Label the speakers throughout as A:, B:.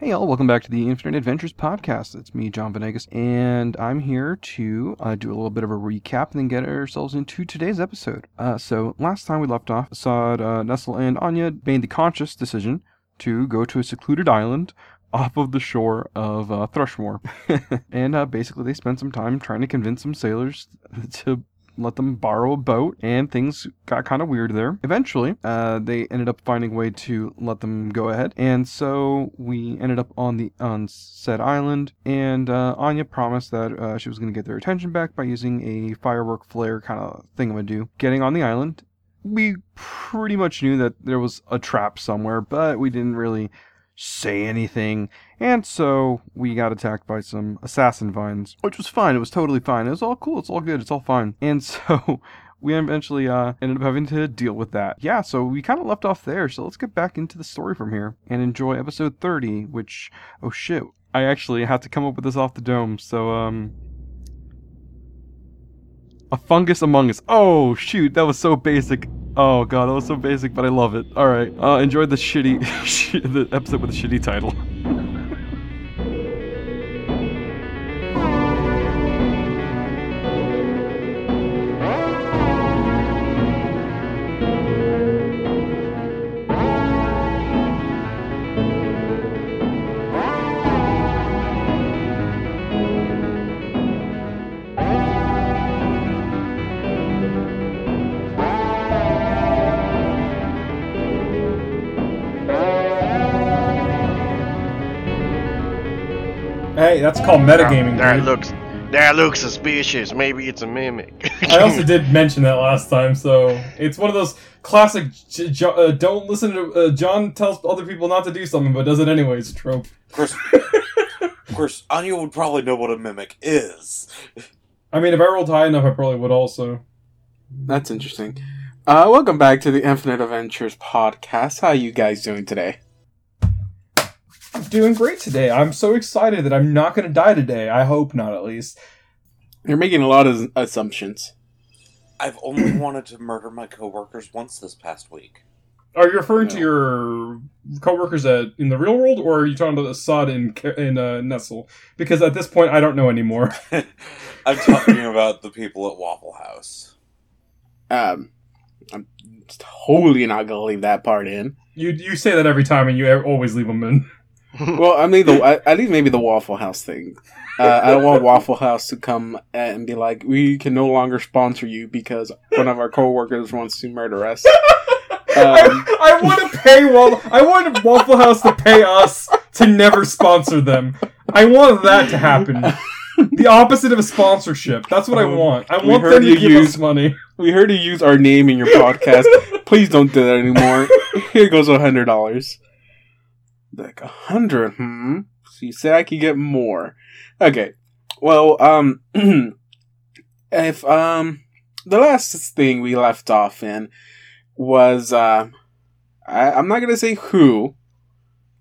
A: Hey, y'all, welcome back to the Infinite Adventures podcast. It's me, John Venegas, and I'm here to uh, do a little bit of a recap and then get ourselves into today's episode. Uh, so, last time we left off, Assad, uh, Nestle, and Anya made the conscious decision to go to a secluded island off of the shore of uh, Thrushmore. and uh, basically, they spent some time trying to convince some sailors to let them borrow a boat, and things got kind of weird there. Eventually, uh, they ended up finding a way to let them go ahead, and so we ended up on the on said island. And uh, Anya promised that uh, she was going to get their attention back by using a firework flare kind of do. Getting on the island, we pretty much knew that there was a trap somewhere, but we didn't really say anything. And so we got attacked by some assassin vines, which was fine. It was totally fine. It was all cool. It's all good. It's all fine. And so we eventually uh, ended up having to deal with that. Yeah, so we kind of left off there. So let's get back into the story from here and enjoy episode 30, which, oh shit, I actually have to come up with this off the dome. So, um. A fungus among us. Oh shoot, that was so basic. Oh god, that was so basic, but I love it. All right, uh, enjoy the shitty, the episode with the shitty title.
B: Hey, that's called metagaming.
C: That
B: dude.
C: looks that looks suspicious. Maybe it's a mimic.
B: I also did mention that last time, so it's one of those classic. J- J- uh, don't listen to uh, John tells other people not to do something, but does it anyways. Trope.
D: Of course, of course, Anya would probably know what a mimic is.
B: I mean, if I rolled high enough, I probably would also.
E: That's interesting. Uh, welcome back to the Infinite Adventures podcast. How you guys doing today?
B: I'm doing great today. I'm so excited that I'm not going to die today. I hope not, at least.
E: You're making a lot of assumptions.
D: I've only wanted to murder my coworkers once this past week.
B: Are you referring to
E: No.
B: your coworkers at, in the real world, or are you talking about Assad and Ca- and uh, Nestle? Because at this point, I don't know anymore.
D: I'm talking about the people at Waffle House.
E: Um, I'm totally not gonna leave that part in.
B: You you say that every time, and you always leave them in.
C: Hmm,
E: Well, I mean, the I, I leave maybe the Waffle House thing. Uh, I don't want Waffle House to come and be like, we can no longer sponsor you because one of our coworkers wants to murder us. Um,
B: I, I want to pay Waffle. I want Waffle House to pay us to never sponsor them. I want that to happen. The opposite of a sponsorship. That's what I want. I
E: We
B: want
E: heard
B: them to
E: you
B: give
E: use-
B: us money.
E: we heard you use our name in your podcast. Please don't do that anymore. Here goes a hundred dollars. Like a hundred, hmm. So you said I could get more. Okay. Well, um if um the last thing we left off in was uh I, I'm not gonna say who.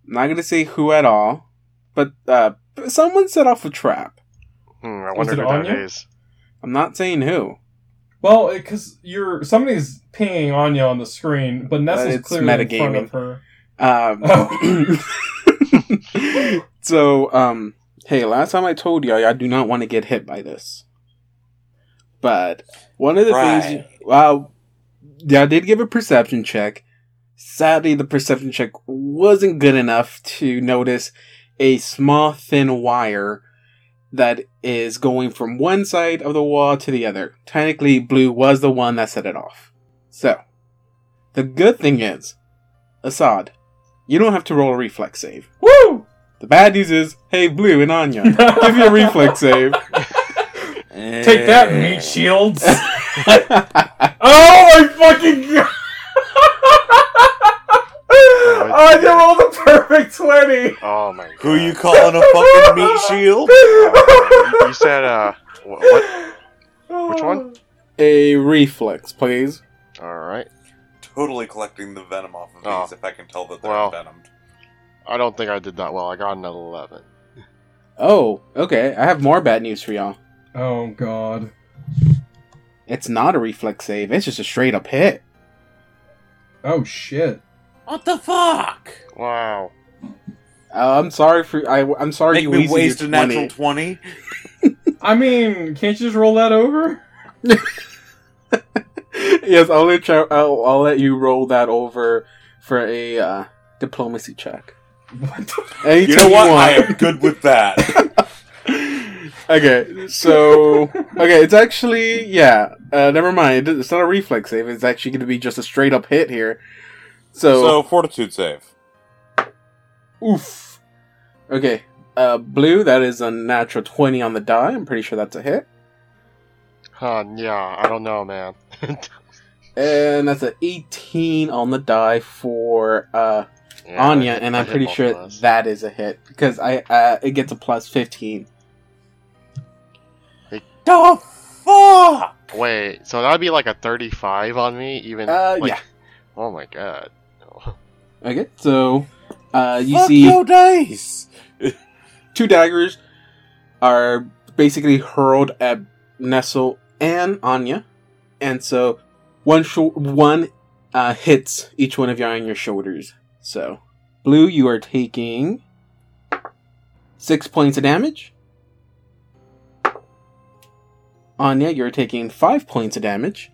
E: I'm not gonna say who at all. But uh someone set off a trap.
C: Hmm, I
B: Was
C: wonder
B: it
C: who that
B: Anya?
C: is.
E: I'm not saying who.
B: Well, because you're somebody's pinging Anya on the screen, but Nestle's
E: It's
B: clearly in front
E: metagaming.
B: of her.
E: Um, so, um, hey, last time I told y'all, I do not want to get hit by this. But one of the things,
D: Right.
E: well, yeah, I did give a perception check. Sadly, the perception check wasn't good enough to notice a small, thin wire that is going from one side of the wall to the other. Technically, blue was the one that set it off. So, the good thing is, Assad, you don't have to roll a reflex save.
B: Woo!
E: The bad news is, hey, Blue and Anya, give me a reflex save.
B: Take that, meat shields!
E: I
B: Oh my fucking god! I did roll the perfect 20!
C: Oh my god.
D: Who you calling a fucking meat shield?
C: Uh, you, you said uh wh- what? Which one?
E: A reflex, please.
C: All right.
D: Totally collecting the venom off of these
C: Oh.
D: if I can tell that they're
C: Well.
D: venomed.
C: I don't think I did that well. I got an eleven.
E: Oh, okay. I have more bad news for y'all.
B: Oh god.
E: It's not a reflex save. It's just a straight up hit.
B: Oh shit.
D: What the fuck?
C: Wow.
E: Uh, I'm sorry for I, I'm sorry
D: Make
E: you
D: me
E: wasted,
D: waste a
E: your
D: natural
E: 20.
D: twenty.
B: I mean, can't you just roll that over?
E: yes, I'll let you, I'll, I'll let you roll that over for a uh, diplomacy check.
B: What the-
E: Anytime
D: You know what? I
E: want.
D: am good with that.
E: okay, so okay, it's actually yeah. Uh, never mind. It's not a reflex save. It's actually going to be just a straight up hit here. So,
D: so fortitude save.
E: oof. Okay, uh, blue. That is a natural twenty on the die. I'm pretty sure that's a hit,
C: Huh, yeah, I don't know, man.
E: and that's a eighteen on the die for uh,
C: Yeah,
E: Anya,
C: I hit-
E: and
C: I
E: I'm
C: hit
E: pretty
C: both
E: sure
C: of us.
E: that is a hit because I uh, it gets a plus fifteen.
D: The fuck!
C: Wait, so that'd be like a 35 on me, even.
E: Uh,
C: like-
E: yeah.
C: Oh my god.
E: Okay, so uh, you
D: Fuck
E: see.
D: your dice.
E: two daggers are basically hurled at Nestle and Anya, and so one sho- one uh, hits each one of you on your shoulders. So, blue, you are taking six points of damage. Anya, you're taking five points of damage,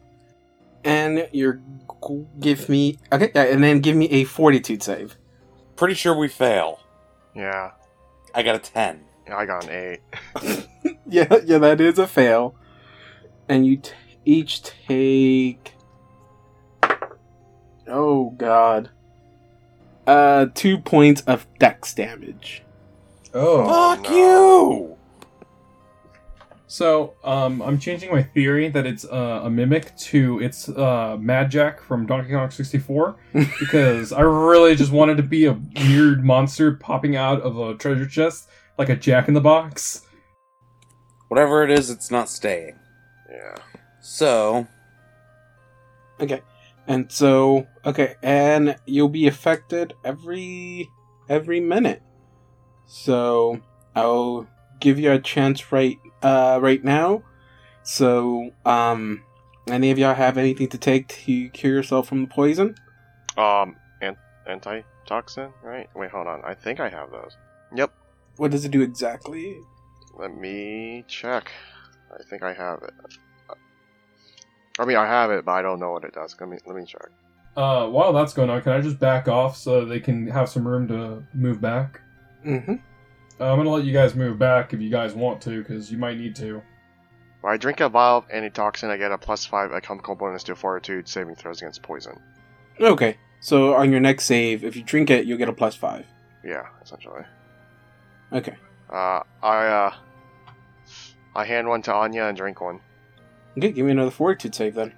E: and you're g- give me okay, yeah, and then give me a fortitude save.
D: Pretty sure we fail.
C: Yeah,
D: I got a ten.
C: yeah, I got an 8.
E: yeah, yeah, that is a fail. And you t- each take. Oh God. Uh, two points of dex damage.
B: Oh.
C: Oh,
D: fuck
C: no.
B: So, um, I'm changing my theory that it's uh, a mimic to it's uh, Mad Jack from Donkey Kong 64 because I really just wanted to be a weird monster popping out of a treasure chest like a Jack in the Box.
D: you! Whatever it is, it's not staying.
C: Yeah.
D: So
E: Okay, and so okay, and you'll be affected every every minute. So I'll give you a chance right uh right now. So um, any of y'all have anything to take to cure yourself from the poison?
C: Um, an- antitoxin, right? Wait, hold on. I think I have those. Yep.
E: What does it do exactly?
C: Let me check. I think I have it. I mean, I have it, but I don't know what it does. Let me let me check.
B: Uh, while that's going on, can I just back off so they can have some room to move back?
E: Mm-hmm.
B: Uh, I'm gonna let you guys move back if you guys want to because you might need to.
C: When I drink a vial of antitoxin, I get a plus five alchemical bonus to fortitude saving throws against poison.
E: Okay, so on your next save, if you drink it, you'll get a plus five.
C: Yeah, essentially.
E: Okay.
C: Uh, I uh, I hand one to Anya and drink one.
E: Okay, give me another fortitude save then.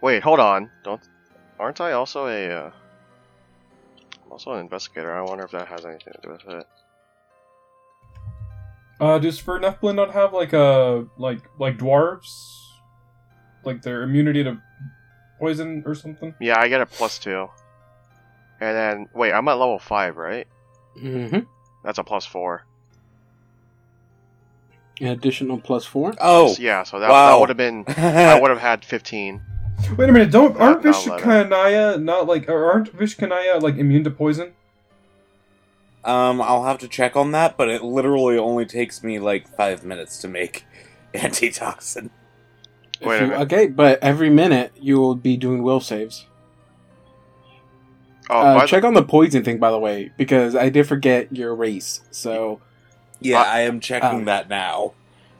C: Wait, hold on. Don't. Aren't I also a? Uh, I'm also an investigator. I wonder if that has anything to do with it.
B: Uh, does for Nephilim not have like a like like dwarves, like their immunity to poison or something?
C: Yeah, I get a plus two. And then wait, I'm at level five, right?
E: Mm-hmm.
C: That's a plus four.
E: An additional plus four.
D: oh
C: yeah, so that,
D: wow.
C: that would have been. I would have had fifteen.
B: Wait a minute, don't aren't
C: Not- not
B: Vishkanaya not like or aren't Vishkanaya like immune to poison?
D: um, I'll have to check on that, but it literally only takes me like five minutes to make antitoxin.
E: If
C: Wait a
E: you-
C: minute.
E: okay, but every minute you will be doing will saves.
C: Oh, by
E: uh,
C: the-
E: check on the poison thing, by the way, because I did forget your race. So
D: Yeah,
C: Uh,
D: I am checking
E: um,
D: that now.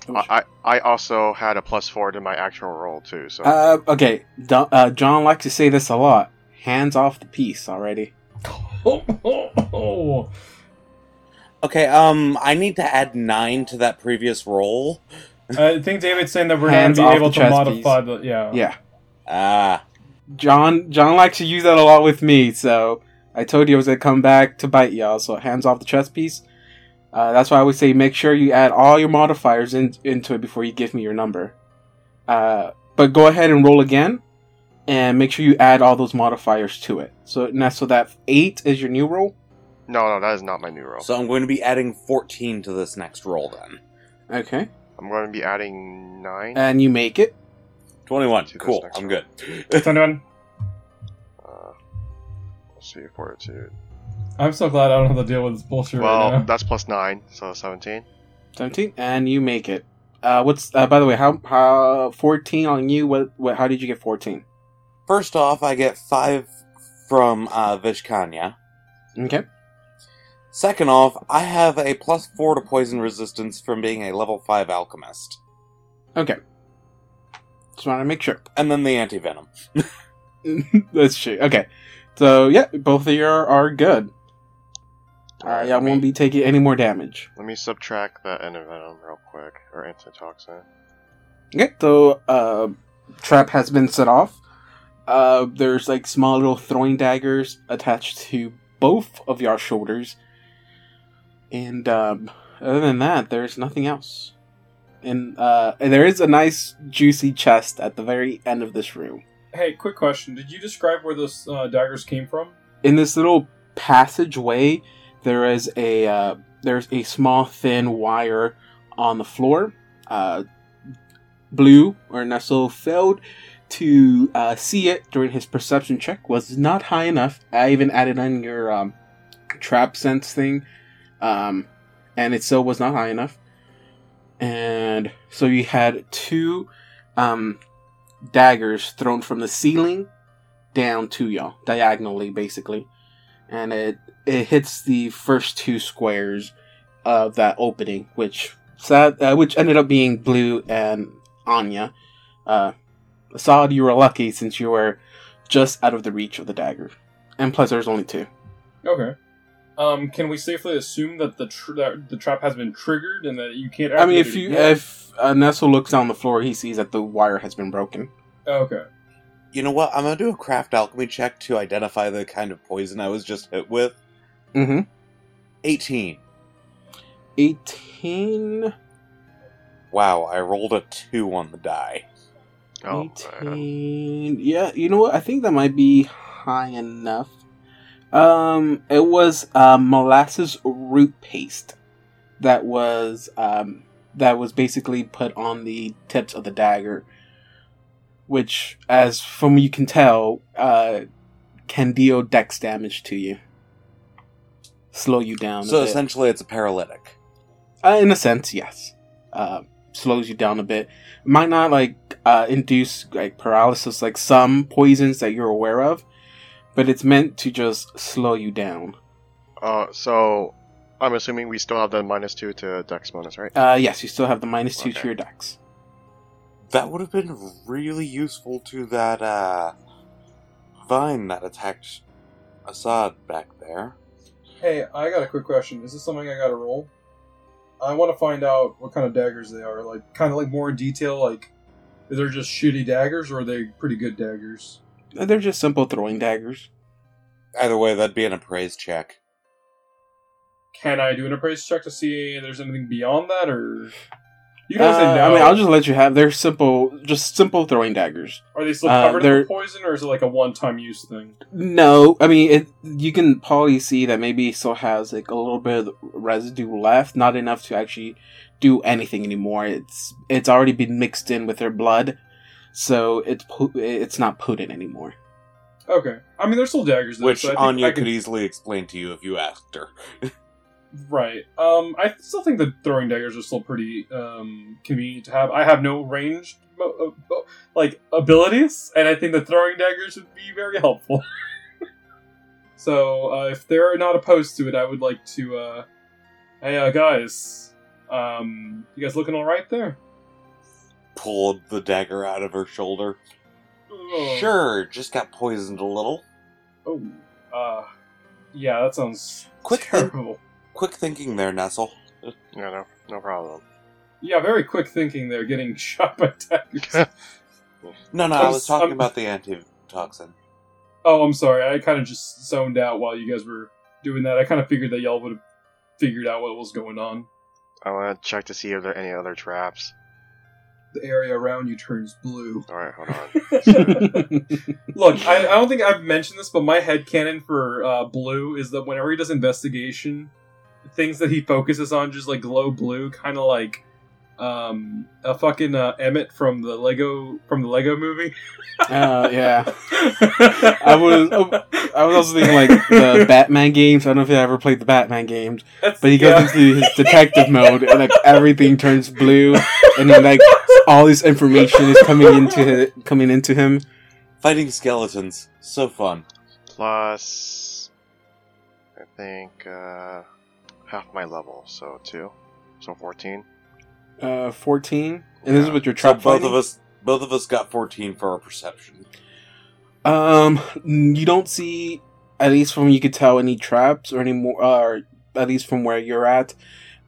C: I, I I also had a plus four to my actual roll too. So
E: uh, okay, Do- uh, John likes to say this a lot. Hands off the piece already.
B: Oh, oh, oh.
D: Okay, um, I need to add nine to that previous roll.
B: I think David's saying that we're going
E: Hands
B: to be
E: off
B: able
E: the
B: to
E: chest
B: modify the yeah.
E: Yeah.
D: Ah,
E: John John likes to use that a lot with me, so I told you I was gonna come back to bite y'all. So hands off the chess piece. Uh, that's why I always say make sure you add all your modifiers in, into it before you give me your number. Uh, but go ahead and roll again, and make sure you add all those modifiers to it. So and that's so that eight is your new roll.
C: no, no, that is not my new roll.
D: so I'm going to be adding fourteen to this next roll then.
E: Okay,
C: I'm going to be adding
D: Uh,
C: nine.
E: and you make it.
D: Twenty-one.
C: To this
D: Cool.
C: next
D: I'm
C: roll.
D: good.
B: It's under-
C: Uh, let's see, fortitude.
B: I'm so glad I don't have to deal with this bullshit
C: well,
B: right now.
C: that's plus nine, so seventeen.
E: 17 and you make it uh what's uh, by the way how how 14 on you what, what how did you get 14
D: First off, I get five from uh, Vishkanya.
E: okay
D: Second off, I have a plus four to poison resistance from being a level five alchemist,
E: okay just want to make sure
D: and then the anti venom.
E: that's true okay so yeah both of you are, are good all right y'all
C: let,
E: won't
C: me,
E: be taking any more damage
C: let me subtract that antivenom real quick, or antitoxin.
E: Okay, so uh, trap has been set off. Uh, there's like small little throwing daggers attached to both of your shoulders, and um, other than that, there's nothing else. And, uh, and there is a nice juicy chest at the very end of this room.
B: Hey, quick question. Did you describe where those uh, daggers came from?
E: in this little passageway there is a uh, there's a small thin wire on the floor uh, blue or nestle failed to uh, see it during his perception check was not high enough i even added on your um, trap sense thing um, and it still was not high enough and so you had two um, daggers thrown from the ceiling down to y'all diagonally basically and it it hits the first two squares of that opening which sad uh, which ended up being blue and anya uh Assad, you were lucky since you were just out of the reach of the dagger and plus there's only two
B: Okay. Um, can we safely assume that the tr- that the trap has been triggered and that you can't?
E: i mean
B: activate
E: if
B: it
E: you
B: again?
E: if uh, nestle looks on the floor he sees that the wire has been broken
B: Oh, okay.
D: You know what? I'm gonna do a craft alchemy check to identify the kind of poison I was just hit with.
E: mm-hmm
D: 18.
E: 18
D: Wow, I rolled a 2 on the die.
C: Oh, man.
E: 18 yeah you know what i think that might be high enough um it was uh, molasses root paste that was um that was basically put on the tips of the dagger which as from you can tell uh can deal dex damage to you slow you down a
D: So
E: bit.
D: essentially, it's a paralytic.
E: Uh, in a sense, yes. Uh, slows you down a bit. Might not like uh, induce like paralysis, like some poisons that you're aware of, but it's meant to just slow you down.
C: Uh, so I'm assuming we still have the minus two to Dex bonus, right?
E: Uh, yes, you still have the minus two to
C: Okay.
E: your dex.
D: That would have been really useful to that, uh, vine that attacked Assad back there.
B: Hey, I got a quick question. Is this something I got to roll? I want to find out what kind of daggers they are. Like, kind of like more in detail. Like, is there just shitty daggers or are they pretty good daggers?
E: Uh, They're just simple throwing daggers.
D: Either way, that'd be an appraise check.
B: Can I do an appraise check to see if there's anything beyond that, or you
E: Uh,
B: guys say
E: I
B: no?
E: mean, I'll just let you have. They're simple, just simple throwing daggers.
B: Are they still
E: uh,
B: covered
E: they're-
B: in poison, or is it like a one-time use thing?
E: No, I mean, it, you can probably see that maybe it still has like a little bit of residue left, not enough to actually do anything anymore. It's it's already been mixed in with their blood, so it's po- it's not potent anymore.
B: Okay. I mean, there's still daggers. Though,
D: Which
B: so I think
D: Anya
B: I
D: could easily explain to you if you asked her.
B: Right. Um, I still think that throwing daggers are still pretty um, convenient to have. I have no ranged mo- uh, mo- like abilities, and I think that throwing daggers would be very helpful. so uh, if they're not opposed to it, I would like to. Uh... Hey uh, guys, um, you guys looking all right there?
D: Pulled the dagger out of her shoulder.
B: Oh.
D: Sure, just got poisoned a little.
B: Oh, uh, yeah, that sounds
D: Quick think,
B: terrible.
D: quick thinking there, Nestle.
C: Yeah, no, no problem.
B: Yeah, very quick thinking there, getting shot by daggers.
D: No, no,
B: I'm
D: I was
B: s-
D: talking
B: I'm-
D: about the antitoxin.
B: Oh, I'm sorry. I kind of just zoned out while you guys were doing that. I kind of figured that y'all would have figured out what was going on.
C: I want to check to see if there are any other traps.
B: The area around you turns blue.
C: All right, hold on.
B: Look, I, I don't think I've mentioned this, but my headcanon for uh, blue is that whenever he does investigation, things that he focuses on just like glow blue, kind of like um, a fucking uh, Emmett from the Lego from the Lego Movie.
E: Uh, yeah.
B: I
E: was- oh, I was also thinking like the Batman games. I don't know if you ever played the Batman games, but he goes into his detective mode, and like everything turns blue, and then like all this information is coming into his, coming into him.
D: Fighting skeletons, so fun.
C: Plus, I think uh, half my level, so two, so fourteen.
E: Uh, fourteen, and this is what you're
D: So
E: trap
D: both
E: fighting.
D: of us, both of us got fourteen for our perception.
E: Um, you don't see, at least from you could tell, any traps or any more, uh, or at least from where you're at.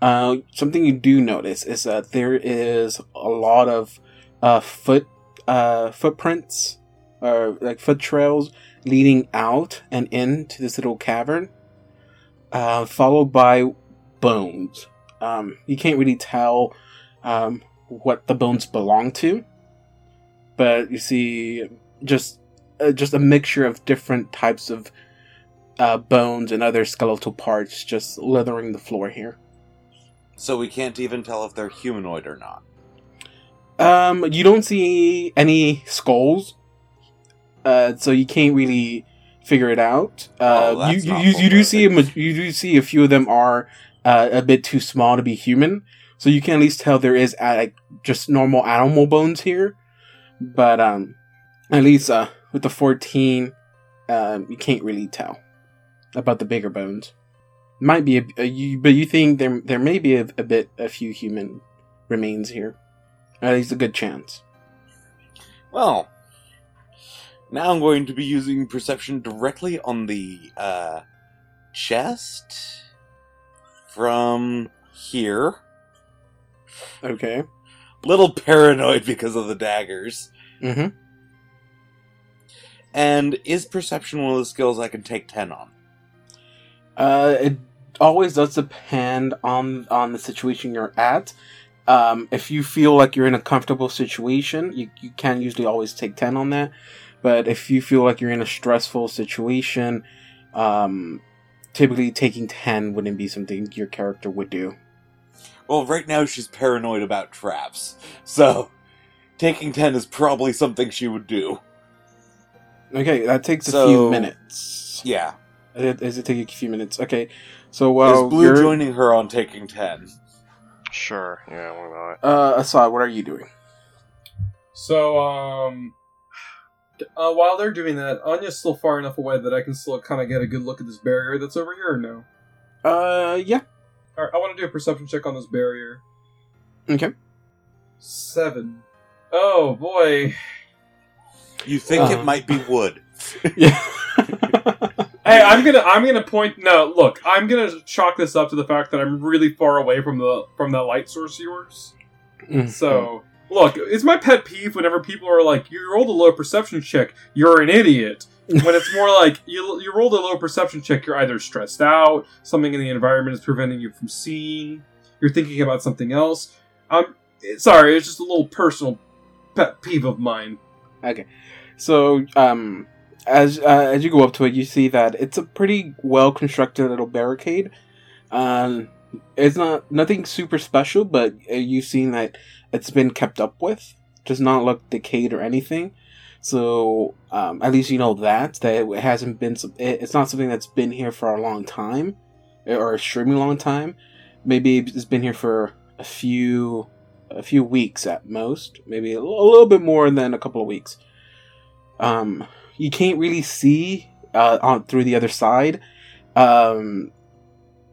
E: Uh, something you do notice is that there is a lot of uh, foot uh, footprints or like foot trails leading out and into this little cavern, uh, followed by bones. Um, you can't really tell um, what the bones belong to, but you see just uh, just a mixture of different types of uh, bones and other skeletal parts just leathering the floor here.
D: So we can't even tell if they're humanoid or not.
E: Um, you don't see any skulls, uh, so you can't really figure it out. Uh,
D: Oh, that's
E: you, you,
D: not
E: you, you do
D: foreboding.
E: see a, ma- you do see a few of them are uh, a bit too small to be human, so you can at least tell there is uh, like just normal animal bones here. But um, at least uh, with the fourteen, um, you can't really tell about the bigger bones. Might be a, a you, but you think there there may be a, a bit a few human remains here. At least a good chance.
D: Well, now I'm going to be using perception directly on the uh, chest from here.
E: Okay.
D: Little paranoid because of the daggers.
E: Mm-hmm.
D: And is perception one of the skills I can take 10 on?
E: Uh, it always does depend on on the situation you're at. Um, if you feel like you're in a comfortable situation, you, you can usually always take ten on that. But if you feel like you're in a stressful situation, um, typically taking ten wouldn't be something your character would do.
D: Well, right now she's paranoid about traps. So, taking 10 is probably something she would do.
E: Okay, that takes a
D: So-
E: few minutes.
D: Yeah.
E: It, it taking a few minutes. Okay, so
D: is
E: well,
D: Blue
E: you're,
D: joining her on taking 10?
C: Sure. Yeah, why not?
E: uh, Assad, what are you doing?
B: So, um, uh, while they're doing that, Anya's still far enough away that I can still kind of get a good look at this barrier that's over here. Or no,
E: Uh, yeah.
B: All right, I want to do a perception check on this barrier.
E: Okay.
B: Seven. Oh boy.
D: You think
E: Uh.
D: it might be wood.
E: Yeah.
B: Hey, I'm gonna I'm gonna point. No, look, I'm gonna chalk this up to the fact that I'm really far away from the from that light source of yours. So look, it's my pet peeve whenever people are like, "You rolled a low perception check, you're an idiot." When it's more like you you rolled a low perception check, you're either stressed out, something in the environment is preventing you from seeing, you're thinking about something else. I'm sorry, it's just a little personal pet peeve of mine.
E: So, um, as uh, as you go up to it, you see that it's a pretty well constructed little barricade. Um, it's not nothing super special, but uh, you've seen that it's been kept up with, does not look decayed or anything. So, um, at least you know that that it hasn't been. some- it- It's not something that's been here for a long time, eh, or extremely long time. Maybe it's been here for a few, a few weeks at most. Maybe a l- a little bit more than a couple of weeks um, you can't really see uh, on through the other side. Um,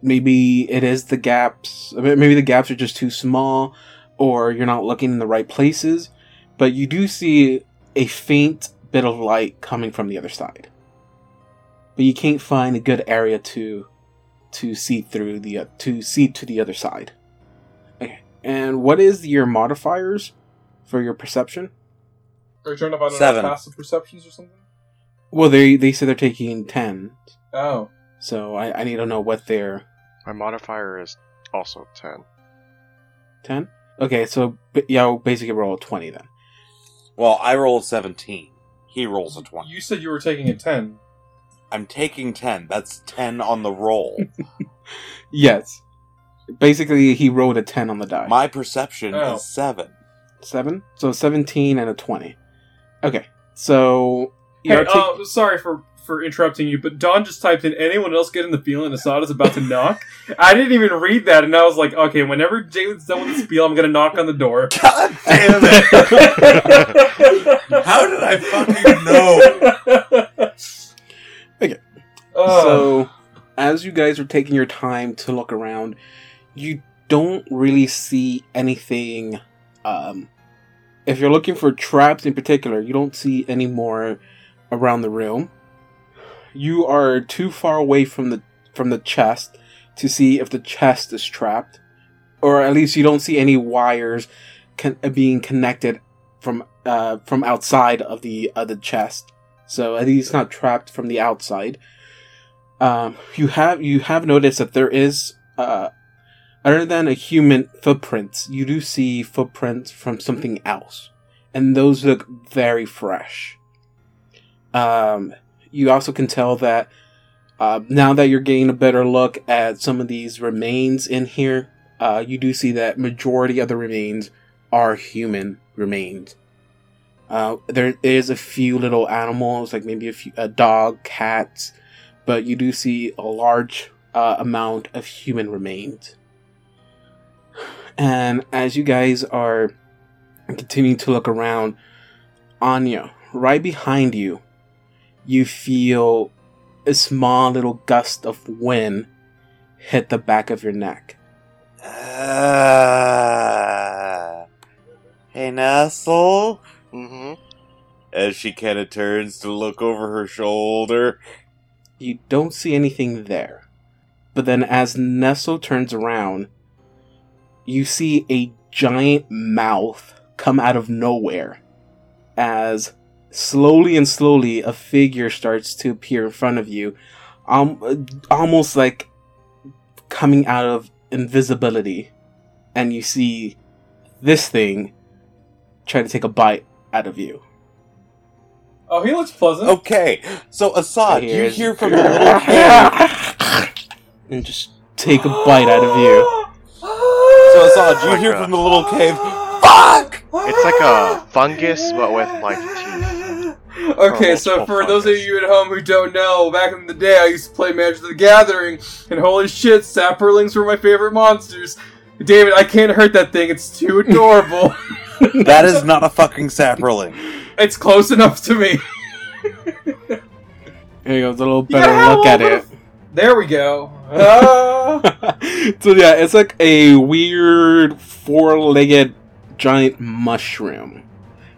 E: maybe it is the gaps. I mean, Maybe the gaps are just too small, or you're not looking in the right places. But you do see a faint bit of light coming from the other side. But you can't find a good area to to see through the uh, to see to the other side. Okay. And what is your modifiers for your perception?
B: Are you trying to find
D: Seven.
B: passive perceptions or something?
E: Well, they they said they're taking ten,
B: Oh,
E: so I, I need to know what they're
C: My modifier is also ten.
E: ten. Okay, so b- yeah, I'll basically roll a twenty then.
D: Well, I roll a 17. He rolls a 20.
B: you said you were taking a ten.
D: I'm taking 10. That's 10 on the roll.
E: Yes. Basically, he rolled a 10 on the die.
D: My perception
B: Oh.
D: is seven.
E: Seven? So 17 and a 20. Okay, so.
B: Hey,
E: You're ta-
B: uh, sorry for for interrupting you, but Don just typed in anyone else getting the feeling Assad is about to knock. I didn't even read that, and I was like, okay, whenever David's done with this spiel, I'm gonna knock on the door.
D: God damn it! How did I fucking know?
E: Okay.
B: Uh,
E: so, as you guys are taking your time to look around, you don't really see anything. Um, if you're looking for traps in particular, you don't see any more around the room. You are too far away from the from the chest to see if the chest is trapped, or at least you don't see any wires con- uh, being connected from uh, from outside of the uh, the chest. So at least it's not trapped from the outside um, you have you have noticed that there is uh, other than a human footprints, you do see footprints from something else, and those look very fresh. Um, you also can tell that uh, now that you're getting a better look at some of these remains in here, uh, you do see that majority of the remains are human remains. Uh, there is a few little animals, like maybe a, few, a dog, cats, but you do see a large uh, amount of human remains. And as you guys are continuing to look around, Anya, right behind you, you feel a small little gust of wind hit the back of your neck.
D: Uh, hey, Nestle.
C: Mm-hmm.
D: As she kind of turns to look over her shoulder.
E: You don't see anything there. But then as Nestle turns around, you see a giant mouth come out of nowhere as slowly and slowly a figure starts to appear in front of you um, almost like coming out of invisibility and you see this thing trying to take a bite out of you
B: oh, he looks pleasant.
D: Okay, so Assad, you
E: Here's-
D: hear from the little kid.
E: and just take a bite out of you
D: So Assad, you
C: Like
D: hear
C: a-
D: from the little cave. Fuck!
C: It's like a fungus, but with like teeth.
B: Okay, so
C: multiple
B: for those of
C: fungus.
B: you at home who don't know, back in the day I used to play Magic the Gathering, and holy shit, sapperlings were my favorite monsters. David, I can't hurt that thing, it's too adorable.
D: That is not a fucking sapperling.
B: it's close enough to me.
E: Here you go. A little
B: You
E: better
B: gotta
E: look at
B: have a
E: it.
B: There we go. Ah.
E: so yeah, it's like a weird four-legged giant mushroom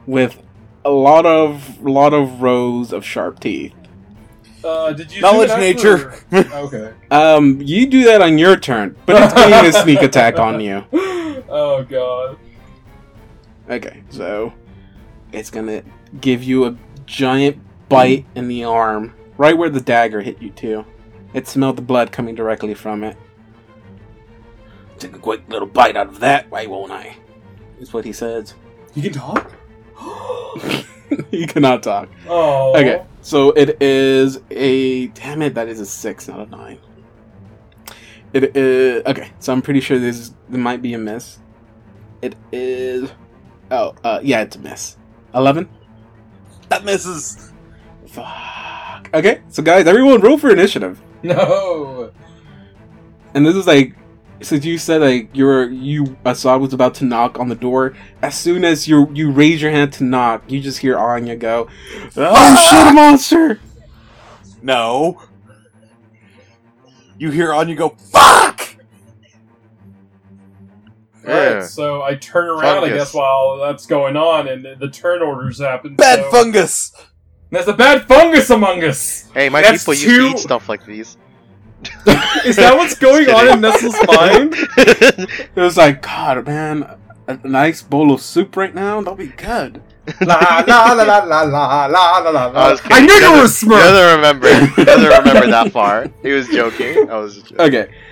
E: with a lot of lot of rows of sharp teeth.
B: uh, did you
D: Knowledge
B: do that
D: nature.
B: for- okay.
E: Um, you do that on your turn, but it's getting a sneak attack on you.
B: Oh god.
E: Okay, so it's gonna give you a giant bite in the arm, right where the dagger hit you too. It smelled the blood coming directly from it. Take a quick little bite out of that, why won't I? Is what he says.
B: You can talk?
E: he cannot talk.
B: oh.
E: Okay, so it is a damn it. That is a six, not a nine. It is okay. So I'm pretty sure this there might be a miss. It is. Oh, uh, yeah, it's a miss. Eleven.
D: That misses.
E: Fuck. Okay, so guys, everyone roll for initiative.
B: No.
E: And this is like, since you said like you were you Assad was about to knock on the door. As soon as you you raise your hand to knock, you just hear Anya go, "Oh shit, a monster!"
D: No. You hear on, you go, fuck!
C: Yeah.
B: Right, so I turn around, I
C: Fungus.
B: guess, while that's going on, and the, the turn orders happen.
D: Bad
B: so-
D: fungus!
B: There's a bad fungus among us.
C: Hey, my
B: That's
C: people used to
B: two-
C: eat stuff like these.
B: Is that what's going on in Nestle's mind?
E: It was like, God, man, a nice bowl of soup right now. That'll be good.
B: la la la la la la la la la.
C: I was
B: I knew
C: kidding.
B: you were a
C: He
B: smurf.
C: doesn't remember. He doesn't remember that far. He was joking. I was just joking.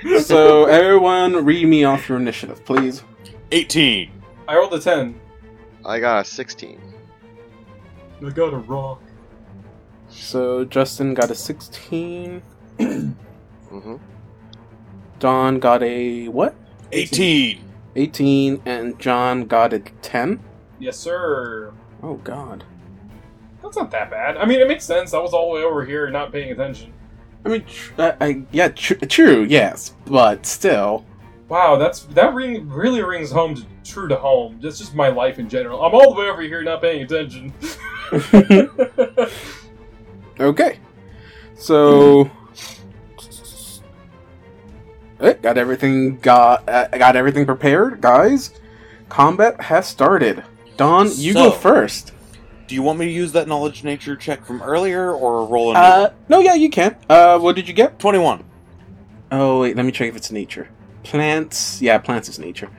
E: Okay, so everyone, read me off your initiative, please.
D: 18.
B: I rolled a ten.
C: I got a 16.
B: I got a rock.
E: So Justin got a sixteen.
C: Mm-hmm.
E: Don got a what?
D: 18.
E: 18, and John got a 10.
B: Yes, sir.
E: Oh, God.
B: That's not that bad. I mean, it makes sense. I was all the way over here not paying attention.
E: I mean, tr- I, I, yeah, tr- true, yes, but still.
B: Wow, that's that ring really rings home to, true to home. That's just my life in general. I'm all the way over here not paying attention.
E: Okay. So. Eh, got everything got uh, got everything prepared, guys. Combat has started. Don, you go
D: So-
E: first.
D: Do you want me to use that knowledge nature check from earlier or roll a new
E: Uh,
D: one?
E: no, yeah, you can. Uh, what did you get?
D: 21.
E: Oh wait, let me check if it's nature. Plants, yeah, plants is nature.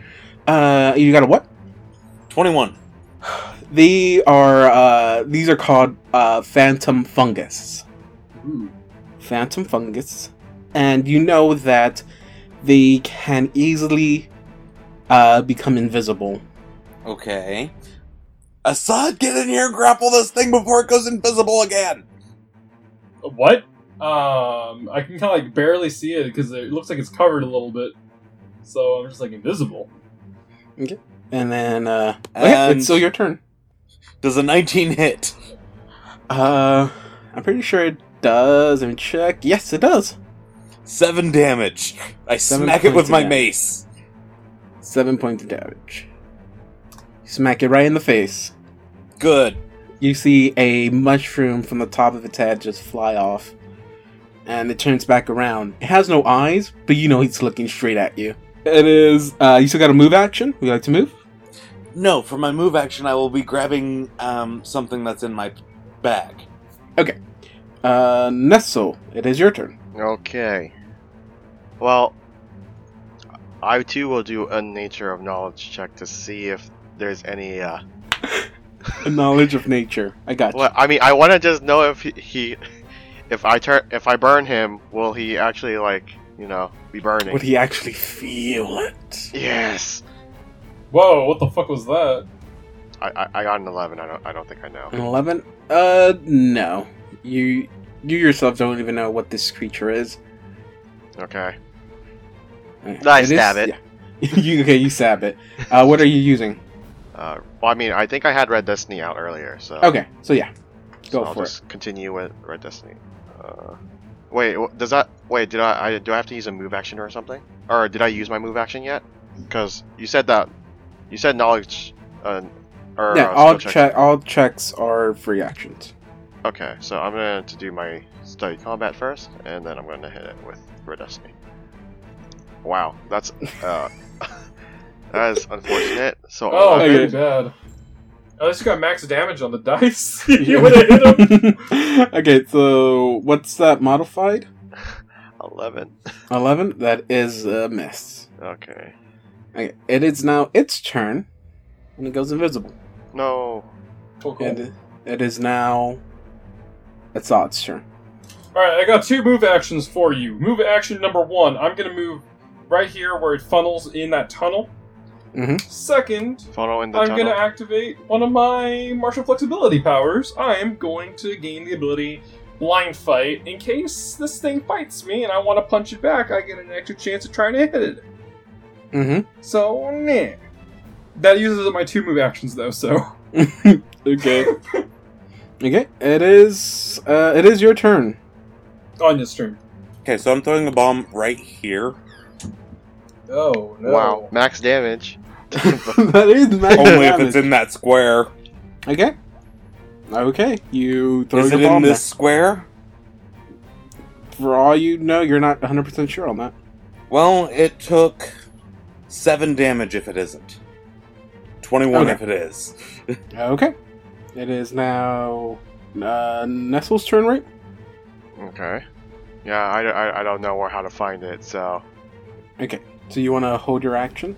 E: Uh, you got a what?
D: 21.
E: They are uh, these are called uh, phantom fungus. Hmm.
B: Ooh.
E: Phantom fungus, and you know that they can easily uh, become invisible.
D: Okay. Assad, get in here and grapple this thing before it goes invisible again!
B: what? Um, I can kind of like barely see it because it looks like it's covered a little bit. So I'm just like invisible.
E: And then, uh, okay,
D: And-
E: it's still your turn.
D: Does a 19 hit?
E: Uh, I'm pretty sure it does. Let me check. Yes, it does.
D: Seven damage. I
E: Seven
D: smack it with
E: points of
D: my
E: damage.
D: mace.
E: Seven points of damage. Smack it right in the face.
D: Good.
E: You see a mushroom from the top of its head just fly off, and it turns back around. It has no eyes, but you know it's looking straight at you. It is. Uh, you still got a move action. Would you like to move?
D: No, for my move action, I will be grabbing um, something that's in my bag.
E: Uh, Nestle, it is your turn.
C: Okay. Well, I too will do a nature of knowledge check to see if there's any. Uh,
E: A knowledge of nature. I got you.
C: well, I mean, I want to just know if he, he, if I turn, if I burn him, will he actually like, you know, be burning?
E: Would he actually feel it?
C: yes.
B: Whoa, what the fuck was that?
C: I, I, I got an eleven. I don't I don't think I know.
E: An eleven? Uh, no. You you yourself don't even know what this creature is. Mm.
C: Okay.
E: Okay.
C: I stab it.
E: yeah. you okay? You stab it. Uh, what are you using?
C: Uh, well, I mean, I think I had Red Destiny out earlier, so
E: Okay, so yeah,
C: so
E: go
C: Oh. I'll
E: for
C: just continue with Red Destiny. Uh, wait, wh- does that wait? Did I, I do I have to use a move action or something? Or did I use my move action yet? Because you said that you said knowledge. Uh, or
E: it. Yeah,
C: uh, skill
E: all
C: check.
E: check all checks are free actions.
C: Okay, so I'm going to do my study combat first, and then I'm going to hit it with Red Destiny. Wow, that's uh, that is unfortunate. So
B: Oh,
E: okay.
B: very bad. At least you got max damage on the dice. you would have hit him.
E: okay, so what's that modified?
C: 11.
E: Eleven. That is a miss.
C: Okay.
E: Okay, it is now its turn, and it goes invisible.
C: No.
B: Cool, cool.
E: And it is now its odd's turn.
B: All right, I got two move actions for you. Move action number one, I'm gonna move right here where it funnels in that tunnel.
E: Mhm.
B: Second,
C: Funnel in the
B: I'm
C: tunnel.
B: gonna activate one of my martial flexibility powers. I am going to gain the ability blind fight in case this thing fights me and I want to punch it back. I get an extra chance of trying to hit it.
E: Mm-hmm.
B: So, nah. That uses up my two move actions though. So,
E: okay. Okay. It is. Uh, it is your turn.
B: Anya's turn.
D: Okay, so I'm throwing a bomb right here.
B: Oh no!
C: Wow, max damage.
E: that is magic
D: Only if
E: damage.
D: it's in that square.
E: Okay. Okay. You throw
D: Is
E: your
D: it in
E: bomb
D: this square?
E: there. For all you know, you're not 100 percent sure on that.
D: Well, it took seven damage if it isn't. 21
E: Okay.
D: if it is.
E: Okay. It is now uh, Nestle's turn, right?
C: Okay. Yeah, I, I, I don't know where, how to find it, so.
E: Okay. So you want to hold your action?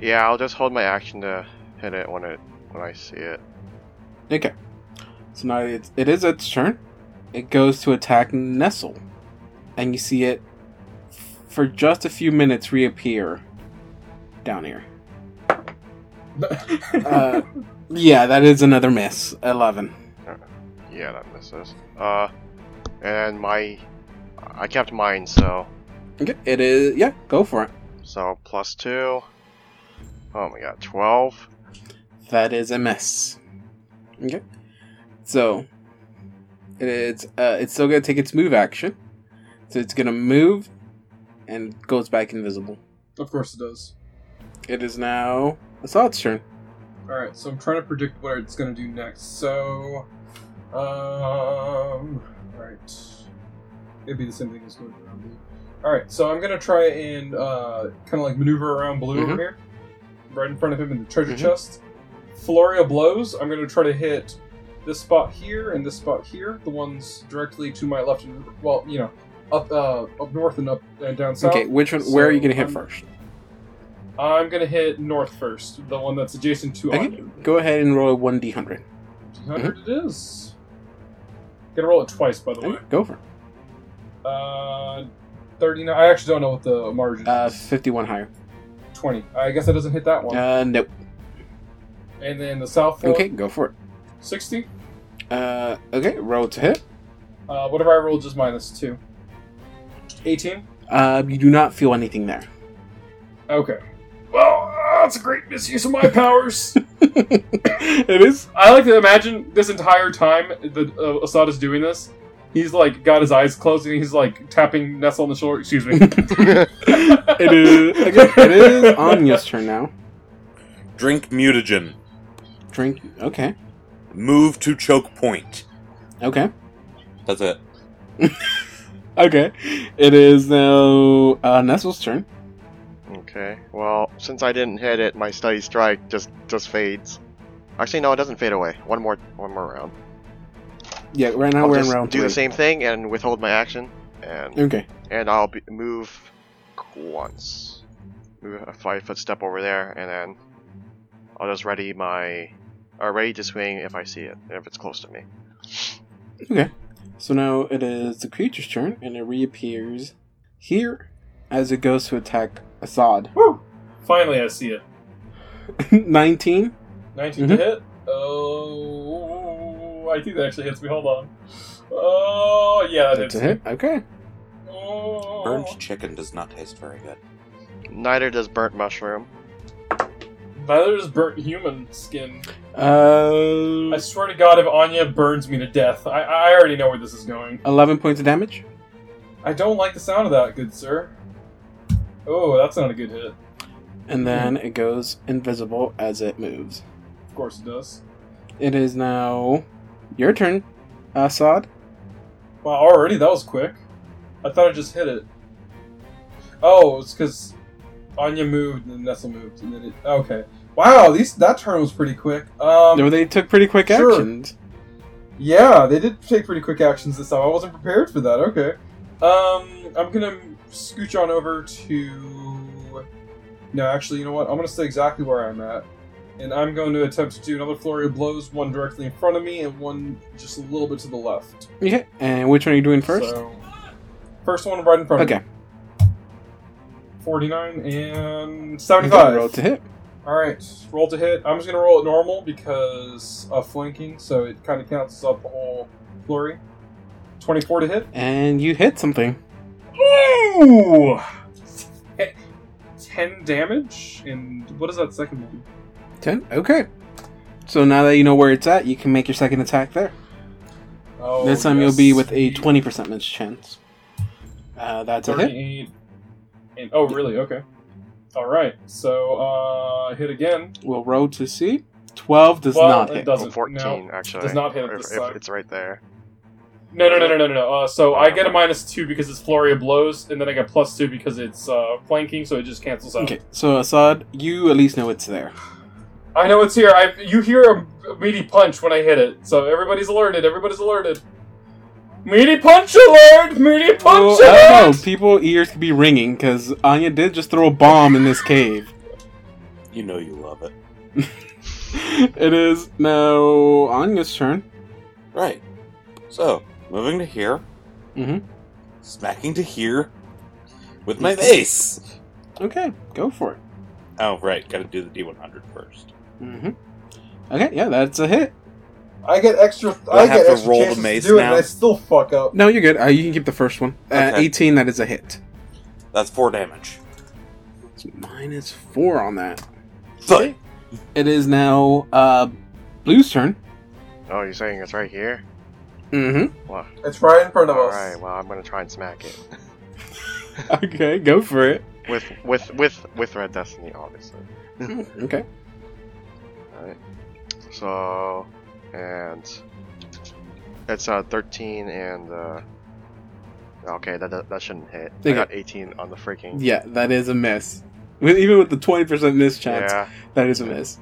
C: Yeah, I'll just hold my action to hit it when it when I see it.
E: Okay. So now it's, it is its turn. It goes to attack Nestle, and you see it for just a few minutes reappear down here. Uh, yeah, that is another miss. Eleven.
C: Yeah, that misses. Uh, and my. I kept mine, so.
E: Okay, it is. Yeah, go for it.
C: So plus two. Oh my god, twelve.
E: That is a miss. Okay. So it's uh, it's still gonna take its move action. So it's gonna move and goes back invisible.
B: Of course it does.
E: It is now Assad's turn.
B: Alright, so I'm trying to predict what it's gonna do next. So um right. It'd be the same thing as going around blue. Alright, so I'm gonna try and uh kinda like maneuver around blue
E: Mhm.
B: over here. Right in front of him in the treasure
E: Mhm.
B: chest. Floria blows, I'm gonna try to hit this spot here and this spot here, the ones directly to my left and well, you know, up uh up north and up and down south.
E: okay, which one? where are you
B: so
E: gonna hit
B: I'm-
E: first?
B: I'm gonna hit north first, the one that's adjacent to
E: Okay,
B: Anya.
E: Go ahead and roll a one d hundred.
B: 100
E: Mm-hmm.
B: it is. Gotta roll it twice, by the way.
E: Go for it.
B: Uh, 39. I actually don't know what the margin
E: Mm-hmm. Uh,
B: is.
E: fifty one higher.
B: 20. I guess that doesn't hit that one.
E: Uh, nope.
B: and then the south one,
E: Okay, go for
B: 60.
E: it. Uh, okay, roll to hit.
B: Uh, whatever I rolled is minus 2. 18.
E: Uh, you do not feel anything there.
B: Okay. Well, uh, that's a great misuse of my powers.
E: it is.
B: I like to imagine this entire time that uh, Assad is doing this, he's like got his eyes closed and he's like tapping Nestle on the shoulder. Excuse me.
E: It is. Okay, it is Anya's turn now.
D: Drink mutagen.
E: Drink. Okay.
D: Move to choke point.
E: Okay.
D: That's it.
E: Okay. It is now uh, Nestle's turn.
C: Okay. Well, since I didn't hit it, my steady strike just just fades. Actually, no, it doesn't fade away. One more one more round.
E: Yeah, right now
C: I'll
E: we're in
C: just
E: round
C: do
E: three.
C: the same thing and withhold my action, and
E: Okay.
C: and I'll be, move once, move a five foot step over there, and then I'll just ready my, or ready to swing if I see it, if it's close to me.
E: So now it is the creature's turn, and it reappears here as it goes to attack Assad.
B: Woo! Finally, I see it.
E: 19.
B: 19
E: Mm-hmm.
B: to hit. Oh, I think that actually hits me. Hold on. Oh, yeah, that
E: That's
B: hits
E: a
B: me.
E: hit. Okay.
B: Oh.
D: Burnt chicken does not taste very good.
C: Neither does burnt mushroom.
B: Neither does burnt human skin. I
E: Uh,
B: swear to God, if Anya burns me to death, I, I already know where this is going.
E: 11 points of damage.
B: I don't like the sound of that, good sir. Oh, that's not a good hit. Mm-hmm.
E: And then it goes invisible as it moves.
B: Of course it does.
E: It is now your turn, Assad.
B: Wow, already that was quick. I thought I just hit it. Oh, it's because Anya moved and Nestle moved, and then it. Okay. Wow, these that turn was pretty quick. Um,
E: No, they took pretty quick
B: sure.
E: actions.
B: Yeah, they did take pretty quick actions this time. I wasn't prepared for that. Okay. Um, I'm gonna scooch on over to. No, actually, you know what? I'm gonna stay exactly where I'm at, and I'm going to attempt to do another flurry of blows. One directly in front of me, and one just a little bit to the left.
E: Okay. And which one are you doing first?
B: So, first one right in front of
E: okay.
B: me. Forty-nine and
E: You can Roll
B: seventy-five.
E: to hit.
B: All right, roll to hit. I'm just gonna roll it normal because of flanking, so it kind of cancels out the whole flurry. Twenty-four to hit.
E: And you hit something.
B: Ooh! Te- Ten damage, and what is that second one?
E: 10? Okay. So now that you know where it's at, you can make your second attack there.
B: Oh,
E: this time
B: yes.
E: you'll be with a 20% miss chance. Uh, that's a hit.
B: Thirty-eight. And, oh, really? Okay. All right. So uh, hit again.
E: We'll roll to see. 12 does
B: Well,
E: not
B: it
E: hit.
C: Oh,
B: doesn't.
C: Fourteen,
B: No,
C: actually.
B: does not hit it
C: If-
B: this
C: if
B: time.
C: it's right there.
B: No, no, no, no, no, no, no. Uh, so I get a minus two because it's Floria blows, and then I get plus two because it's uh, flanking, so it just cancels out.
E: Okay, so Assad, you at least know it's there.
B: I know it's here. I you hear a meaty punch when I hit it, so everybody's alerted. Everybody's alerted. Meaty punch alert! Meaty punch
E: Well, I
B: alert!
E: don't know, people ears could be ringing because Anya did just throw a bomb in this cave.
D: You know you love it.
E: it is now Anya's turn.
D: Right. So, moving to here. Mm-hmm.
E: Mhm.
D: Smacking to here. With my base!
E: Okay, go for it.
D: Oh, right. Gotta do the D100 first.
E: hmm Okay, yeah, that's a hit.
B: I get extra.
D: I have get to extra roll the chances to mace do it, and now? I
B: still fuck up.
E: No, you're good. Uh, you can keep the first one. Uh,
D: Okay.
E: 18, that is a hit.
D: That's four damage.
E: It's minus four on that.
D: So,
E: It is now uh, Blue's turn.
C: Oh, you're saying it's right here?
E: Mm-hmm.
C: Wow.
B: It's right in front of us.
C: Alright, well, I'm gonna try and smack it.
E: Okay, go for it.
C: With, with, with, with Red Destiny, obviously.
E: Mm-hmm. okay.
C: Alright. So, and that's uh, 13 and uh, okay, that, that that shouldn't hit. I
E: Okay.
C: got 18 on the freaking.
E: Yeah, that is a miss. With, even with the twenty percent miss chance,
C: Yeah.
E: that is a miss.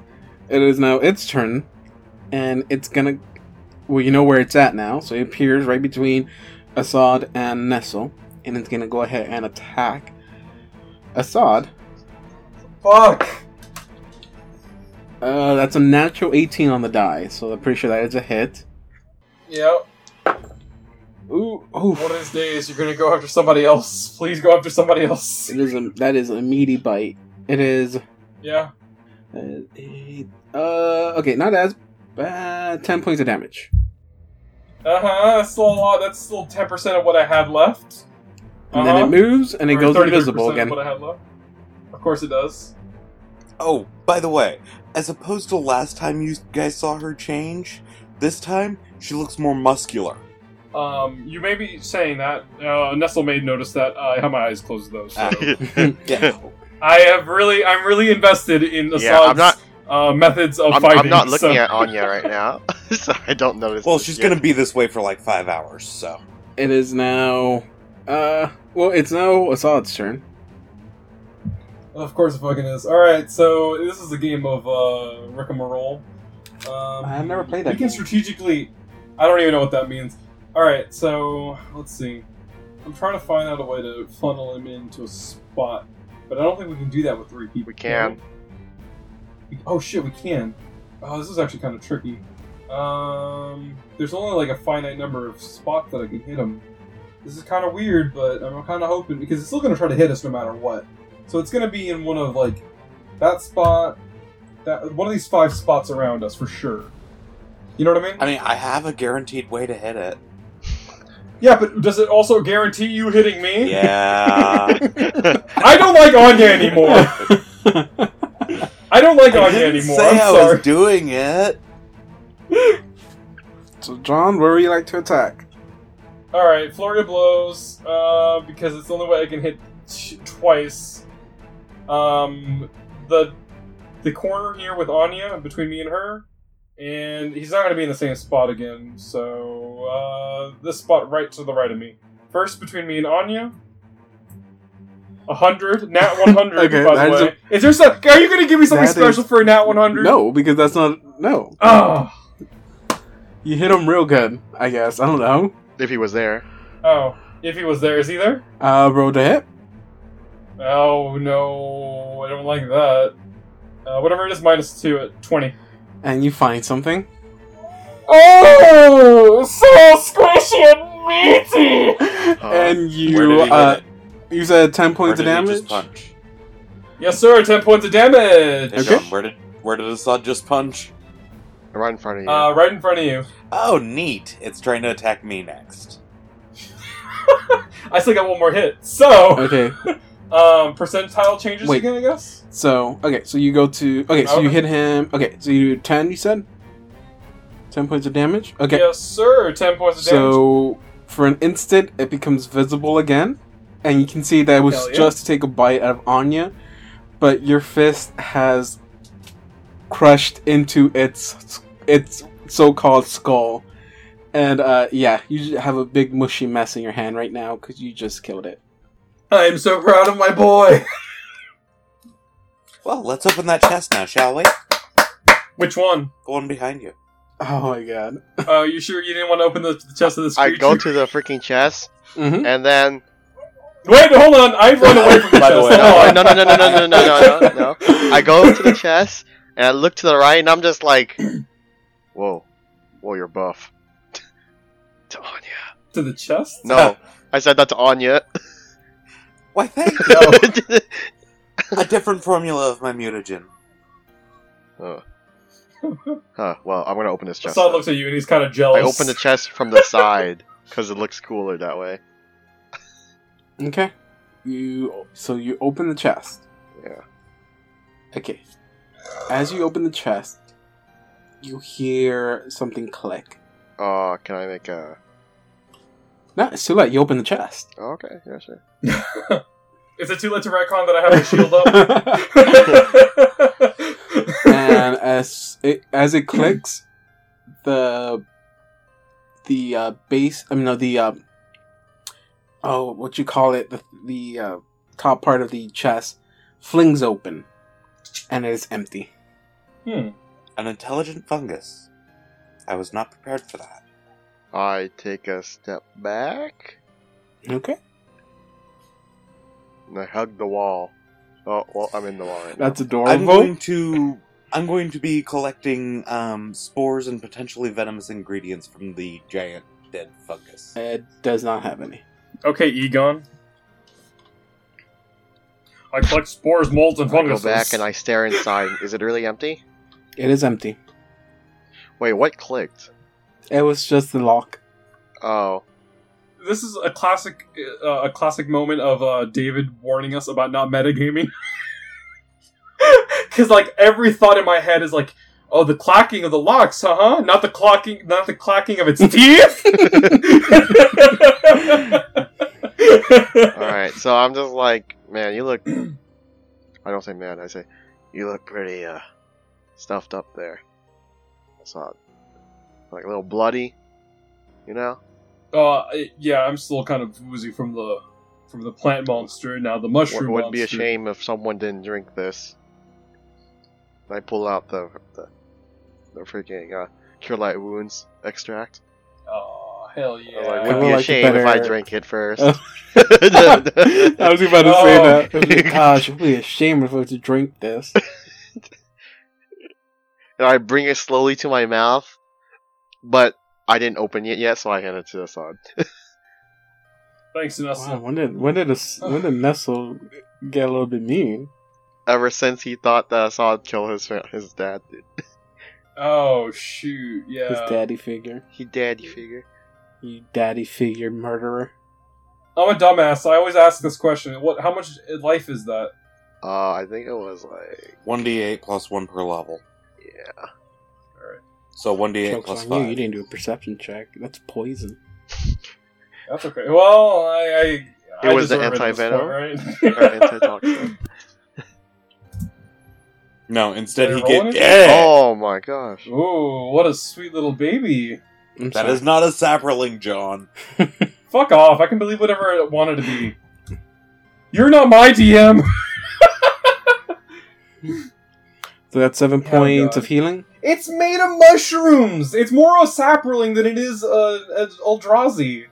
E: It is now its turn, and it's gonna. Well, you know where it's at now, so it appears right between Assad and Nestle, and it's gonna go ahead and attack Assad.
B: Fuck!
E: Uh, that's a natural eighteen on the die, so I'm pretty sure that is a hit.
B: Yep.
E: Ooh, oof.
B: One of these days, you're gonna go after somebody else. Please go after somebody else.
E: It is a, that is a meaty bite. It is.
B: Yeah.
E: Uh, uh, okay, not as bad. Ten points of damage.
B: Uh huh. That's still a lot. That's still ten percent of what I had left.
E: And then
B: Uh-huh.
E: it moves and it
B: Or
E: goes
B: 33%
E: invisible
B: of
E: again.
B: What I had left. Of course it does.
D: oh, by the way, as opposed to last time you guys saw her change, this time she looks more muscular.
B: Um, you may be saying that. Uh, Nestle may notice that. Uh, I have my eyes closed though. So.
D: Ah. Yeah.
B: I have really, I'm really invested in Assad's
C: Yeah, I'm not-
B: uh, methods of
C: I'm,
B: fighting.
C: I'm not looking
B: so-
C: at Anya right now, so I don't notice.
D: well,
C: this
D: she's
C: yet.
D: gonna be this way for like five hours, so.
E: It is now. Uh, well, it's now Assad's turn.
B: Of course, it fucking is. All right, so this is a game of uh, Rick and Roll. Um,
E: I have never played that
B: We can
E: game.
B: strategically. I don't even know what that means. All right, so let's see. I'm trying to find out a way to funnel him into a spot, but I don't think we can do that with three people.
C: We can.
B: we? Oh shit, we can. Oh, this is actually kind of tricky. Um, there's only like a finite number of spots that I can hit him. This is kind of weird, but I'm kind of hoping because it's still going to try to hit us no matter what. So it's going to be in one of like that spot, that one of these five spots around us for sure. You know what I mean?
D: I mean, I have a guaranteed way to hit it.
B: Yeah, but does it also guarantee you hitting me?
D: Yeah.
B: I don't like Anya anymore. I don't like
D: I
B: Anya
D: didn't
B: anymore.
D: say
B: I'm
D: I
B: sorry.
D: was doing it.
E: so, John, where would you like to attack?
B: All right, flurry of blows, uh, because it's the only way I can hit t- twice. Um, the the corner here with Anya between me and her, and he's not going to be in the same spot again. So uh, this spot right to the right of me. First between me and Anya. A hundred, nat one hundred.
E: Okay,
B: by the
E: that's
B: way, is there some? Are you going to give me something
E: That
B: special for a nat one hundred?
E: No, because that's not. No.
B: Oh,
E: You hit him real good, I guess. I don't know.
C: If he was there,
B: oh. If he was there, is he there?
E: Uh, roll to hit.
B: Oh no, I don't like that. Uh, whatever it is, minus two at twenty.
E: And you find something.
B: Oh, so squishy and meaty.
E: and
D: Uh, Where did
E: you,
D: he hit
E: uh,
D: it?
E: you said 10 points
D: Where
E: of
D: did he
E: damage?
D: just punch?
B: Yes, sir. Ten points of damage.
D: Hey, John, where did where did Assad just punch?
C: right in front of you.
B: Uh, right in front of you.
D: Oh, neat! It's trying to attack me next.
B: I still got one more hit. So,
E: Okay,
B: um, percentile changes
E: Wait.
B: again, I guess.
E: so okay, so you go to okay, so you
B: Okay.
E: hit him. Okay, so you do ten. You said ten points of damage. Okay,
B: Yes, sir. Ten points of damage.
E: so for an instant it becomes visible again, and you can see that it was
B: Hell yeah.
E: just to take a bite out of Anya, but your fist has crushed into its its so-called skull, and uh, yeah, you have a big mushy mess in your hand right now because you just killed it.
B: I'm so proud of my boy.
D: Well, let's open that chest now, shall we?
B: Which one?
D: The one behind you.
E: Oh my god.
B: Uh, you sure you didn't want to open the, the chest of this
C: I
B: creature?
C: go to the freaking chest,
E: Mm-hmm.
C: and then
B: Wait, hold on. I run away from the
D: By
B: chest.
D: the way,
B: Hold
C: no,
B: on.
C: no, no, no, no, no, no, no, no, no. I go to the chest and I look to the right, and I'm just like, "Whoa, whoa, you're buff." to Anya.
B: To the chest.
C: No, I said that to Anya.
D: Why, thank you. a different formula of my mutagen.
C: huh, well, I'm gonna open this chest.
B: Assad looks at you and he's kind of
C: I
B: jealous.
C: open the chest from the side because it looks cooler that way.
E: Okay. You so you open the chest. Okay. As you open the chest, you hear something click.
C: Uh, can I make a?
E: No, it's too late. You open the chest.
C: Oh, okay, yeah, sure.
B: Is it too late to retcon that I have my shield up?
E: and as it as it clicks, the the uh, base. I mean, no, the um, oh, what you call it? The the uh, top part of the chest flings open, and it is empty.
B: hmm.
D: An intelligent fungus. I was not prepared for that.
C: I take a step back
E: Okay,
C: and I hug the wall. Oh, well, I'm in the wall right now.
E: that's
D: I'm
E: adorable.
D: going to I'm going to be collecting um, spores and potentially venomous ingredients from the giant dead fungus.
E: It does not have any.
B: Okay, Egon. I collect spores, molds, and
C: I go
B: fungus.
C: back and I stare inside. Is it really empty?
E: It is empty.
C: Wait, what clicked?
E: It was just the lock.
C: Oh,
B: This is a classic, uh, a classic moment of uh, David warning us about not metagaming. Because like every thought in my head is like, oh, the clacking of the locks, uh huh, not the clocking, not the clacking of its teeth.
C: all right. So I'm just like, man, you look. I don't say man. I say, you look pretty uh, stuffed up there. I saw, it. like a little bloody, you know.
B: Uh, I- yeah, I'm still kind of woozy from the from the plant monster. and Now the mushroom
C: It would be a
B: monster.
C: shame if someone didn't drink this. And I pull out the the, the freaking uh, cure light wounds extract.
B: Oh hell yeah!
C: I was like, would
E: I would
C: be a
E: like to
C: shame if I
E: better-
C: drink it first.
E: Oh. I was about to say
B: Oh.
E: that. I was like, Gosh, it would be a shame if I were to drink this.
C: and I bring it slowly to my mouth, but I didn't open it yet, so I hand it to Assad.
B: Thanks, Vanessa.
E: Wow, when did when did a, s- when did Nestle get a little bit mean?
C: Ever since he thought that Assad killed his fa- his dad, dude.
B: Oh shoot! Yeah.
E: His daddy figure,
C: he daddy figure.
E: you daddy figure murderer.
B: I'm a dumbass. I always ask this question. What? How much life is that?
C: Uh, I think it was like
D: One d eight plus one per level.
C: yeah.
D: So one d eight
E: Jokes
D: plus
E: on you. You
D: five.
E: didn't do a perception check. That's poison.
B: That's okay. Well, I. I
C: It
B: I
C: was the
B: deserve at this
C: anti-venom?
B: point,
C: Or
B: right?
C: anti-toxin.
D: No, instead
B: Are
D: he
B: you rolling
D: get
B: it?
D: yeah.
C: Oh my gosh!
B: Ooh, what a sweet little baby!
E: I'm
D: That
E: sorry.
D: is not a sapperling, John.
B: Fuck off! I can believe whatever I wanted to be. You're not my DM.
E: so that's seven
B: Oh,
E: points
B: God.
E: of healing.
B: It's made of mushrooms. It's more a sapperling than it is uh, a Eldrazi.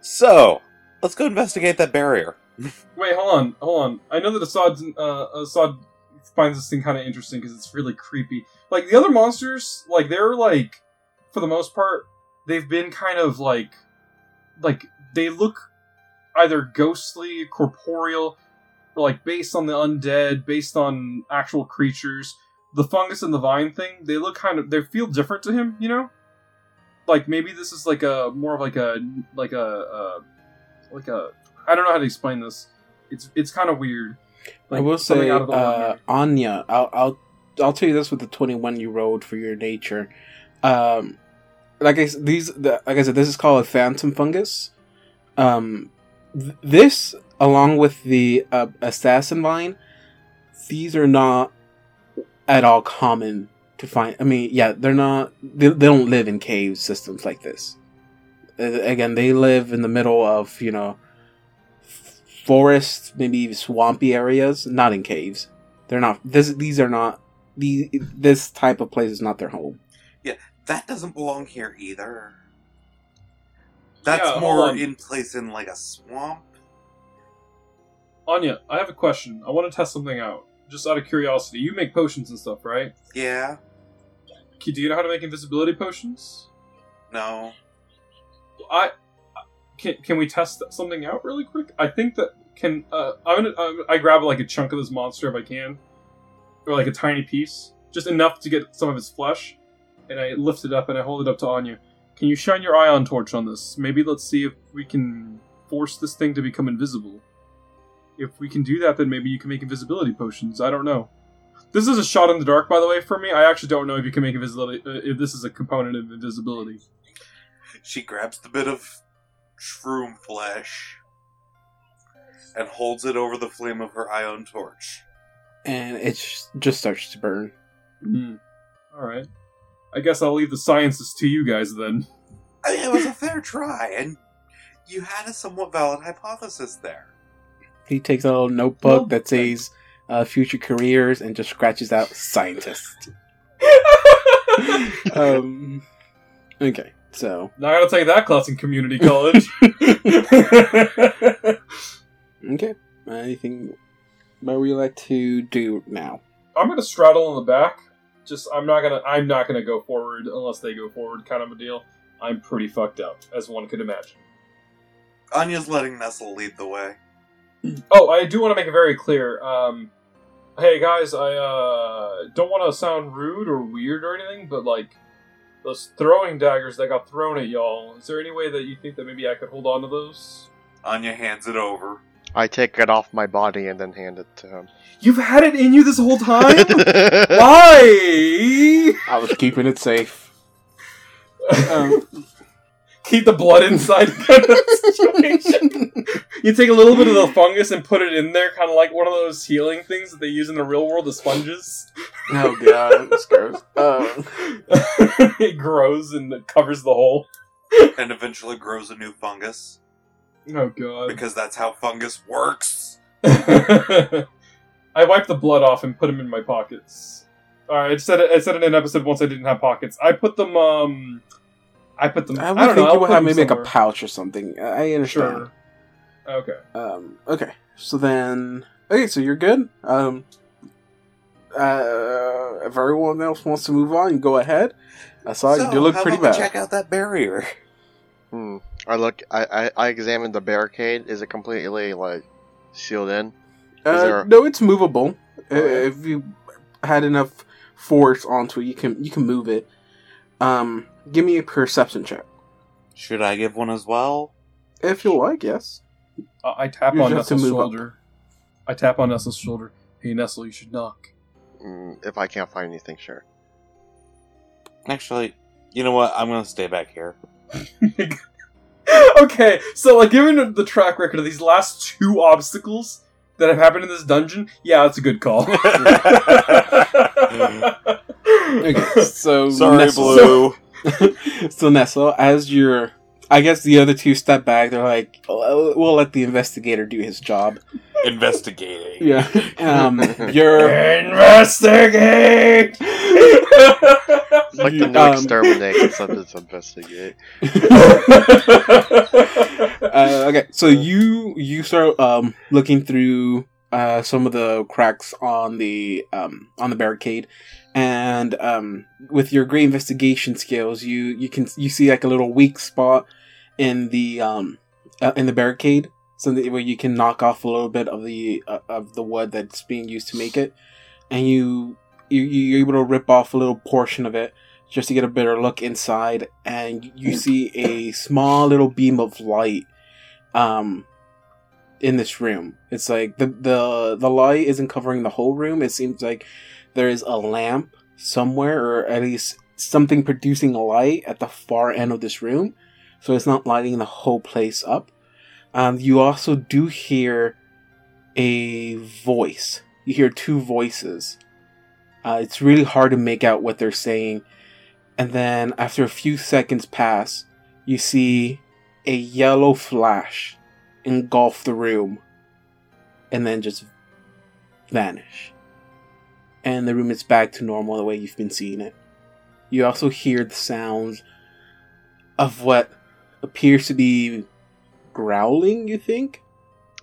D: So let's go investigate that barrier.
B: Wait, hold on, hold on. I know that Assad's, uh, Assad finds this thing kind of interesting because it's really creepy. Like the other monsters, like they're like, for the most part, they've been kind of like, like they look either ghostly, corporeal, or like based on the undead, based on actual creatures. The fungus and the vine thing, they look kind of, they feel different to him, you know. Like maybe this is like a more of like a like a uh, like a I don't know how to explain this. It's it's kind of weird.
E: I will
B: something
E: say,
B: out of the
E: uh,
B: ordinary.
E: Anya, I'll, I'll I'll tell you this with the twenty-one you rolled for your nature. Um, like I s- these, the, like I said, this is called a phantom fungus. Um, th- this, along with the uh, assassin vine, these are not at all common to find. I mean, yeah, they're not. They, they don't live in cave systems like this. Uh, again, they live in the middle of you know forests, maybe swampy areas, not in caves. They're not. This, these are not. The, this type of place is not their home.
D: That doesn't belong here either. That's
B: Yeah, hold
D: more
B: on.
D: in place in like a swamp.
B: Anya, I have a question. I want to test something out, just out of curiosity. You make potions and stuff, right?
D: Yeah.
B: K- Do you know how to make invisibility potions?
D: No.
B: I I- can. Can we test th- something out really quick? I think that can. Uh, I'm gonna. I'm, I grab like a chunk of this monster if I can, or like a tiny piece, just enough to get some of its flesh, and I lift it up and I hold it up to Anya. Can you shine your ion torch on this? Maybe let's see if we can force this thing to become invisible. if we can do that, then maybe you can make invisibility potions. I don't know. This is a shot in the dark, by the way, for me. I actually don't know if you can make invisibility. Uh, if this is a component of invisibility.
D: She grabs the bit of shroom flesh and holds it over the flame of her ion torch.
E: and it just- just starts to burn.
B: Hmm. All right. I guess I'll leave the sciences to you guys then.
D: I mean, it was a fair try, and you had a somewhat valid hypothesis there.
E: He takes a little notebook that
B: Notebook.
E: says uh, future careers and just scratches out scientist. um, okay, so
B: Now I gotta take that class in community college.
E: okay, anything what would you like to do now?
B: I'm gonna straddle in the back. Just I'm not gonna I'm not gonna go forward unless they go forward, kind of a deal. I'm pretty fucked up, as one could imagine.
D: Anya's letting Nestle lead the way.
B: Oh, I do want to make it very clear. Um, hey guys, I uh, don't want to sound rude or weird or anything, but like those throwing daggers that got thrown at y'all, is there any way that you think that maybe I could hold on to those?
D: Anya hands it over.
C: I take it off my body and then hand it to him.
B: You've had it in you this whole time. Why?
E: I was keeping it safe. Um,
B: Keep the blood inside. kind of situation. You take a little bit of the fungus and put it in there, kind of like one of those healing things that they use in the real world, the sponges.
E: oh god, this gross. Um,
B: it grows and it covers the hole.
D: And eventually grows a new fungus.
B: Oh god.
D: Because that's how fungus works.
B: I wiped the blood off and put them in my pockets. Alright, I said it, I said it in an episode once I didn't have pockets. I put them, um. I put them.
E: I
B: I,
E: would
B: don't
E: think
B: know.
E: you would have maybe like a
B: pack.
E: pouch or something. I I understand.
B: Sure. Okay.
E: Um, okay, so then, okay, so you're good. Um, uh, if everyone else wants to move on, go ahead. I saw you do look
D: how
E: pretty
D: about
E: bad.
D: we Check out that barrier.
C: Hmm. I look. I, I I examined the barricade. Is it completely like sealed in?
E: uh,
C: there a-
E: No, it's movable.
D: Oh,
E: I-
C: Okay.
E: If you had enough force onto it, you can you can move it. Um, give me a perception check
D: Should I give one as well?
E: if you like. Yes.
B: Uh, I, I tap
E: You
B: on
E: just have to
B: Nestle's
E: move up.
B: shoulder. I tap on Nestle's shoulder. Hey, Nestle, you should knock.
C: Mm, if I can't find anything, sure.
D: Actually, you know what? I'm gonna stay back here.
B: okay, so like given the track record of these last two obstacles that have happened in this dungeon, yeah, that's a good call.
E: Okay. So
D: Sorry,
E: Nestle-
D: Blue.
E: so Nestle, as you're, I guess the other two step back. They're like, "Oh, we'll let the investigator do his job.
D: Investigating.
E: Yeah. Um, you're.
B: Investigate.
C: It's like the
E: You-
C: new
E: um,
C: exterminate except it's investigate.
E: uh, okay, so you you start um, looking through uh, some of the cracks on the um, on the barricade, and um, with your great investigation skills, you you can you see like a little weak spot in the um, uh, in the barricade, so that where you can knock off a little bit of the uh, of the wood that's being used to make it, and you, you you're able to rip off a little portion of it just to get a better look inside, and you see a small little beam of light um, in this room. It's like the the the light isn't covering the whole room. It seems like there is a lamp somewhere, or at least something producing light at the far end of this room, so it's not lighting the whole place up. Um, you also do hear a voice. You hear two voices. Uh, it's really hard to make out what they're saying. And then after a few seconds pass, you see a yellow flash engulf the room and then just vanish. And the room is back to normal the way you've been seeing it. You also hear the sounds of what appears to be growling, you think?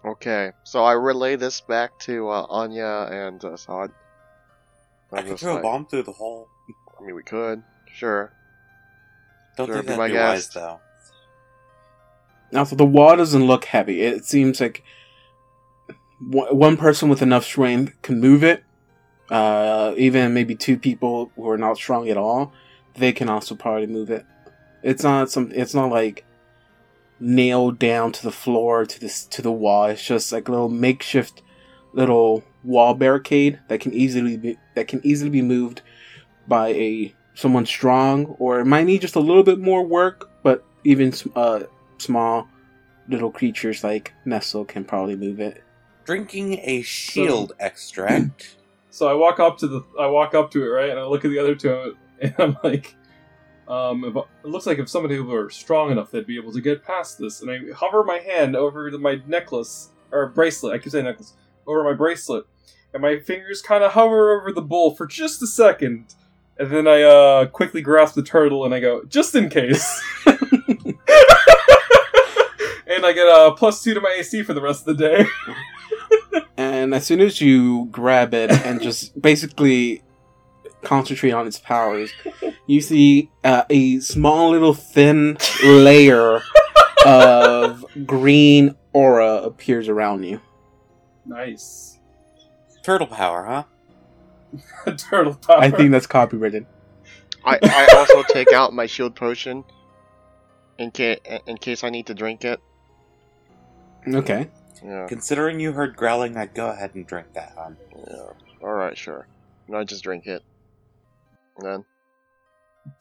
C: Okay, so I relay this back to uh, Anya and uh, Saad.
D: I
C: I'm
D: could
C: just
D: throw a
C: like,
D: bomb through the hole.
C: I mean, we could. Sure.
D: Don't
C: Sure,
D: think
C: be
D: that'd
C: my
D: be wise,
C: guest.
D: though.
E: Also, the wall doesn't look heavy. It seems like one one person with enough strength can move it. Uh, even maybe two people who are not strong at all, they can also probably move it. It's not some. It's not like nailed down to the floor to this to the wall. It's just like a little makeshift little wall barricade that can easily be that can easily be moved by a someone strong, or it might need just a little bit more work. But even s- uh, small little creatures like Nestle can probably move it.
D: Drinking a shield extract.
B: So I walk up to the, I walk up to it, right, and I look at the other two, and I'm like, um, if, it looks like if somebody were strong enough, they'd be able to get past this. And I hover my hand over the, my necklace or bracelet. I keep saying necklace over my bracelet, and my fingers kind of hover over the bull for just a second, and then I uh, quickly grasp the turtle and I go, just in case. And I get a plus two to my AC for the rest of the day.
E: And as soon as you grab it and just basically concentrate on its powers, you see uh, a small little thin layer of green aura appears around you.
B: Nice.
D: Turtle power, huh?
B: turtle power.
E: I think that's copyrighted.
C: I, I also take out my shield potion in case in case I need to drink it.
E: Okay.
C: Yeah.
D: Considering you heard growling, I'd go ahead and drink that, hon.
C: Yeah. All right, sure. No, I just drink it. And then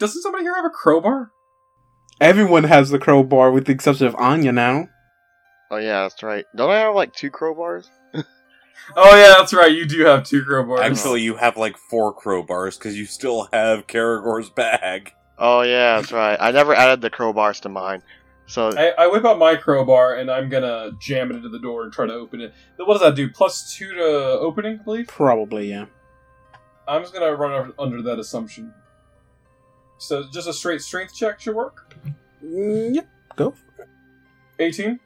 B: Doesn't somebody here have a crowbar?
E: Everyone has the crowbar with the exception of Anya now.
C: oh yeah, that's right. Don't I have like two crowbars?
B: Oh yeah, that's right. You do have two crowbars.
D: Actually, you have like four crowbars because you still have Karagor's bag.
C: Oh yeah, that's right. I never added the crowbars to mine. So
B: I, I whip out my crowbar and I'm gonna jam it into the door and try to open it. Then What does that do? Plus two to opening, I believe.
E: Probably, yeah.
B: I'm just gonna run over- under that assumption. So just a straight strength check should work.
E: Mm, Yep, go.
B: 18.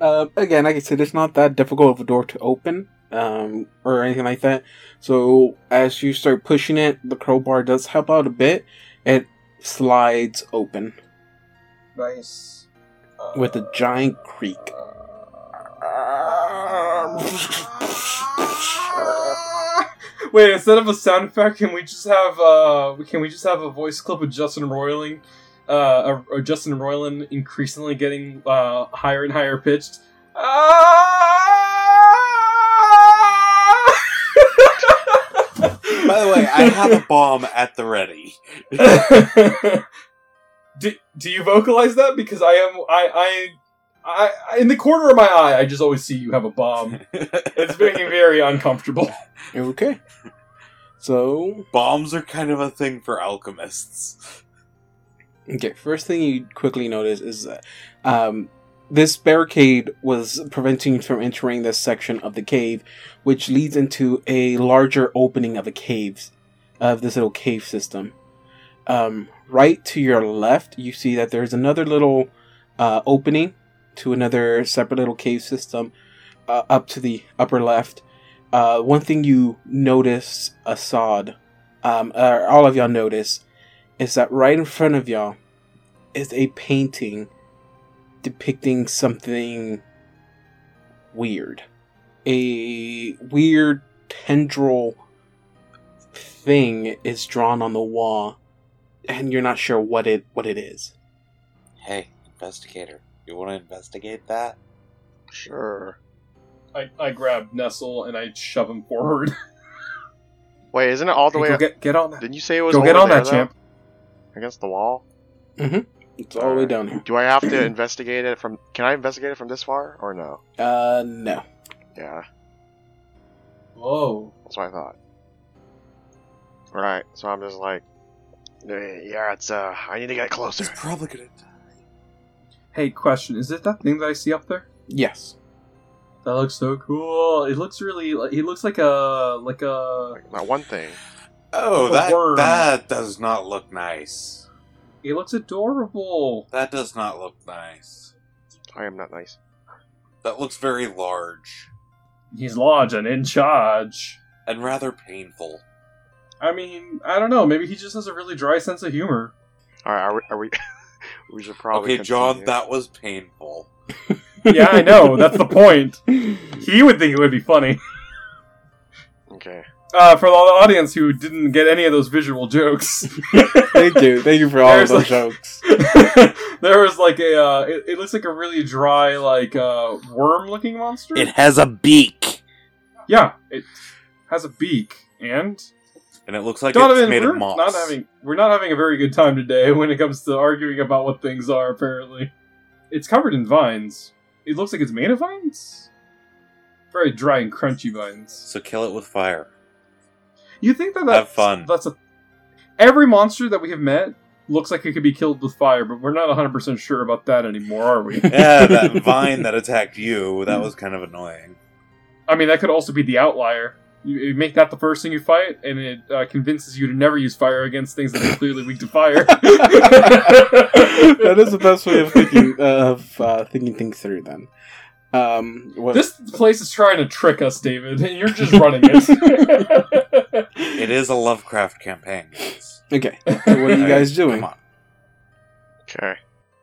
E: Uh, again, like I said, it's not that difficult of a door to open um, or anything like that. So as you start pushing it, the crowbar does help out a bit. It slides open
B: Nice. Uh,
E: with a giant creak.
B: Wait, instead of a sound effect, can we just have uh, can we just have a voice clip of Justin Roiling, uh, or, or Justin Roiland increasingly getting uh, higher and higher pitched?
D: By the way, I have a bomb at the ready.
B: do, do you vocalize that? Because I am I, I I in the corner of my eye, I just always see you have a bomb. It's making me very uncomfortable.
E: Okay. So,
D: Bombs are kind of a thing for alchemists.
E: okay, first thing you quickly notice is that um, this barricade was preventing you from entering this section of the cave, which leads into a larger opening of a cave, of this little cave system. Um, right to your left, you see that there's another little uh, opening to another separate little cave system uh, up to the upper left. Uh, one thing you notice, Assad, um, or all of y'all notice, is that right in front of y'all is a painting depicting something weird. A weird tendril thing is drawn on the wall and you're not sure what it what it is.
D: Hey, investigator, you want to investigate that?
C: sure.
B: I, I grab Nestle and I shove him forward.
C: Wait, isn't it all the way?
B: Go
C: Up?
B: get, get on that.
C: Didn't you say it was
B: Go
C: over
B: get on
C: there,
B: that,
C: though?
B: champ.
C: Against the wall.
E: It's all the way down here.
C: Do I have to investigate it from? Can I investigate it from this far or no?
E: Uh no.
C: Yeah,
B: Whoa.
C: that's what I thought. All right, so I'm just like, eh, yeah, it's uh, I need to get closer.
D: It's probably gonna die.
B: Hey, question: Is it that thing that I see up there?
E: Yes.
B: That looks so cool. It looks really. like- He looks like a like a.
C: Like, not one thing.
D: Oh,
B: The
D: that
B: worm.
D: that does not look nice.
B: He looks adorable.
D: That does not look nice.
C: I am not nice.
D: That looks very large
B: He's large and in charge.
D: and rather painful.
B: I mean, I don't know. Maybe he just has a really dry sense of humor.
C: All right, are we? Are we, we should probably.
D: okay, John,
C: continue.
D: that was painful.
B: Yeah, I know. That's the point. He would think it would be funny.
C: Okay,
B: Uh, for the audience who didn't get any of those visual jokes,
E: Thank you. Thank you for all of
B: There's
E: the
B: like-
E: jokes.
B: there was like a. Uh, it, it looks like a really dry, like uh, worm-looking monster.
D: It has a beak.
B: yeah, it has a beak, and
D: And it looks like it's
B: Donovan,
D: made
B: we're
D: of moss.
B: not having we're not having a very good time today when it comes to arguing about what things are. Apparently, it's covered in vines. It looks like it's made of vines. Very dry and crunchy vines.
D: So kill it with fire.
B: You think that that's,
D: Have fun.
B: That's a every monster that we have met looks like it could be killed with fire, but we're not 100 percent sure about that anymore, are we?
D: Yeah, that vine that attacked you, that was kind of annoying.
B: I mean, that could also be the outlier. You, you make that the first thing you fight, and it uh, convinces you to never use fire against things that are clearly weak to fire.
E: that is the best way of thinking of uh, thinking things through. Then, um, what,
B: This place is trying to trick us, David, and you're just running it.
D: It is a Lovecraft campaign. It's-
E: okay. So what are you guys doing?
D: Come on.
C: Okay.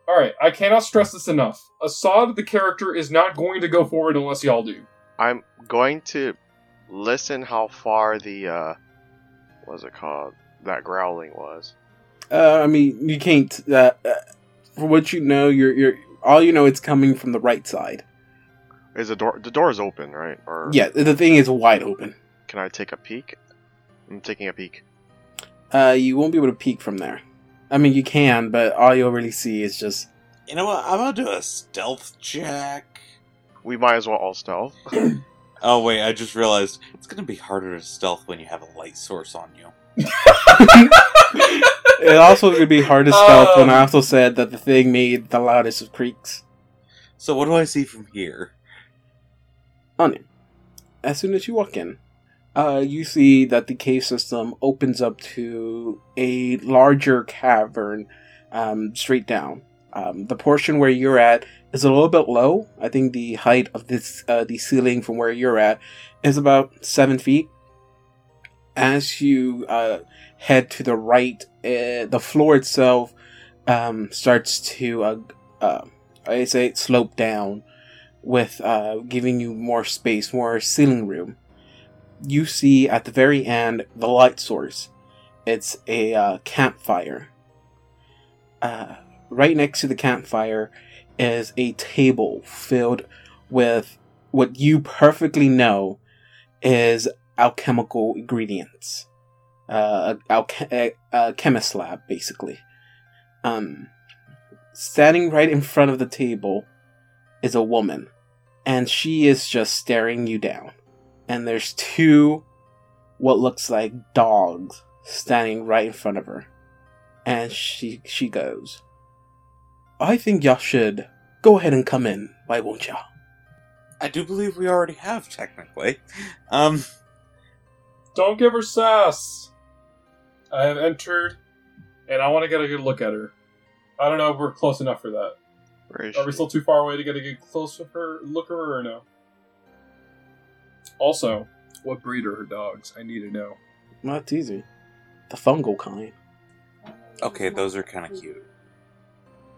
B: All right, I cannot stress this enough. Assad, the character, is not going to go forward unless y'all do.
C: I'm going to listen how far the uh what's it called? That growling was.
E: Uh, I mean, you can't. Uh, uh, for what you know, you're you're all you know. It's coming from the right side.
C: Is the door the door is open, right? Or
E: Yeah, the thing is wide open.
C: can I take a peek? I'm taking a peek.
E: Uh, you won't be able to peek from there. I mean, you can, but all you'll really see is just
D: You know what? I'm gonna do a stealth check.
C: We might as well all stealth.
D: Oh wait, I just realized it's gonna be harder to stealth when you have a light source on you.
E: it also could be hard to stealth when
B: Um.
E: I also said that the thing made the loudest of creaks
D: So what do I see from here?
E: on it. As soon as you walk in, uh, you see that the cave system opens up to a larger cavern um, straight down. Um, the portion where you're at is a little bit low. I think the height of this uh, the ceiling from where you're at is about seven feet. As you uh, head to the right, uh, the floor itself um, starts to uh, uh, I say it slope down, with uh, giving you more space, more ceiling room. You see at the very end the light source. It's a uh, campfire. Uh, right next to the campfire is a table filled with what you perfectly know is alchemical ingredients. Uh, alche- a, a chemist lab, basically. Um, standing right in front of the table is a woman, and she is just staring you down. And there's two, what looks like dogs, standing right in front of her. And she she goes, I think y'all should go ahead and come in. Why won't y'all?
D: I do believe we already have technically. Um,
B: Don't give her sass. I have entered, and I want to get a good look at her. I don't know if we're close enough for that.
C: Where is
B: Are we
C: she?
B: still too far away to get a good close of her look at her or no? Also, what breed are her dogs? I need to know.
E: Well, that's easy. The fungal kind.
D: okay, those are kind of cute.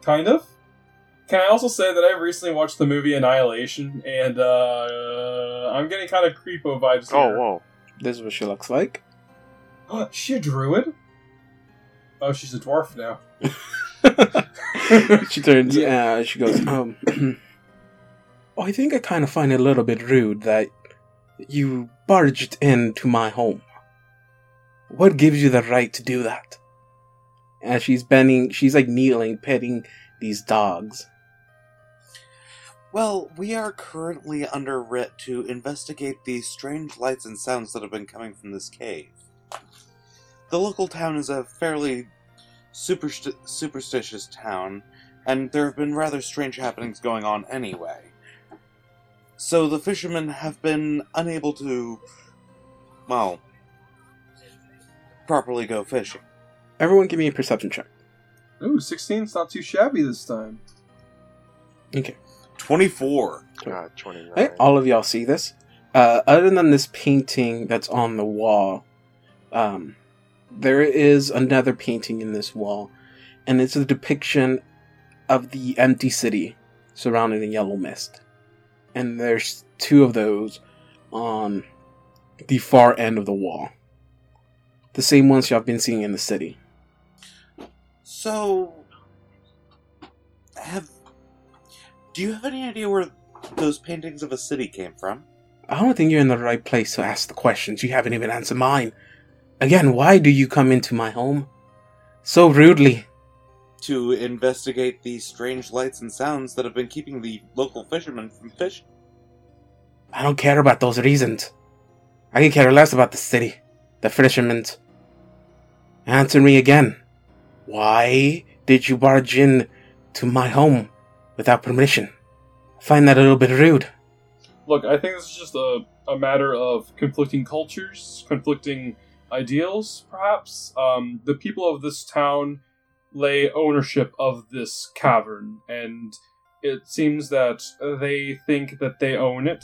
B: Kind of. Can I also say that I recently watched the movie Annihilation, and uh, I'm getting kind of creepo vibes.
C: Oh
B: here.
C: whoa.
E: This is what she looks like.
B: Is she a druid? Oh, she's a dwarf now.
E: she turns. Uh, she goes. Um, "Oh, I think I kind of find it a little bit rude that you barged into my home. What gives you the right to do that? And she's bending. She's like kneeling, petting these dogs.
D: Well, we are currently under writ to investigate the strange lights and sounds that have been coming from this cave. The local town is a fairly supersti- superstitious town, and there have been rather strange happenings going on anyway. So the fishermen have been unable to, well, properly go fishing.
E: Everyone, give me a perception check.
B: Ooh, 16's not too shabby this time.
D: 24!
C: God, twenty nine.
E: I think all of y'all see this. Uh, other than this painting that's on the wall, um, there is another painting in this wall, and it's a depiction of the empty city surrounded in yellow mist. And there's two of those on the far end of the wall. The same ones y'all been seeing in the city.
D: So, have do you have any idea where those paintings of a city came from?
E: I don't think you're in the right place to ask the questions. You haven't even answered mine. Again, why do you come into my home so rudely?
D: To investigate the strange lights and sounds that have been keeping the local fishermen from fishing.
E: I don't care about those reasons. I can care less about the city, the fishermen. Answer me again. Why did you barge in to my home without permission? I find that a little bit rude.
B: Look, I think this is just a, a matter of conflicting cultures, conflicting ideals, perhaps. Um, the people of this town lay ownership of this cavern, and it seems that they think that they own it.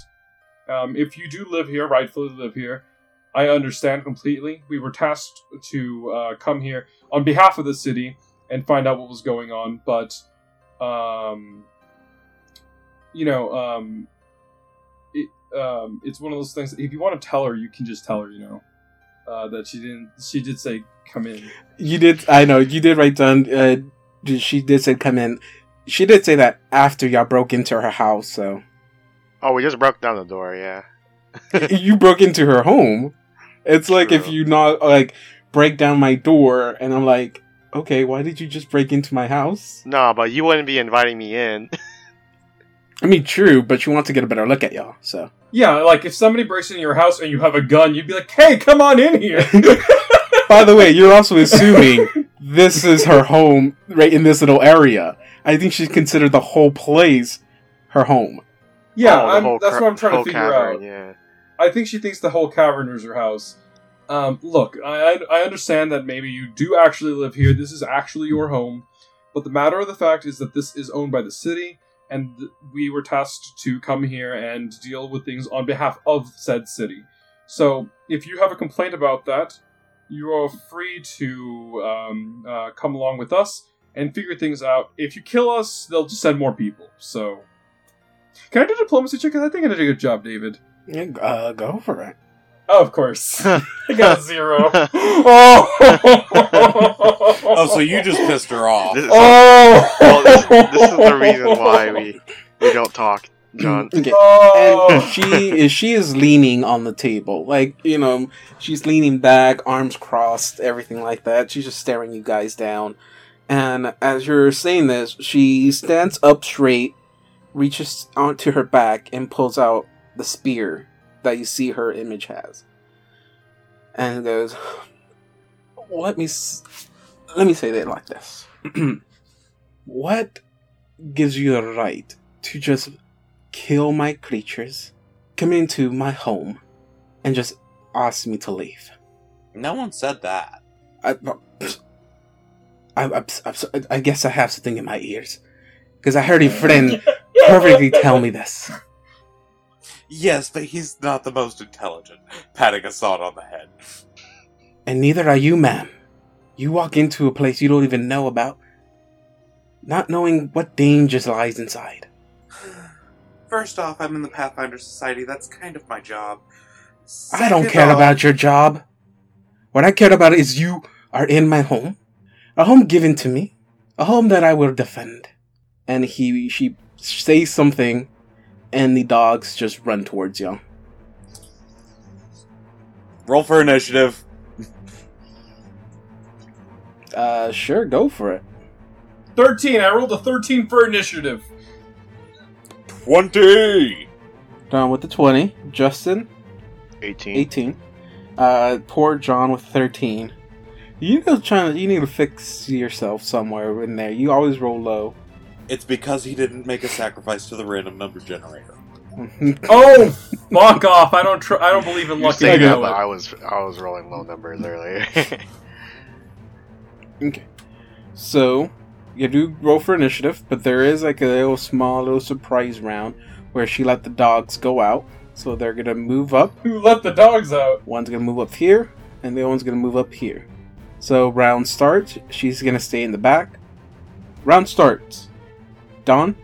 B: Um, if you do live here, rightfully live here, I understand completely. We were tasked to uh, come here on behalf of the city and find out what was going on, but, um, you know, um, it, um, it's one of those things. If you want to tell her, you can just tell her, you know, uh, that she didn't. She did say, "Come in."
E: You did. I know you did write down. Uh, she did say come in. She did say that after y'all broke into her house. So
C: Oh, we just broke down the door. Yeah.
E: you broke into her home. It's like if
C: True.
E: you not like break down my door, and I'm like, okay, why did you just break into my house?
C: No, but you wouldn't be inviting me in.
E: I mean, true, but she wants to get a better look at y'all. So
B: Yeah, like if somebody breaks into your house and you have a gun, you'd be like, "Hey, come on in here."
E: by the way, you're also assuming this is her home, right in this little area. I think she considered the whole place her home.
B: yeah,
C: Oh, the
B: I'm,
C: whole
B: that's
C: cra-
B: what I'm trying
C: whole
B: to figure out.
C: cavern, Yeah.
B: I think she thinks the whole cavern is her house. Um, look, I, I I understand that maybe you do actually live here. This is actually your home, but the matter of the fact is that this is owned by the city, and th- we were tasked to come here and deal with things on behalf of said city. So, if you have a complaint about that, you are free to um, uh, come along with us and figure things out. If you kill us, they'll just send more people. So, can I do diplomacy check? 'Cause I think I did a good job, David.
E: Yeah, uh, go for it.
B: Oh, of course. I got a zero. oh!
D: Oh, so you just pissed her off.
C: This is,
B: Oh!
C: well, this, this is the reason why we we don't talk, John.
E: Okay. and
B: Oh!
E: she is she is leaning on the table like you know she's leaning back arms crossed everything like that she's just staring you guys down and as you're saying this she stands up straight reaches onto her back and pulls out the spear that you see her image has and goes let me s- let me say that like this what gives you the right to just kill my creatures, come into my home, and just ask me to leave.
D: No one said that.
E: I, I, I, I- I guess I have something in my ears. Because I heard your friend perfectly tell me this.
D: Yes, but he's not the most intelligent. Patting Assad on the head.
E: And neither are you, ma'am. You walk into a place you don't even know about, not knowing what dangers lies inside.
D: First off, I'm in the Pathfinder Society. That's kind of my job.
E: I don't
D: Second
E: care
D: off-
E: about your job. What I care about is you are in my home, a home given to me, a home that I will defend. And he, she says something, and the dogs just run towards you.
D: Roll for initiative.
E: Uh, sure, go for it.
B: 13. I rolled a 13 for initiative.
D: 20!
E: Don with the twenty, Justin
C: 18.
E: eighteen, uh, poor John with thirteen. You know, trying to, you need to fix yourself somewhere in there. You always roll low.
D: It's because he didn't make a sacrifice to the random number generator.
B: Oh! Fuck off. I don't tr- I don't believe in
C: You
B: lucky.
C: say
E: Okay.
C: that,
B: Noah.
C: but I was I was rolling low numbers earlier.
E: Okay. So, you do roll for initiative, but there is like a little small little surprise round where she let the dogs go out. So they're gonna move up.
B: Who let the dogs out?
E: One's gonna move up here, and the other one's gonna move up here. So round starts. She's gonna stay in the back. Round starts. Dawn.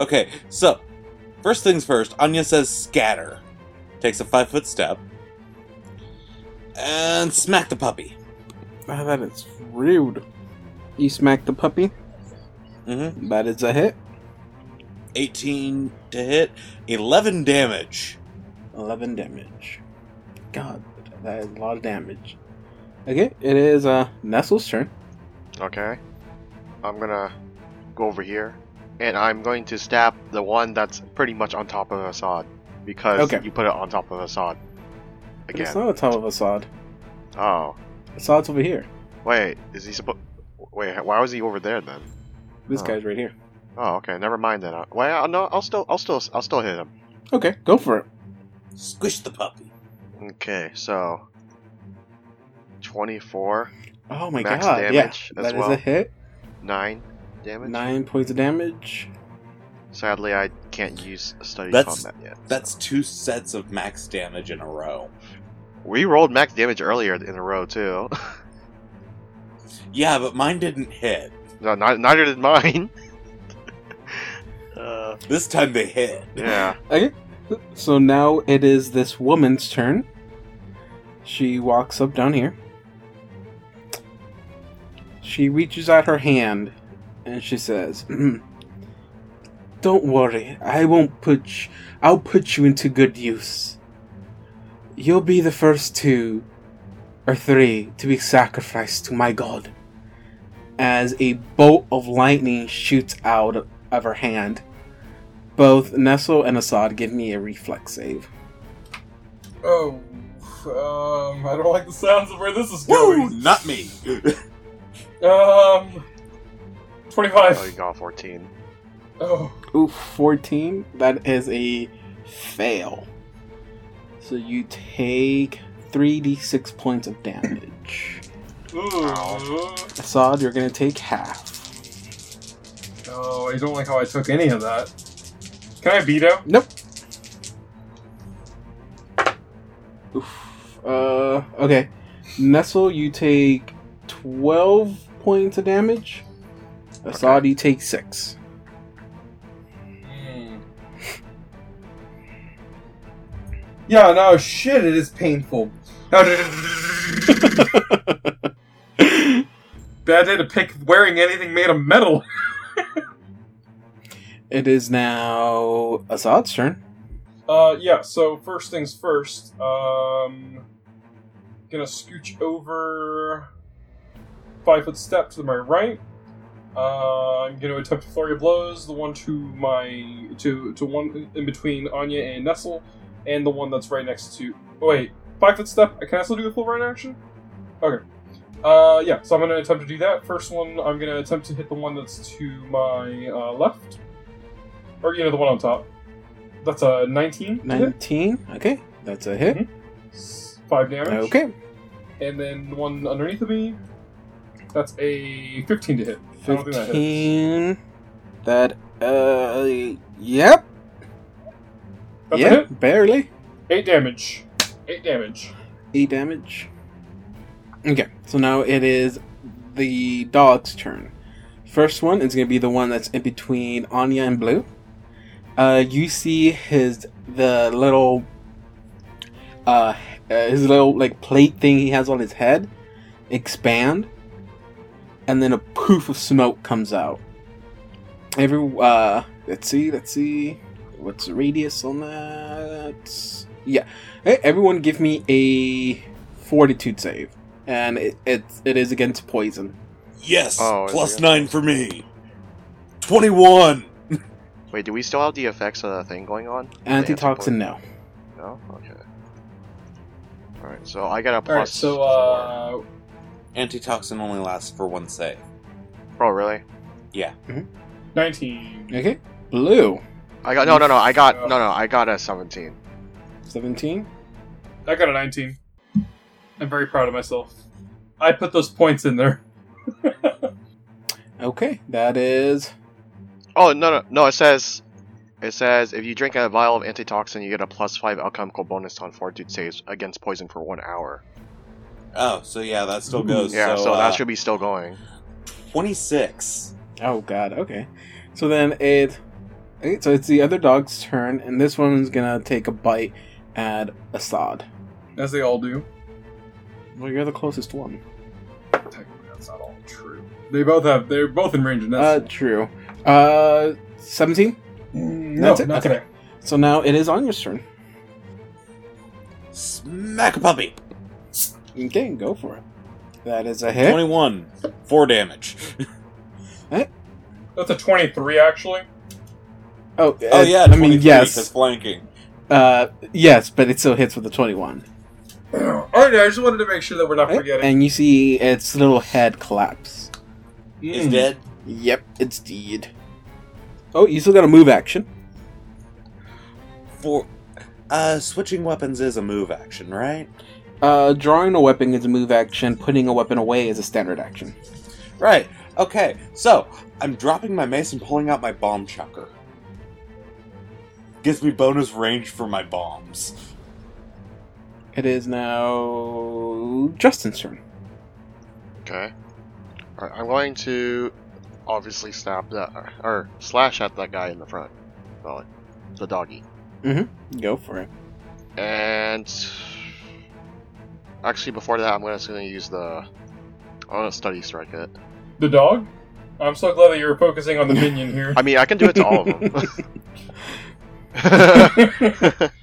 D: Okay, so, first things first, Anya says scatter. Takes a five foot step. and smack the puppy.
E: Ah, that is rude. You smack the puppy.
D: Mm-hmm.
E: That is a hit.
D: 18 to hit, 11 damage.
E: 11 damage. God, that is a lot of damage. Okay, it is uh, Nestle's turn.
C: Okay. I'm gonna go over here, and I'm going to stab the one that's pretty much on top of Assad because
E: Okay.
C: you put it on top of Assad
E: It's
C: again.
E: not on top of Assad.
C: oh,
E: Assad's over here.
C: wait, is he supposed? Wait, why was he over there then?
E: This
C: Oh.
E: guy's right here.
C: Oh, okay, never mind then. Well, no, I'll still, I'll still, I'll still hit him.
E: Okay, go for it.
D: Squish the puppy.
C: Okay, so twenty-four,
E: Oh my
C: Max
E: god.
C: damage
E: yeah,
C: as
E: that is
C: well.
E: a hit.
C: nine damage.
E: Nine points of damage.
C: Sadly, I can't use study
D: That's-
C: combat yet.
D: That's two sets of max damage in a row.
C: We rolled max damage earlier in a row too.
D: Yeah, but mine didn't hit.
C: no, ni- neither did mine. uh,
D: This time they hit.
C: yeah.
E: So now it is this woman's turn. She walks up down here. She reaches out her hand and she says, "Hmm, "Don't worry. I won't put sh- I'll put you into good use. You'll be the first two or three to be sacrificed to my god." As a bolt of lightning shoots out of her hand, both Nestle and Assad give me a reflex save.
B: Oh, um, I don't like the sounds of where this is
D: Woo!
B: going.
D: Not me.
B: Um,
C: Oh, you
B: twenty-five.
C: got fourteen.
B: Oh,
E: Ooh, 14. That is a fail. So you take 3d6 points of damage.
B: Oh, ooh.
E: Assad, you're gonna take half.
B: Oh, I don't like how I took any of that. Can I veto?
E: Nope. Oof. Uh, okay. Nestle, you take 12 points of damage. Assad, you take 6.
B: Yeah, no shit, it is painful. Bad day to pick wearing anything made of metal.
E: It is now Assad's turn.
B: Uh, yeah, so first things first, um, gonna scooch over five foot step to my right. Uh, I'm gonna attempt a flurry of blows, the one to my, to, to one in between Anya and Nestle, and the one that's right next to, oh wait, five foot step, can I still do a full right action? Okay. Uh, yeah, so I'm gonna attempt to do that. First one, I'm gonna attempt to hit the one that's to my, uh, left. Or, you know, the one on top. That's a 19. to hit.
E: 19. Okay, that's a hit.
B: five damage.
E: Okay,
B: And then the one underneath of me, that's a 15 to hit. I don't think that hits.
E: 15. That, uh, yep,
B: That's a
E: yep,
B: hit.
E: barely.
B: Eight damage. Eight damage.
E: 8 damage. Okay, so now it is the dog's turn. First one is going to be the one that's in between Anya and Blue. Uh, you see his the little uh, uh, his little like plate thing he has on his head expand, and then a poof of smoke comes out. Every uh, let's see, let's see, what's the radius on that? Yeah, Hey, everyone, give me a fortitude save, and it it, it is against poison.
D: Yes.
C: Oh,
D: plus
C: yeah.
D: nine for me. Twenty-one.
C: Wait, do we still have the effects of that thing going on?
E: Antitoxin, no.
C: No. Okay. All right. So I got a plus.
B: Alright, so, uh.
D: Antitoxin only lasts for one save.
C: four. Oh really?
B: 19.
E: Okay, blue,
C: I got no, no, no. I got no, no. I got a seventeen.
E: seventeen.
B: I got a 19. I'm very proud of myself. I put those points in there.
E: Okay, that is
C: Oh no, no, no. It says, it says if you drink a vial of antitoxin, you get a plus five alchemical bonus on fortitude saves against poison for one hour.
D: Oh, so yeah, that still
B: Ooh.
D: goes.
C: Hmm. Yeah, so,
D: uh,
C: that should be still going.
D: twenty-six.
E: oh god. Okay, so then it, okay, so it's the other dog's turn, and this one's gonna take a bite at Assad.
B: As they all do.
E: Well, you're the closest one.
B: Technically, that's not all true. They both have. They're both in range. And
E: Uh,
B: that's,
E: true. Uh, 17?
B: no,
E: Uh, that's it,
B: not
E: okay.
B: today.
E: So now it is Anya's turn.
D: Smack a puppy.
E: Okay, go for it. That is a hit.
D: Twenty-one, four damage.
B: That's a twenty-three, actually.
E: Oh,
D: Oh
E: uh,
D: yeah,
E: I mean,
D: That's
E: yes.
D: flanking.
E: Uh, yes, but it still hits with a 21.
B: all right, I just wanted to make sure that we're not forgetting.
E: And you see its little head collapse.
D: Is
B: Mm.
D: dead.
E: Yep, it's deed. Oh, you still got a move action.
D: Four. Uh, switching weapons is a move action, right?
E: Uh, drawing a weapon is a move action. Putting a weapon away is a standard action.
D: Right. Okay. So I'm dropping my mace and pulling out my bomb chucker. Gives me bonus range for my bombs.
E: It is now Justin's turn.
C: Okay. Alright, I'm going to obviously stab that or slash at that guy in the front, Well, the doggy,
E: Go for it.
C: and actually before that, I'm just going to use the. I'm gonna study strike it.
B: The dog. I'm so glad that you're focusing on the minion here.
C: I mean, I can do it to all of them.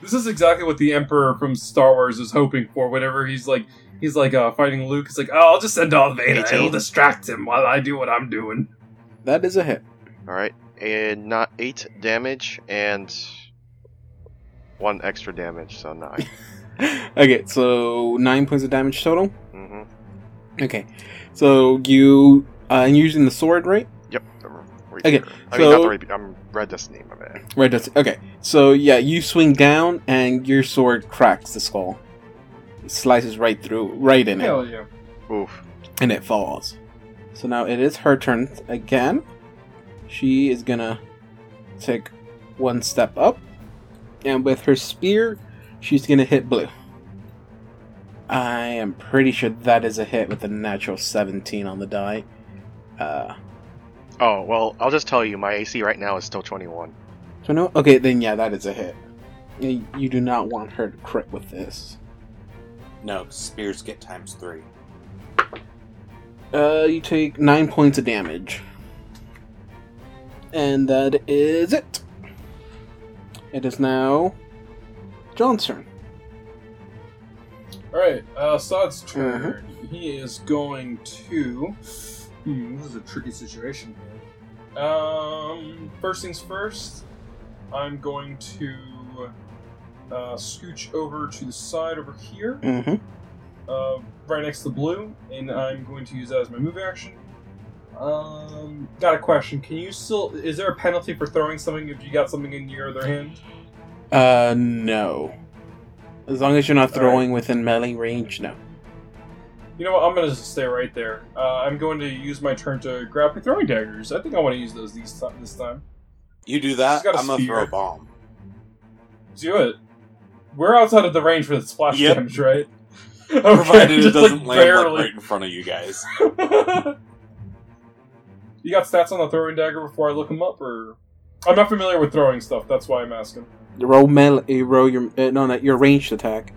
B: This is exactly what the Emperor from Star Wars is hoping for. Whenever he's like, he's like uh, fighting Luke. He's like, oh, I'll just send Darth Vader.
C: 18.
B: It'll distract him while I do what I'm doing.
E: That is a hit.
C: all right, and not eight damage and one extra damage, so nine.
E: okay, so nine points of damage total.
C: mm-hmm.
E: Okay, so you uh, and you're using the sword, right?
C: Yep. the re-
E: Okay,
C: Reaper. I mean, not
E: so-
C: the Reaper. I'm Red Destiny, my bad.
E: Right. That's okay. So yeah, you swing down and your sword cracks the skull, It slices right through, right in it,
B: Hell yeah.
C: Oof.
E: and it falls. So now it is her turn again. She is gonna take one step up, and with her spear, she's gonna hit blue. I am pretty sure that is a hit with a natural 17 on the die. Uh,
C: Oh well, I'll just tell you, my AC right now is still 21.
E: So no, okay, then yeah, that is a hit. Yeah, You do not want her to crit with this.
D: No, spears get times three.
E: Uh, you take nine points of damage, and that is it. It is now John's turn.
B: All right, uh, Sod's turn. He is going to. Hmm, this is a tricky situation. here. Um, first things first, I'm going to uh, scooch over to the side over here,
E: Mm-hmm.
B: uh, right next to blue, and I'm going to use that as my move action. Um, got a question. Can you still? Is there a penalty for throwing something if you got something in your other hand?
E: Uh, no. As long as you're not
B: All right.
E: throwing within melee range, no.
B: You know what? I'm gonna just stay right there. Uh, I'm going to use my turn to grab my throwing daggers. I think I want to use those these ti- this time.
D: You do
B: She's
D: that,
B: got a
D: I'm gonna
B: spear.
D: throw a bomb.
B: Do it. We're outside of the range for the splash
D: Yep.
B: damage, right? Okay,
D: Provided it
B: just,
D: doesn't
B: like,
D: land like, right in front of you guys.
B: barely. you got stats on the throwing dagger before I look them up, or I'm not familiar with throwing stuff. That's why I'm asking.
E: Roll melee. Roll your uh, no, no, your ranged attack.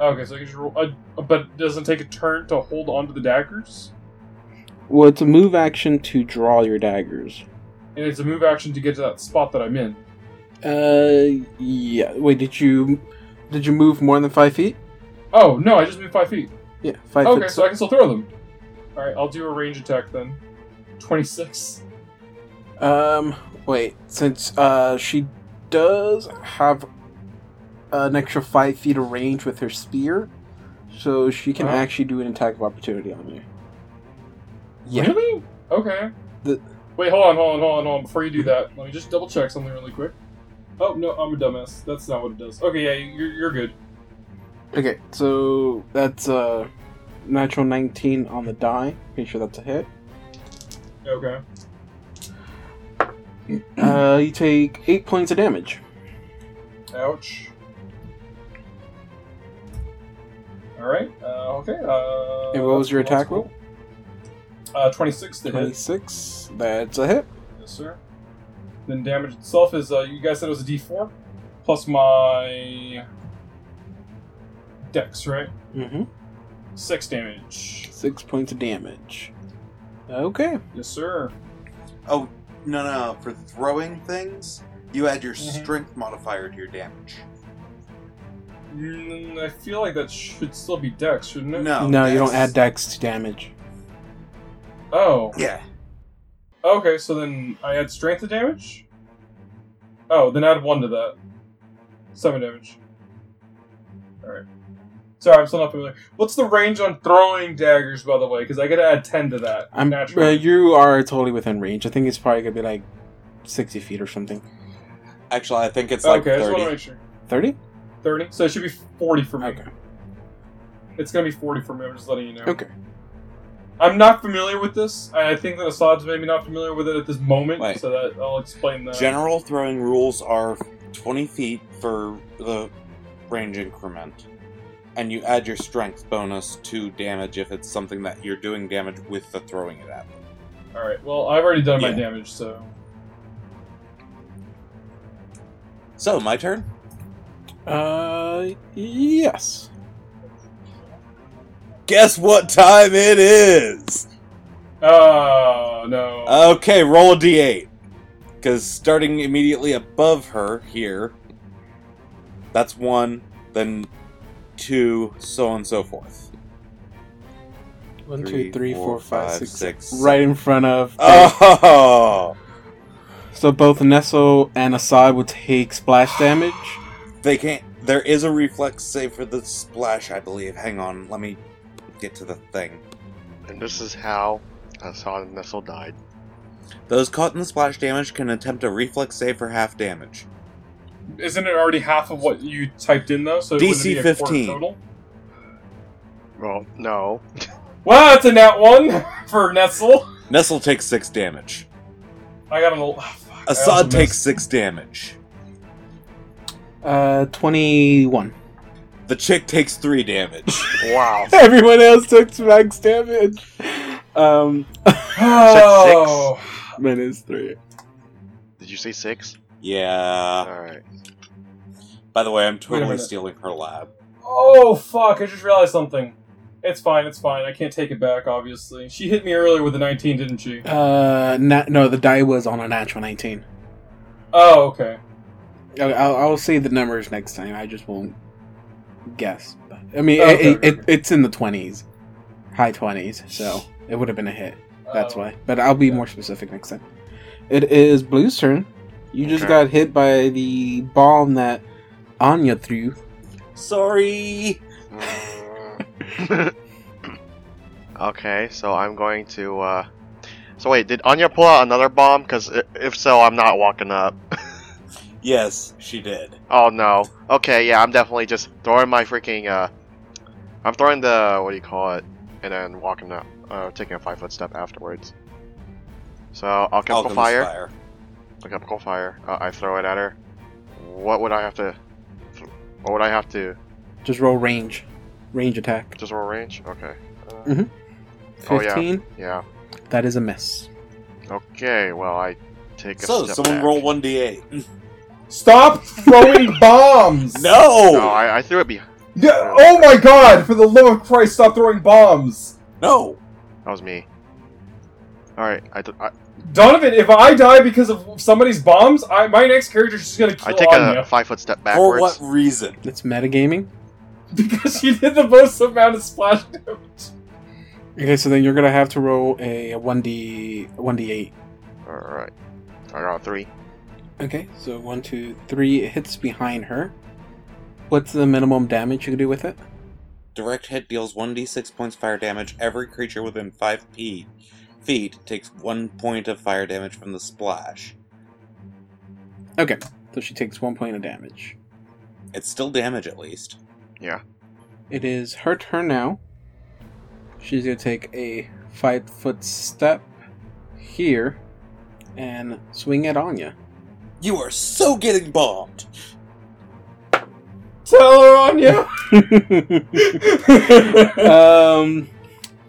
B: Okay, so I can just roll. Uh, but it doesn't take a turn to hold onto the daggers,
E: Well, it's a move action to draw your daggers.
B: and it's a move action to get to that spot that I'm in.
E: Uh, yeah. Wait, did you did you move more than five feet?
B: Oh no, I just moved five feet.
E: Yeah, five
B: okay,
E: foot.
B: so I can still throw them. All right, I'll do a range attack then. Twenty-six.
E: um, wait, since uh she does have an extra five feet of range with her spear, so she can
B: Huh?
E: actually do an attack of opportunity on you. Yeah.
B: Really? Okay.
E: The-
B: Wait, hold on, hold on, hold on, hold on. Before you do that, let me just double check something really quick. Oh no, I'm a dumbass. That's not what it does. Okay, yeah, you're, you're good.
E: Okay, so that's uh natural nineteen on the die. Make sure that's a hit.
B: Okay.
E: Uh, you take eight points of damage.
B: Ouch. All right. Uh, okay. Uh,
E: And what was your
B: that's
E: attack roll?
B: Uh, twenty-six to hit.
E: Twenty-six. That's a hit.
B: Yes, sir. Then damage itself is, uh, you guys said it was a d4, plus my Dex, right?
E: Mm-hmm.
B: Six damage.
E: Six points of damage. Okay.
B: Yes, sir.
D: Oh, no, no. For throwing things, you add your
B: Mhm.
D: strength modifier to your damage.
B: Mm, I feel like that should still be Dex, shouldn't it?
D: No.
E: no, you
D: that's-
E: don't add dex to damage.
B: Oh.
D: Yeah.
B: Okay, so then I add strength to damage? Oh, then add one to that. Seven damage. Alright. Sorry, I'm still not familiar. What's the range on throwing daggers, by the way? Because I gotta add 10 to that.
E: I'm uh,
B: naturally.
E: you are totally within range. I think it's probably gonna be like sixty feet or something.
D: Actually, I think it's
B: okay,
D: like
B: I just want to
D: 30.
B: make sure.
E: Thirty?
B: 30? So it should be 40 for me.
E: Okay.
B: It's gonna be 40 for me, I'm just letting you know.
E: Okay.
B: I'm not familiar with this, and I think that Assad's maybe not familiar with it at this moment,
D: Wait.
B: so that I'll explain that.
D: General throwing rules are 20 feet for the range increment. And you add your strength bonus to damage if it's something that you're doing damage with the throwing it at. them.
B: Alright, well, I've already done my
D: Yeah.
B: damage, so.
D: So, my turn?
E: Uh, yes.
D: Guess what time it is?
B: Oh, no.
D: Okay, roll a d8. Because starting immediately above her here, that's one, then two, so on and so forth.
E: One,
D: Three,
E: two, three,
D: four,
E: four, five,
D: five,
E: six,
D: six,
E: six. Right in front of.
D: Oh!
E: So both Nesso and Assad will take splash damage.
D: They can't. There is a reflex save for the splash, I believe. Hang on, let me get to the thing.
C: And this is how Assad Nestle died.
D: Those caught in the splash damage can attempt a reflex save for half damage.
B: Isn't it already half of what you typed in though? So it wouldn't
D: DC
B: be a quarter
D: 15.
B: Total?
C: Well, no.
B: Well, it's a nat one for Nestle.
D: Nestle takes six damage.
B: I got an. el- ah, fuck, I also
D: Assad
B: missed.
D: takes six damage.
E: Uh, twenty-one.
D: The chick takes three damage.
C: Wow.
E: Everyone else took max damage. Um,
B: Oh,
E: minus three.
C: Did you say six?
E: Uh.
D: yeah.
C: Alright.
D: By the way, I'm
B: Wait a
D: totally
B: minute.
D: stealing her lab.
B: oh fuck! I just realized something. It's fine. It's fine. I can't take it back. Obviously, she hit me earlier with a nineteen, didn't she?
E: Uh, na- no, the die was on a natural nineteen.
B: Oh, okay.
E: I- I'll, I'll say the numbers next time. I just won't guess. I mean,
B: Oh,
E: it-
B: okay,
E: it,
B: okay,
E: it, it's in the twenties, high twenties. So it would have been a hit. That's
B: Oh.
E: why. But I'll be more specific next time. It is Blue's turn. You just
C: Okay.
E: got hit by the bomb that Anya threw.
D: Sorry.
C: Mm. okay, so I'm going to. uh... So wait, did Anya pull out another bomb? Because if so, I'm not walking up.
D: Yes, she did.
C: Oh no. Okay, yeah, I'm definitely just throwing my freaking. uh... I'm throwing the what do you call it, and then walking up, uh, taking a five foot step afterwards. So alchemical
D: Alchemist
C: fire. Alchemical fire. Uh, I throw it at her. What would I have to? What would I have to?
E: Just roll range. Range attack.
C: Just roll range. Okay. Uh,
E: Mhm.
C: Oh, yeah.
E: 15.
C: Yeah.
E: That is a miss.
C: Okay. Well, I take a
D: So,
C: step
D: someone
C: back.
D: roll 1d8.
B: Stop throwing bombs.
D: No!
C: No, I, I threw it behind.
B: Yeah, oh my god! For the love of Christ, stop throwing bombs.
D: No!
C: That was me. All right. I, th- I,
B: Donovan, if I die because of somebody's bombs, I, my next character's just gonna kill
C: I take
B: Anya.
C: a five foot step
D: For
C: backwards.
D: what reason?
E: It's metagaming.
B: Because she did the most amount of splash damage.
E: Okay, so then you're going to have to roll a 1d, 1d8.
C: All right. I got a three.
E: Okay, so one, two, three. It hits behind her. What's the minimum damage you can do with it?
D: Direct hit deals 1d6 points fire damage. Every creature within 5 p feet takes 1 point of fire damage from the splash.
E: So she takes one point of damage.
D: It's still damage, at least.
E: It is her turn now. She's gonna take a five foot step here and swing at Anya.
D: You are so getting bombed!
B: Tell her, Anya!
E: um,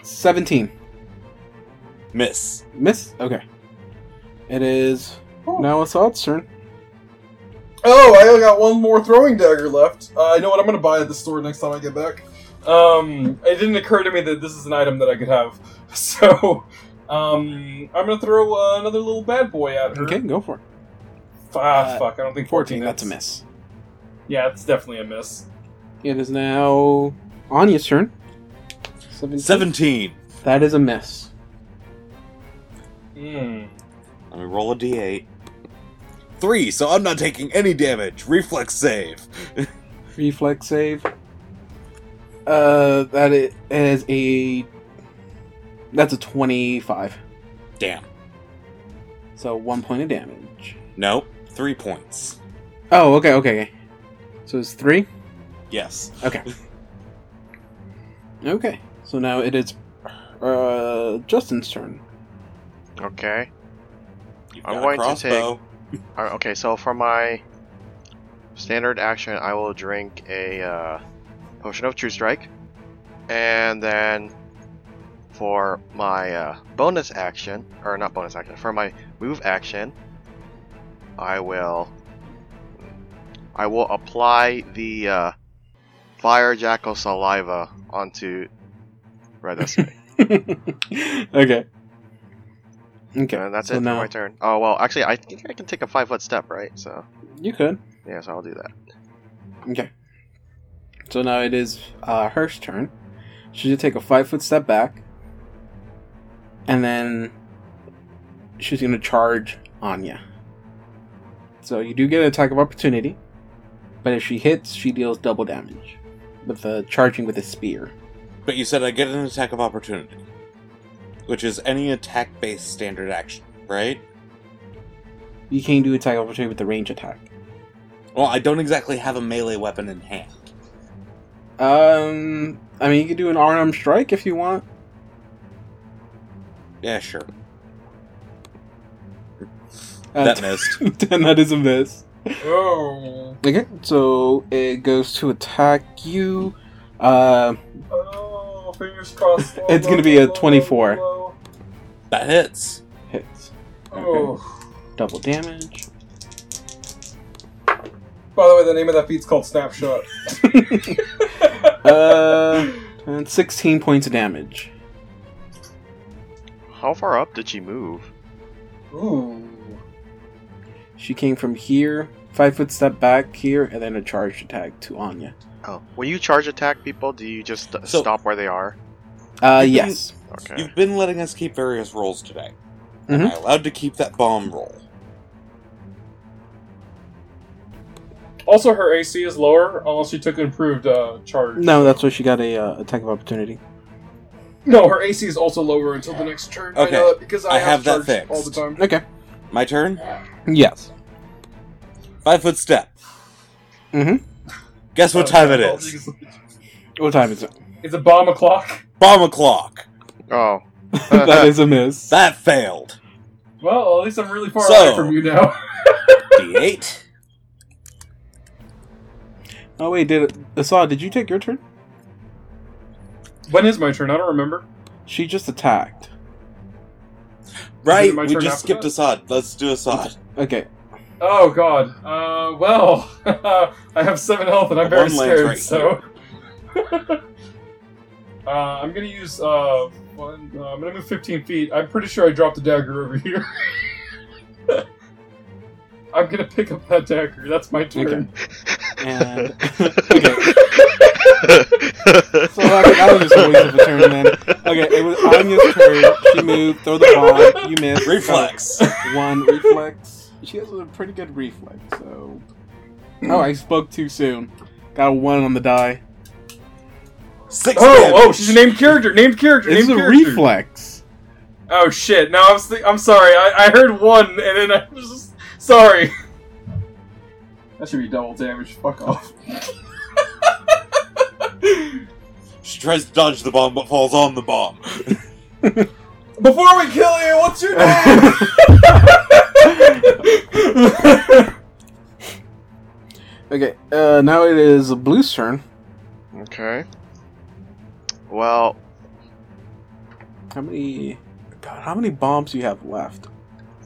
E: seventeen.
D: Miss.
E: Miss. Okay. It is now Assad's turn.
B: Oh, I only got one more throwing dagger left. Uh, I know what I'm going to buy at the store next time I get back. Um, it didn't occur to me that this is an item that I could have, so um, I'm going to throw uh, another little bad boy at her.
E: Okay, go for it.
B: Ah,
E: Uh,
B: fuck! I don't think
E: 14,
B: 14.
E: that's a
B: hits.
E: miss.
B: Yeah, it's definitely a miss.
E: It is now Anya's turn. 17.
D: 17.
E: That is a miss.
B: Mm.
D: Let me roll a d8. Three, so I'm not taking any damage. Reflex save.
E: Reflex save. Uh, that i- is a. That's a 25.
D: Damn.
E: So one point of damage.
D: Nope. Three points.
E: Oh, okay, okay. okay. So it's three?
D: Yes.
E: Okay. So now it is uh, Justin's turn.
C: Okay.
D: You've
C: I'm
D: got a
C: going to
D: crossbow.
C: All right, okay, so for my standard action, I will drink a uh, potion of True Strike, and then for my uh, bonus action, or not bonus action, for my move action, I will, I will apply the uh, Fire Jackal saliva onto Redus,
E: okay. Okay.
C: and that's
E: so
C: it for
E: now-
C: my turn. Oh well, actually, I think I can take a five foot step, right? So
E: You could.
C: yeah, so I'll do that.
E: Okay. So now it is uh, Hirsch's turn. She's gonna take a five foot step back, and then she's gonna charge Anya. So you do get an attack of opportunity, but if she hits, she deals double damage with uh, charging with a spear.
D: But you said I get an attack of opportunity, which is any attack based standard action, right?
E: You can't do attack of opportunity with the range attack.
D: Well, I don't exactly have a melee weapon in hand.
E: Um, I mean, you could do an arm strike if you want.
D: Yeah, sure.
E: Uh,
D: that missed.
E: that is a miss.
B: Oh.
E: Okay, so it goes to attack you. Uh,
B: Oh, fingers crossed. Oh. Low,
E: It's
B: low,
E: gonna be
B: low,
E: a
B: low,
E: 24.
B: low,
D: That hits.
E: hits.
B: low.
E: Okay.
B: Oh.
E: Double damage.
B: By the way, the name of that feat's called Snapshot.
E: Uh, and 16 points of damage.
C: How far up did she move?
B: Ooh.
E: She came from here, five foot step back here, and then a charge attack to Anya.
C: Oh, when you charge attack people, do you just st-
D: So-
C: stop where they are?
E: Uh,
D: You can-
E: yes.
C: Okay.
D: You've been letting us keep various rolls today.
E: Mhm.
D: Am I allowed to keep that bomb roll?
B: Also, her AC is lower unless she took improved uh, charge.
E: No, that's why she got a uh, attack of opportunity.
B: No, her AC is also lower until the next turn. I
D: Okay,
B: know that because I,
D: I have that
B: charged all the
D: fixed.
B: time.
E: Okay.
D: My turn.
E: Yes.
D: Five foot step.
E: Mhm.
D: Guess what
B: Uh,
D: time it
B: oh,
D: is?
E: What time is it?
B: It's a bomb o'clock.
D: Bomb o'clock.
C: Oh.
E: that is a miss.
D: That failed.
B: Well, at least I'm really far
D: So-
B: away from you now.
D: D8.
E: Oh wait, did it, Asad? Did you take your turn?
B: when is my turn? I don't remember.
E: She just attacked.
D: Right,
B: my
D: we
B: turn
D: just
B: after
D: skipped
B: that?
D: Assad. Let's do Assad.
E: Okay.
B: Oh God. Uh, well, I have seven health and I'm very
D: One land's right
B: scared. so, uh, I'm gonna use. Uh, one, uh, I'm gonna move 15 feet. I'm pretty sure I dropped the dagger over here. I'm gonna pick up that dagger. That's my turn.
E: And okay. So that, that was just a waste of a turn, man. Okay, it was Anya's turn. She moved, throw the bomb, you missed.
D: Reflex.
E: Uh, one reflex. She has a pretty good reflex, so. Oh, I spoke too soon. Got a one on the die.
D: Six.
B: Oh,
D: damage.
B: oh, she's a named character. Named character.
E: This is
B: named
E: a
B: character.
E: reflex.
B: Oh shit! No, I was. Th- I'm sorry. I-, I heard one, and then I was just sorry. That should be double damage. Fuck off.
D: She tries to dodge the bomb but falls on the bomb.
B: Before we kill you, what's your
E: Okay, uh, now it is Blue's turn.
C: okay. Well,
E: How many. God, how many bombs do you have left?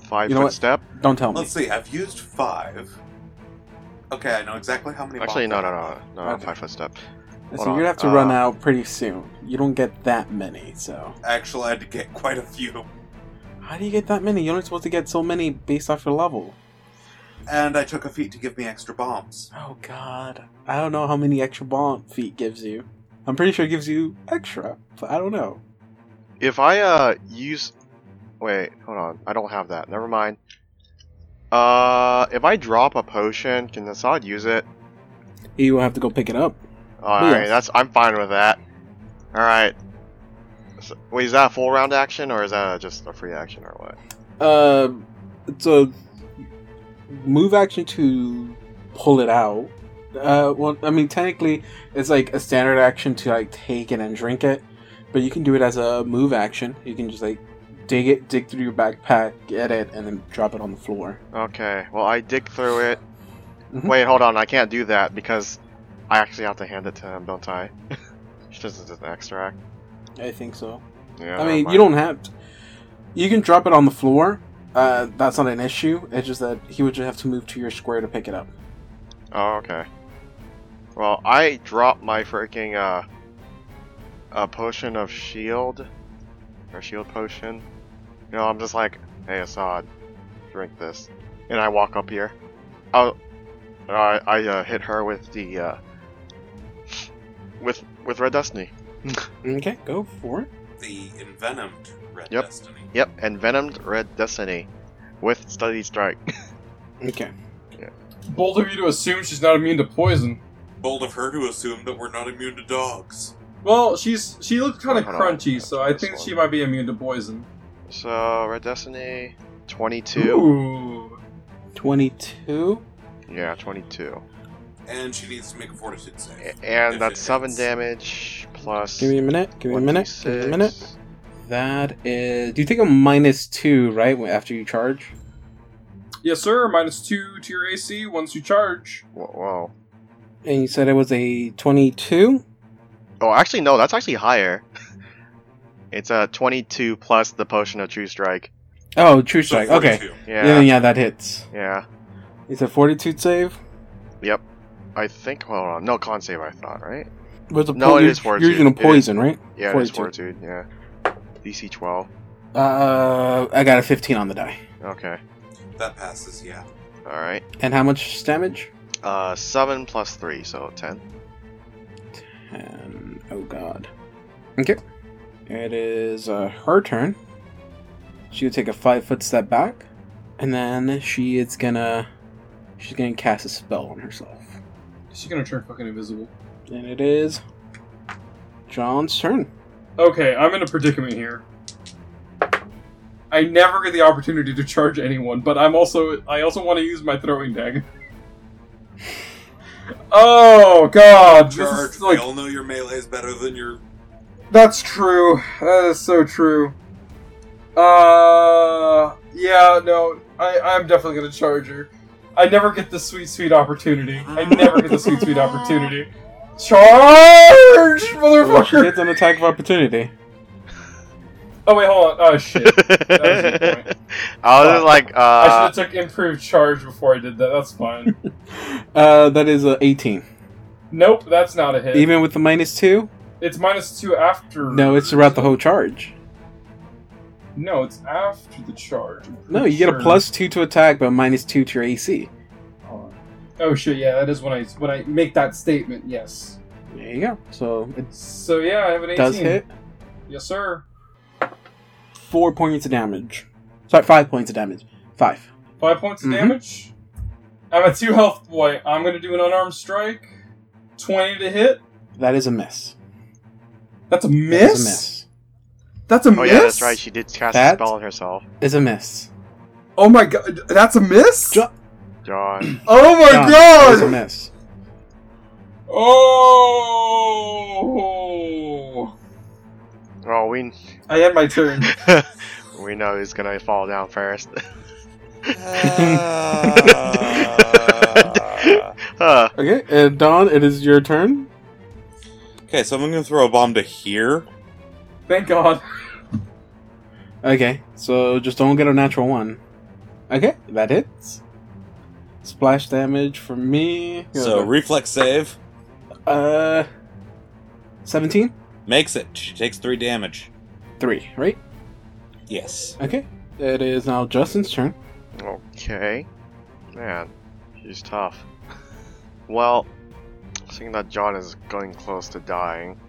C: five
E: You know
C: foot
E: what?
C: step.
E: Don't tell me.
D: Let's see, I've used five. Okay, I know exactly how many.
C: Actually, no,
D: bombs-
C: no, no, no.
E: Okay.
C: Five foot step.
E: so
C: Hold
E: you're gonna
C: on,
E: have to run
C: uh,
E: out pretty soon. You don't get that many, so
D: Actually, I had to get quite a few,
E: how do you get that many? You're only supposed to get so many based off your level.
D: and I took a feat to give me extra bombs.
E: Oh god. I don't know how many extra bomb feet gives you. I'm pretty sure it gives you extra, but I don't know.
C: If I uh use, wait, hold on. I don't have that. Never mind. Uh, if I drop a potion, can Nasad use it?
E: You will have to go pick it up.
C: All
E: Yes.
C: right, that's I'm fine with that. All right. So, wait, is that a full round action or is that just a free action or what?
E: Uh, it's a move action to pull it out. Uh, well, I mean, technically, it's like a standard action to like take it and drink it, but you can do it as a move action. You can just like dig it, dig through your backpack, get it, and then drop it on the floor.
C: Okay. Well, I dig through it.
E: Mhm.
C: Wait, hold on. I can't do that because I actually have to hand it to him, don't I? She doesn't just extract.
E: I think so.
C: Yeah.
E: I
C: never
E: mean,
C: mind.
E: you don't have. To. You can drop it on the floor. Uh, that's not an issue. It's just that he would just have to move to your square to pick it up.
C: Oh, okay. Well, I dropped my freaking uh, a potion of shield, or shield potion. You know, I'm just like, hey Assad, drink this, and I walk up here. I, I, I uh, hit her with the uh, with with red destiny.
E: Okay, go for it.
D: The envenomed red
C: Yep.
D: destiny.
C: Yep, envenomed red destiny with studied strike.
E: Okay.
B: Bold of you to assume she's not immune to poison.
D: Bold of her to assume that we're not immune to dogs.
B: Well, she's she looks kind of
C: Hold on.
B: crunchy, so I think she might be immune to poison.
C: so red destiny, twenty-two.
B: Ooh.
E: 22.
C: Yeah, twenty-two.
D: And she needs to make a fortitude save.
C: A- And
D: If
C: that's
D: it
C: seven
D: hits.
C: damage plus.
E: Give me a minute. Give me a minute. Give me a minute.
C: 1d6.
E: That is. Do you take a minus two, right? when- After you charge?
B: Yes, sir. Minus two to your AC once you charge.
C: Whoa, whoa.
E: And you said it was a 22?
C: Oh, actually, no, that's actually higher. it's uh, 22 plus the potion of True Strike.
E: Oh, true strike. okay.
D: 42.
E: Yeah. then,
C: Yeah,
E: yeah, that hits.
C: yeah.
E: It's a 42 save?
C: Yep. I think, hold on. No, con save, I thought, right?
E: What's a
C: No, it
E: you're,
C: is
E: You're
C: 42.
E: using a
C: It is.
E: poison, right?
C: Yeah, it's
E: 42.
C: fortitude, yeah. DC 12.
E: Uh, I got a 15 on the die.
C: Okay.
D: That passes, yeah.
C: Alright.
E: And how much damage?
C: Uh, 7 plus 3, so 10.
E: Um, oh god. Okay. It is uh, her turn. She will take a five foot step back, and then she is gonna she's gonna cast a spell on herself.
B: She's gonna turn fucking invisible.
E: And it is John's turn.
B: Okay, I'm in a predicament here. I never get the opportunity to charge anyone, but I'm also I also want to use my throwing dagger. oh god, this
D: Charge.
B: is like
D: we all know your melee is better than your.
B: that's true. That is so true. Uh yeah, no, I, I'm definitely gonna charge her. I never get the sweet sweet opportunity. I never get the sweet sweet opportunity. Charge,
E: Well, she
B: motherfucker!
E: gets an attack of opportunity.
B: Oh wait, hold on. Oh shit. was your point.
C: I was just like,
B: I
C: uh,
B: should have took improved charge before I did that. That's fine.
E: Uh, that is a 18.
B: nope, that's not a hit.
E: Even with the minus two?
B: it's minus two after.
E: No, it's throughout the whole charge.
B: No, it's after the charge. I'm
E: No,
B: pretty
E: you get a
B: sure.
E: plus two to attack, but minus two to your AC.
B: Oh shit! Yeah, that is when I when I make that statement. Yes.
E: There you go. So it
B: So yeah, I have an eighteen.
E: does hit.
B: Yes, sir.
E: four points of damage. Sorry, five points of damage. Five.
B: Five points of
E: Mhm.
B: damage. I'm at two health boy. I'm gonna do an unarmed strike. Twenty to hit.
E: That is a miss.
B: That's a
E: That is
B: miss.
E: a miss.
B: That's a
C: oh
B: miss.
C: yeah, that's right. She did cast
E: That-
C: a spell on herself.
E: Is a miss.
B: Oh my god, that's a miss.
E: Ju-
C: John.
B: oh my
E: Done. That
B: god.
E: is a miss.
B: Oh!
C: Oh, we,
B: I end my turn.
C: we know he's gonna fall down first.
D: Ah.
C: Huh.
E: Okay, uh, Don, it is your turn.
D: okay, so I'm going to throw a bomb to here.
B: Thank God.
E: Okay, so just don't get a natural one. Okay, that hits. Splash damage for me.
F: So reflex save
E: uh, seventeen.
F: makes it. She takes three damage.
E: Three, right?
F: Yes.
E: Okay. It is now Justin's turn.
C: Okay. Man, she's tough. Well, seeing that John is going close to dying,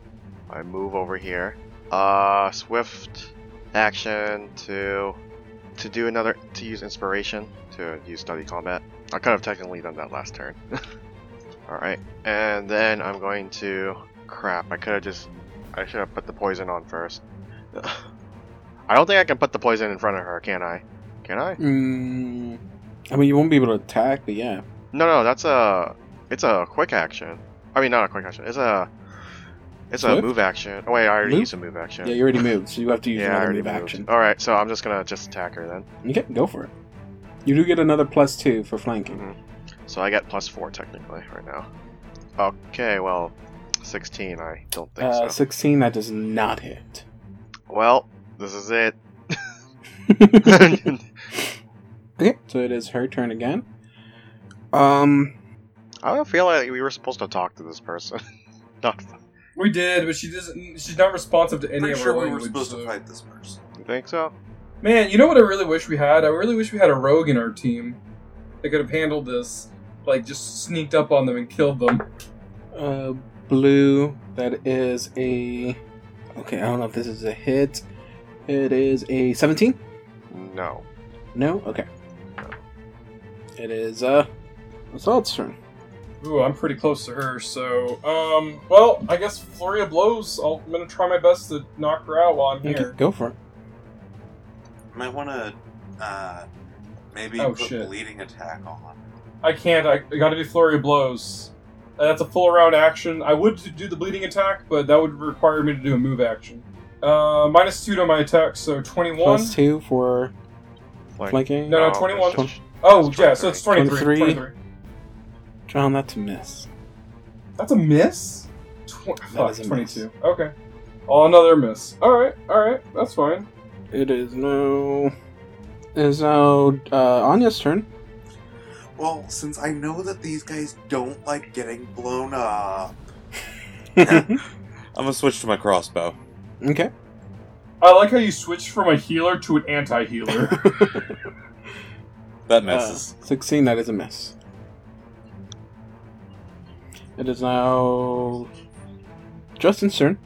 C: I move over here. Uh, swift action to to do another to use inspiration to use study combat. I could have technically done that last turn. All right, and then I'm going to crap. I could have just I should have put the poison on first. I don't think I can put the poison in front of her, can I? Can I?
E: Mm, I mean, you won't be able to attack, but yeah.
C: No, no, that's a. It's a quick action. I mean, not a quick action. It's a. It's a
E: Swift?
C: move action. Oh wait, I already
E: Move?
C: used a move action.
E: Yeah, you already moved, so you have to use
C: Yeah, I
E: another
C: already
E: move
C: moved.
E: action.
C: All right, so I'm just gonna just attack her then.
E: Okay, go for it. You do get another plus two for flanking.
C: So I get plus four technically right now. Okay, well, sixteen. I don't think
E: Uh,
C: so.
E: Sixteen, that does not hit.
C: Well, this is it.
E: Okay, so it is her turn again. Um,
C: I don't feel like we were supposed to talk to this person. not.
B: We did, but she doesn't. She's not responsive to any
D: Pretty
B: of our
D: sure we were
B: language,
D: supposed
B: so-
D: to fight this person.
C: You think so?
B: Man, you know what I really wish we had? I really wish we had a rogue in our team that could have handled this. Like, just sneaked up on them and killed them.
E: uh, blue. That is a. Okay, I don't know if this is a hit. It is a seventeen.
C: No.
E: No. Okay. It is uh, assault's turn.
B: Ooh, I'm pretty close to her, so um, well, I guess flurry of blows. I'll, I'm gonna try my best to knock her out while I'm
E: Okay,
B: here.
E: go for it.
D: Might want to uh, maybe
B: Oh,
D: put
B: shit.
D: bleeding attack on.
B: I can't. I, I got to do flurry of blows. Uh, That's a full round action. I would do the bleeding attack, but that would require me to do a move action. Uh, minus two to my attack, so 21.
E: Plus two for
C: Like,
E: flanking.
B: No, no,
C: it's
B: 21.
C: just-
B: oh, yeah, so it's 23.
E: 23.
B: 23.
E: John, that's a miss.
B: That's a miss? Tw- fuck,
E: is a
B: 22. Okay. Oh, another miss. Alright, alright, that's fine.
E: It is no. It is now uh, Anya's turn.
D: Well, since I know that these guys don't like getting blown up,
E: okay.
F: I'm gonna switch to my crossbow.
B: I like how you switched from a healer to an anti healer.
F: That
E: Uh,
F: misses.
E: 16, that is a miss. It is now. Justin's turn.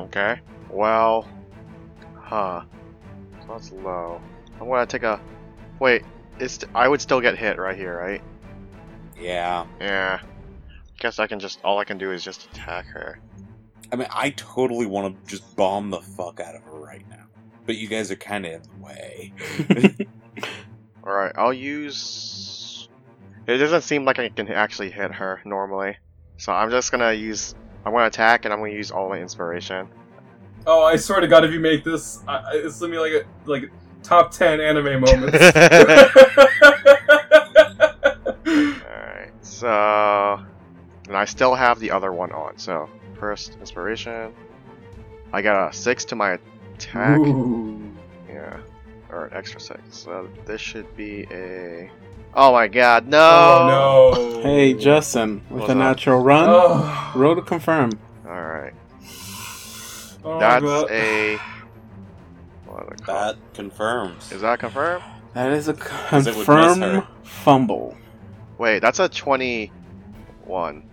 C: Okay. Well, huh. So That's low. I'm gonna take a. Wait, it's. I would still get hit right here, right?
F: yeah.
C: Yeah. Guess I can just. All I can do is just attack her.
F: I mean, I totally want to just bomb the fuck out of her right now. But you guys are kind of in the way.
C: All right. I'll use. It doesn't seem like I can actually hit her normally, so I'm just gonna use. I'm gonna attack, and I'm gonna use all my inspiration.
B: oh, I swear to god, if you make this, I, I- it's gonna be like a like top 10 anime moments.
C: all
B: Alright,
C: right. So, and I still have the other one on. So first inspiration. I got a six to my attack. Yeah. Or an extra six. So this should be a. Oh my god, no!
B: Oh no.
E: Hey, Justin, with
C: What's
E: a
C: up?
E: natural run.
B: Oh.
E: Roll to confirm.
C: Alright.
B: Oh,
C: That's
B: God.
C: a. What is it called?
F: that confirms.
C: Is that confirmed?
E: That is a
F: it would miss
E: confirm
F: her.
E: fumble.
C: Wait, that's a 21.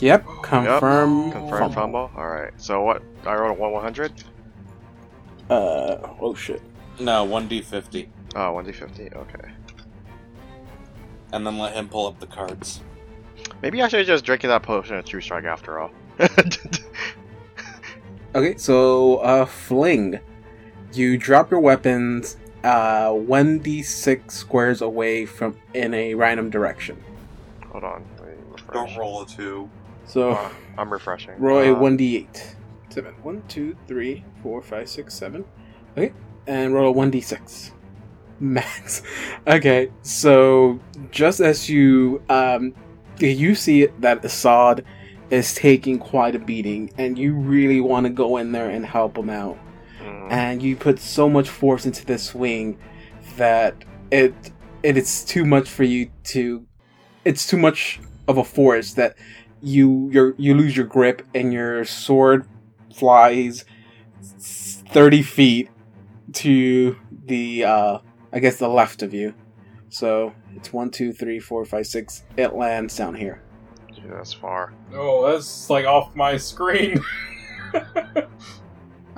E: Yep,
C: Yep.
E: confirm
C: Confirmed fumble? Alright. So what? I rolled a 1 100?
E: Uh, oh shit.
F: No, one d fifty,
C: Oh, 1d50. Okay.
F: and then let him pull up the cards.
C: Maybe I should have just drinking that potion of True Strike after all.
E: Okay, so uh, fling. You drop your weapons uh, 1d6 squares away from in a random direction.
C: Hold on. Let me refresh.
D: Don't roll a two.
E: So
C: Uh, I'm refreshing.
E: roll a
C: Uh,
E: 1d8. Seven. One, two, three, four, five, six, seven. Okay, and roll a 1d6. Max. Okay, so just as you um, you see that Assad is taking quite a beating, and you really want to go in there and help him out.
C: mm,
E: and you put so much force into this swing that it and it's too much for you to it's too much of a force that you you you lose your grip and your sword flies 30 feet to the uh i guess the left of you so it's one two three four five six it lands down here
C: Yeah, that's far.
B: Oh, that's like off my screen.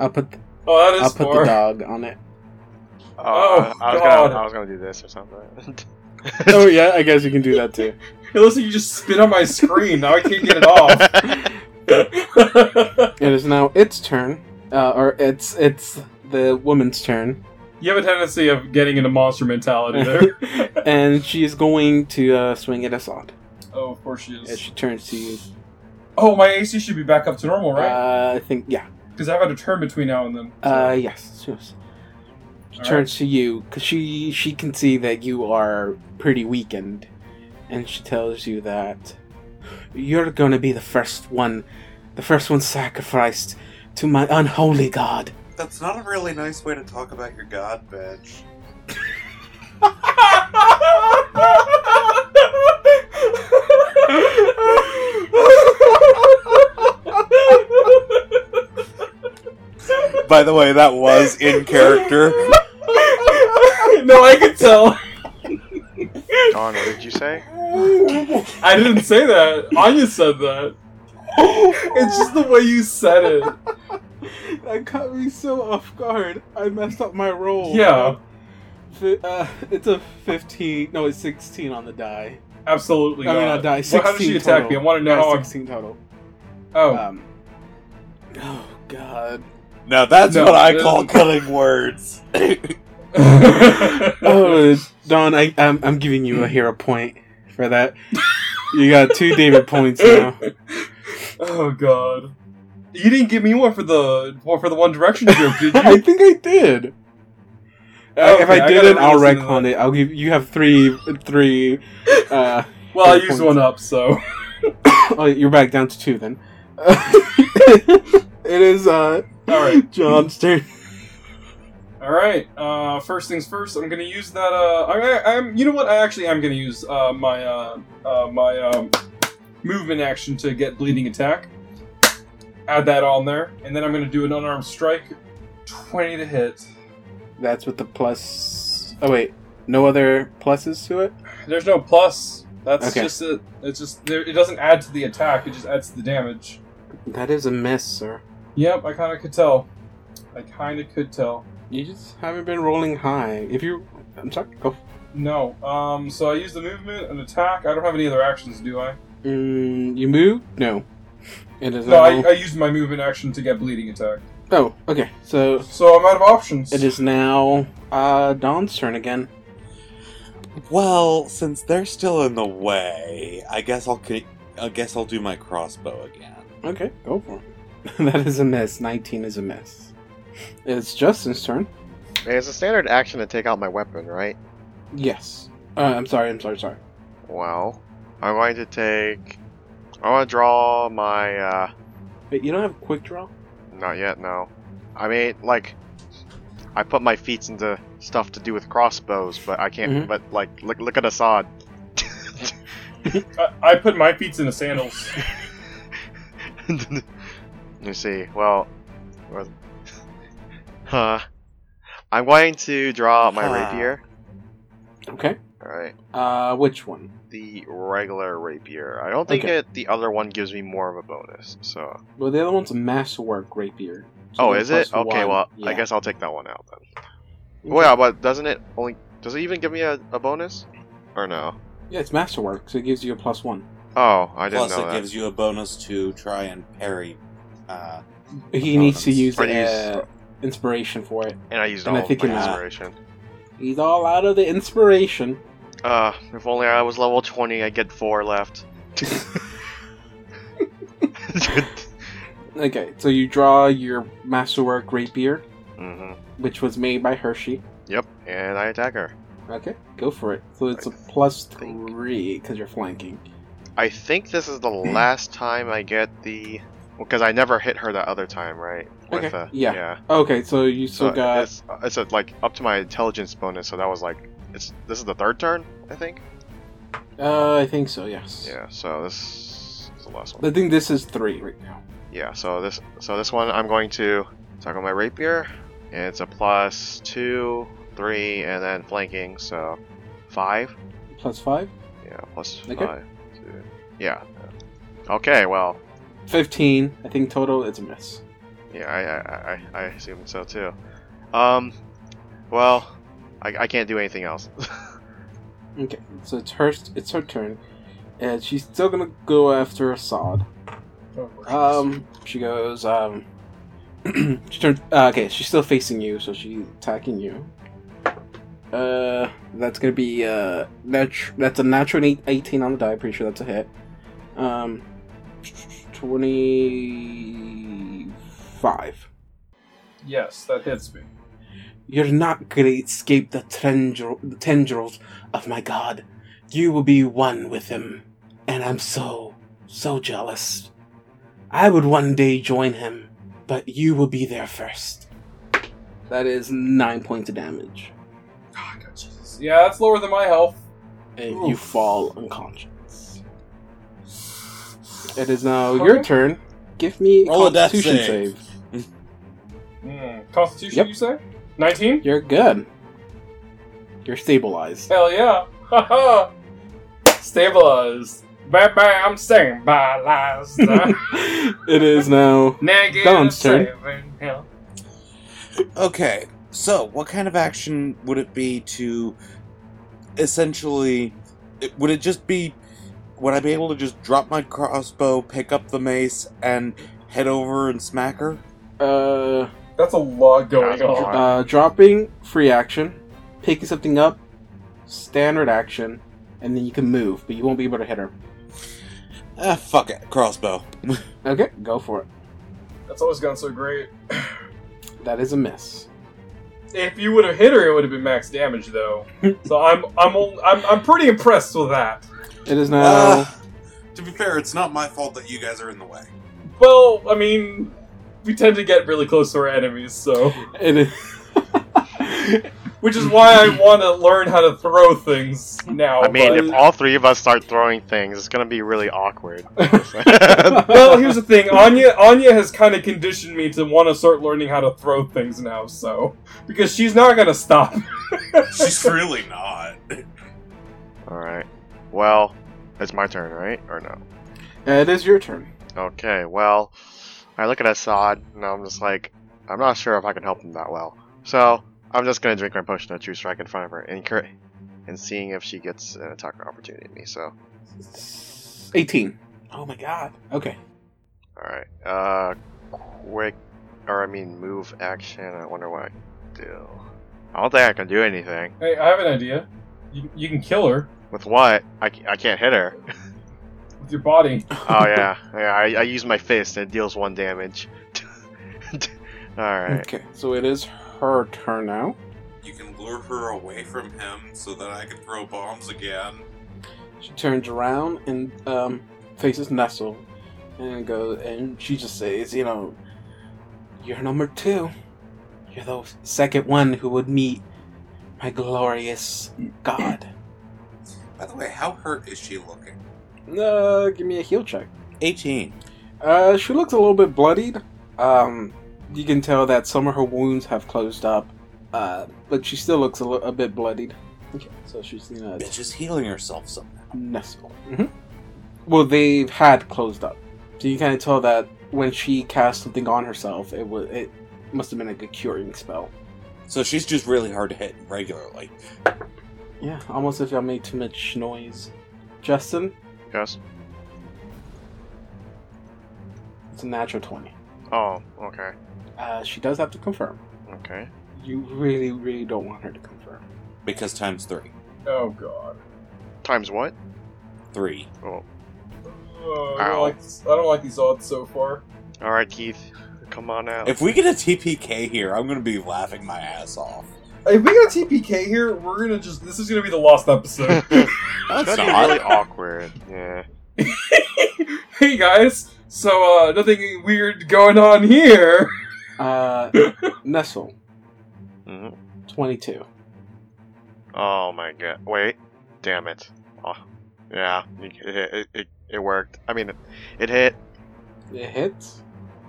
E: i'll put th-
B: oh, that
E: i'll
B: is
E: put
B: far.
E: the dog on it
C: Uh,
B: Oh,
C: I was
B: God.
C: gonna I was gonna do this or something.
E: oh yeah i guess you can do that too
B: Hey, listen, you just spit on my screen. Now I can't get it
C: Oh.
B: off.
E: it is now its turn uh, or it's it's the woman's turn
B: you have a tendency of getting into monster mentality there.
E: and she is going to uh, swing at Assad
B: oh, of course she
E: as
B: is.
E: she turns to you.
B: Oh, my AC should be back up to normal, right?
E: Uh, I think, yeah.
B: Because I've had a turn between now and then. so-
E: Uh, yes, yes. She
B: All
E: turns to you because she she can see that you are pretty weakened, and she tells you that you're going to be the first one, the first one sacrificed to my unholy god.
D: That's not a really nice way to talk about your god, bitch.
F: By the way, that was in character.
B: no, I could tell.
C: Don, what did you say?
B: I didn't say that. Anya said that. It's just the way you said it.
E: That caught me so off guard. I messed up my roll.
B: Yeah,
E: Fi- uh, it's a fifteen. No, it's sixteen on the die.
B: absolutely.
E: I mean, I
B: not.
E: die.
B: Well, how did
E: 16
B: she attack
E: total.
B: me? I want to know.
E: Yeah,
B: how I-
E: 16 total.
B: Oh,
E: Um, oh God.
F: Now that's
B: No,
F: what I
B: this-
F: call cutting words.
E: Oh, Don, I, I'm, I'm giving you a hero point for that. You got two David points now. uh,
B: oh god. You didn't give me one for the one for the One Direction joke, did you?
E: I think I did. Uh,
B: Okay,
E: if I
B: I
E: didn't,
B: gotta
E: I'll
B: listen to
E: retcon it. I'll give you have three, three. Uh,
B: well, I
E: Three
B: used
E: points.
B: one up, so
E: oh, you're back down to two then. it is uh,
B: all right,
E: John's turn.
B: all right. Uh, first things first, I'm gonna use that. Uh, I, I, I'm. You know what? I actually am gonna use uh, my uh, uh, my um, movement action to get bleeding attack. Add that on there, and then I'm gonna do an unarmed strike, twenty to hit.
E: That's with the plus. Oh wait, no other pluses to it.
B: There's no plus. That's
E: Okay.
B: just it. It's just there, it doesn't add to the attack. It just adds to the damage.
E: That is a miss, sir.
B: Yep, I kind of could tell. I kind of could tell.
E: You just haven't been rolling high. If you, I'm sorry. oh. Go.
B: No. Um. So I use the movement and attack. I don't have any other actions, do I?
E: Mm, you move? No. It is.
B: No.
E: now-
B: I, I used my movement action to get bleeding attack.
E: Oh, okay. So
B: So I'm out of options.
E: it is now uh, Don's turn again.
F: Well, since they're still in the way, I guess I'll c- I guess I'll do my crossbow again.
E: Okay, go for it. that is a miss. Nineteen is a miss. It's Justin's turn.
C: It's a standard action to take out my weapon, right?
E: Yes. Uh, I'm sorry. I'm sorry. Sorry.
C: Well, I'm going to take. I want to draw my. uh
E: Wait, you don't have quick draw?
C: Not yet, no. I mean, like, I put my feet into stuff to do with crossbows, but I can't.
E: Mhm.
C: But like, look, look at Assad.
B: I, I put my feet in the sandals.
C: Let me see. Well, where- huh. I'm going to draw out my
F: Huh.
C: rapier.
E: Okay.
C: All right,
E: Uh, which one?
C: the regular rapier. I don't think
E: Okay.
C: it, the other one gives me more of a bonus. So,
E: Well, the other one's a masterwork rapier. So
C: oh,
E: you're
C: is it?
E: plus
C: Okay,
E: one.
C: well, I
E: Yeah. Mm-hmm.
C: guess I'll take that one out then.
E: Okay.
C: Well, yeah, but doesn't it only? Does it even give me a, a bonus? Or no?
E: Yeah, it's masterwork, so it gives you a plus one.
C: Oh, I didn't
F: Plus,
C: know
F: it
C: that.
F: gives you a bonus to try and parry. Uh,
E: He needs to use
C: Or use-
E: uh, inspiration for it.
C: And I used
E: And
C: all
E: I think
C: of
E: it
C: my
E: was-
C: inspiration.
E: He's all out of the inspiration.
C: Uh, if only I was level 20, I'd get four left.
E: Okay, so you draw your masterwork rapier,
C: hmm
E: which was made by Hershey.
C: Yep, and I attack her.
E: Okay, go for it. So it's a plus
C: think-
E: three because you're flanking.
C: I think this is the
E: Hmm.
C: last time I get the. Because I never hit her that other time, right?
E: Okay,
C: the- Uh,
E: yeah. Okay, so you still got
C: it's, it's a, like up to my intelligence bonus, so that was like it's this is the third turn, I think.
E: Uh, I think so. Yes.
C: Yeah. So this is the last one.
E: I think this is three right now.
C: Yeah, so this so this one I'm going to talk on my rapier. And it's a plus two, three, and then flanking, so five.
E: Plus five.
C: Yeah, plus
E: Okay.
C: five. Two. Yeah. Okay, well,
E: Fifteen. I think total. It's a miss.
C: yeah, I I, I, I assume so too. Um, well, I, I can't do anything else.
E: Okay. So it's her. It's her turn, and she's still gonna go after Assad.
B: Oh,
E: Um, she goes. Um, she turns. Uh, okay, she's still facing you, so she's attacking you. Uh, that's gonna be uh, nat- that's a natural eight- eighteen on the die. Pretty sure that's a hit. Um, twenty-five.
B: yes, that hits me.
E: You're not gonna escape the, tendril- the tendrils of my god. You will be one with him. And I'm so, so jealous. I would one day join him, but you will be there first. That is nine points of damage.
B: Ah, God, Jesus. Yeah, that's lower than my health.
E: And
B: Oof.
E: you fall unconscious. It is now your
B: Okay.
E: turn. Give me a
F: Roll a death
E: constitution
F: save.
E: save.
B: Mm, Constitution,
E: Yep.
B: you say? 19?
E: You're good. You're stabilized.
B: Hell yeah. Haha. Stabilized. Bye bye, I'm stabilized.
E: it is now
B: Negative
E: Don's turn.
B: seven. Hell.
D: Okay, so what kind of action would it be to essentially. it- Would it just be. Would I be able to just drop my crossbow, pick up the mace, and head over and smack her?
E: uh
B: That's a lot going
C: That's a
B: on.
C: lot.
E: Uh, dropping free action, picking something up, standard action, and then you can move, but you won't be able to hit her.
F: Ah, fuck it. Crossbow.
E: Okay, go for it.
B: That's always gone so great.
E: That is a miss.
B: If you would have hit her, it would have been max damage, though. so I'm I'm, ol- I'm I'm pretty impressed with that.
E: It is now.
D: Uh, to be fair, it's not my fault that you guys are in the way.
B: Well, I mean, we tend to get really close to our enemies, so
E: It is.
B: which is why I want to learn how to throw things now.
C: I mean,
B: Oh, but-
C: if all three of us start throwing things, it's gonna be really awkward.
B: well, here's the thing. Anya Anya has kind of conditioned me to want to start learning how to throw things now, so because she's not gonna stop.
D: She's really not.
C: All right. Well, it's my turn, right? Or no?
E: it is your turn.
C: Okay, well, I look at Assad, and I'm just like, I'm not sure if I can help him that well. So, I'm just gonna drink my potion of true strike in front of her, and, cur- and seeing if she gets an attack opportunity at me, so.
E: 18. Oh my god. Okay.
C: Alright, uh, quick, or I mean, move action, I wonder what I can do. I don't think I can do anything.
B: Hey, I have an idea. You, you can kill her
C: With what? I, c- I can't hit her.
B: with your body.
C: Oh, yeah, yeah I, I use my fist, and it deals one damage. Alright.
E: Okay, so it is her turn now.
D: You can lure her away from him so that I can throw bombs again.
E: She turns around and um, faces Nestle, and goes, and she just says, "You know, you're number two. You're the second one who would meet my glorious god."
D: By the way, how hurt is she looking?
E: Uh, give me a heal check.
D: 18.
E: Uh, she looks a little bit bloodied. Um, you can tell that some of her wounds have closed up, uh, but she still looks a, li- a bit bloodied. Okay, so she's gonna
D: Bitch is healing herself somehow.
E: Nestle. Well, they've had closed up, so you kind of tell that when she cast something on herself, it was it must have been like a curing spell.
F: So she's just really hard to hit regularly.
E: Yeah, almost if I made too much noise. Justin,
C: Yes?
E: it's a natural twenty.
C: Oh, okay.
E: Uh, she does have to confirm.
C: Okay.
E: You really, really don't want her to confirm.
F: Because times three.
B: Oh God.
C: Times what?
F: Three.
C: Oh.
B: Oh, I,
C: Ow.
B: don't like this- I don't like these odds so far.
C: Alright, Keith. Come on out.
F: If we get a TPK here, I'm gonna be laughing my ass off.
B: If we got TPK here, we're gonna just. This is gonna be the lost episode.
C: That's
F: That's
C: be
F: not.
C: really awkward. Yeah.
B: hey guys, so uh, nothing weird going on here.
E: Uh, Nestle,
C: Mhm.
E: twenty-two.
C: Oh my god. Wait. Damn it. Oh. Yeah, it, it, it, it worked. I mean, it, it hit.
E: It hits.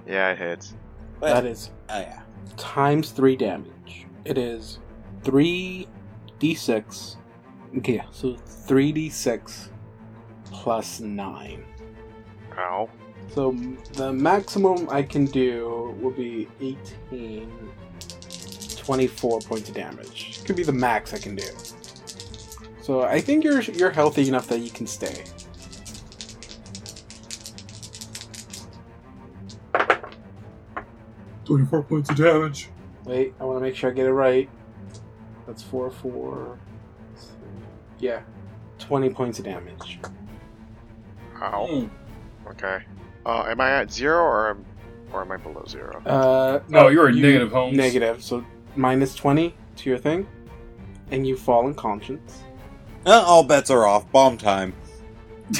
C: Yeah, it hits.
E: That is
F: Oh, yeah.
E: times three damage. It is three d6. Okay, yeah, so three d6 plus nine.
C: Ow.
E: So the maximum I can do will be 18, 24 points of damage. Could be the max I can do. So I think you're you're healthy enough that you can stay.
B: Twenty-four points of damage.
E: Wait, I want to make sure I get it right. That's four, four. Yeah, twenty points of damage.
C: Ow.
B: Oh,
E: Hmm.
C: Okay. Uh, am I at zero or am, or am I below zero?
E: Uh,
B: No, Oh, you're a negative, Holmes.
E: Negative. So minus twenty to your thing, and you fall unconscious.
F: Uh, all bets are off. Bomb time.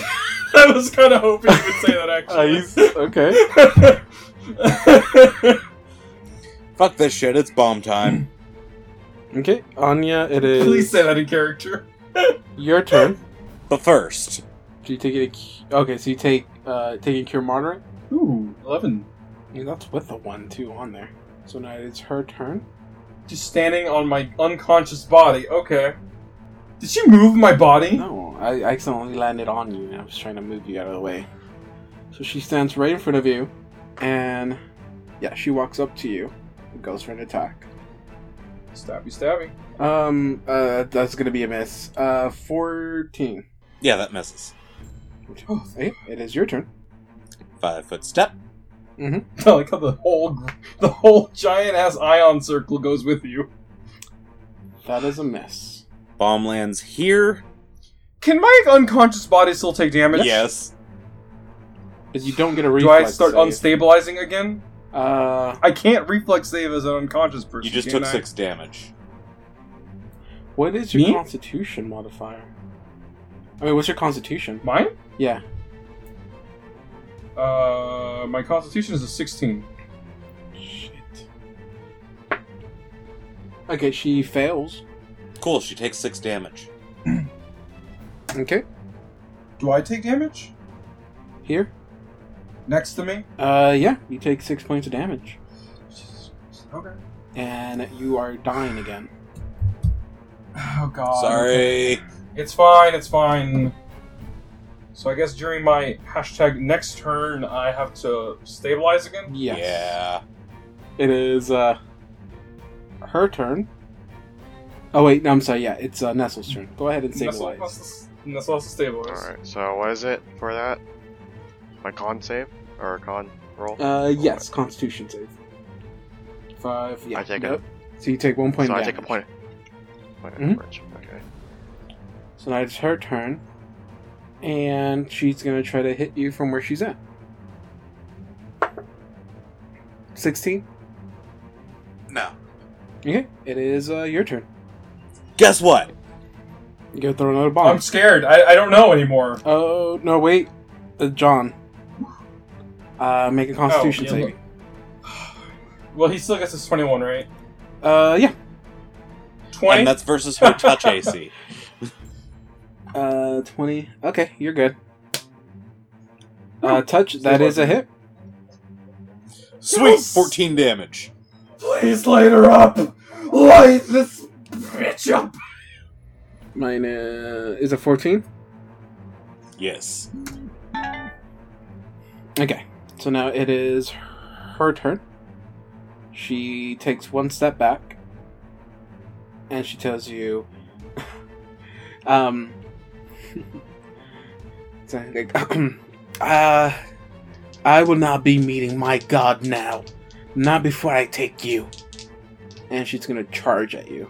B: I was kind of hoping you would say that actually.
E: okay. Uh,
F: Fuck this shit. It's bomb time.
E: Okay, Anya, it is
B: Please say that in character.
E: your turn.
F: but first,
E: Do you take it? a cu- Okay, so you take uh, taking cure martyring.
B: Ooh, eleven.
E: Yeah, that's with the one two on there. So now it's her turn.
B: Just standing on my unconscious body. Okay. Did she move my body?
E: No, I accidentally landed on you, and I was trying to move you out of the way. So she stands right in front of you, and yeah, she walks up to you and goes for an attack.
B: Stabby, stabby.
E: Um, uh, that's gonna be a miss. Uh, fourteen.
F: yeah, that misses.
B: Oh,
E: Hey, it is your turn.
F: Five foot step.
B: I like how the whole the whole giant ass ion circle goes with you.
E: That is a miss.
F: Bomb lands here.
B: Can my unconscious body still take damage?
F: Yes.
E: Because you don't get a
B: Do
E: reflex.
B: I start
E: save.
B: unstabilizing again?
E: Uh,
B: I can't reflex save as an unconscious person.
F: You just
B: can
F: took
B: I?
F: six damage.
E: what is your
B: Me?
E: Constitution modifier? I mean, what's your Constitution?
B: Mine?
E: Yeah.
B: Uh, my constitution is a sixteen.
E: Shit. Okay, she fails.
F: Cool. She takes six damage.
E: Okay.
B: Do I take damage
E: Here.
B: next to me?
E: Uh, yeah, you take six points of damage,
B: Okay.
E: and you are dying again.
B: Oh god.
F: Sorry.
B: It's fine, it's fine. So I guess during my hashtag next turn, I have to stabilize again?
E: Yes.
F: Yeah.
E: It is uh, her turn. Oh wait, no, I'm sorry. Yeah, it's uh, Nestle's turn. Go ahead and
B: Nestle
E: stabilize.
B: has to- Nestle has to stabilize.
C: Alright, so what is it for that? My con save? Or con roll?
E: Uh, yes, Constitution save. Five. Yeah.
C: I take
E: nope. So you take one point.
C: so I
E: damage.
C: take a point. Point of
E: Mhm.
C: damage, Okay.
E: So now it's her turn, and she's gonna try to hit you from where she's at. Sixteen.
F: No.
E: Okay, it is uh, your turn.
F: Guess what?
E: You gotta throw another bomb.
B: I'm scared. I, I don't know anymore.
E: Oh no! Wait, uh, John. Uh, make a Constitution
B: Oh, yeah,
E: save.
B: Well, he still gets his 21, right?
E: Uh, yeah.
B: 20?
F: And that's versus her touch AC.
E: Uh, twenty. Okay, you're good. Uh, touch.
B: Still
E: That is a
B: working.
E: hit.
F: Sweet. Fourteen damage.
B: Please light her up! Light this bitch up!
E: Mine uh, is a fourteen.
F: Yes.
E: Okay, so now it is her turn. She takes one step back, and she tells you, um, so, like, uh, I will not be meeting my god now, not before I take you. And she's gonna charge at you.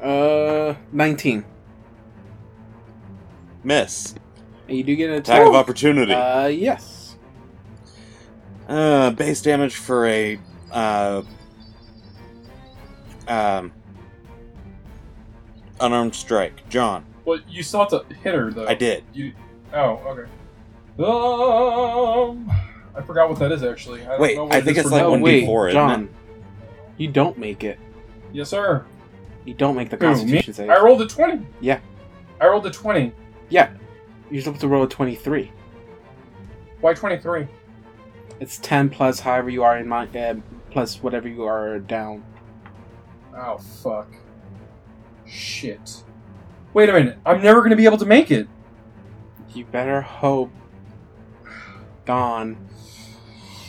E: Uh, nineteen.
F: Miss.
E: And you do get an attack.
F: Attack of opportunity. Uh,
E: Uh, yes.
F: base damage for a. Uh, um. Unarmed strike, John.
B: Well, you still have to hit her, though.
F: I did.
B: You... Oh, okay. Um, I forgot what that is, actually. I don't
F: Wait,
B: know what
F: I
B: it
F: think
B: is
F: it's
B: for
F: like
B: now.
E: oh
F: one
E: wait,
F: before, isn't
E: John. You don't make it.
B: Yes, sir.
E: You don't make the
B: Who, me?
E: Constitution save.
B: I rolled a 20.
E: Yeah.
B: I rolled a 20.
E: Yeah. You're supposed to roll a 23.
B: Why 23?
E: It's 10 plus however you are in my uh, plus whatever you are down.
B: Oh, fuck. Shit. Wait a minute. I'm never going to be able to make it.
E: You better hope Dawn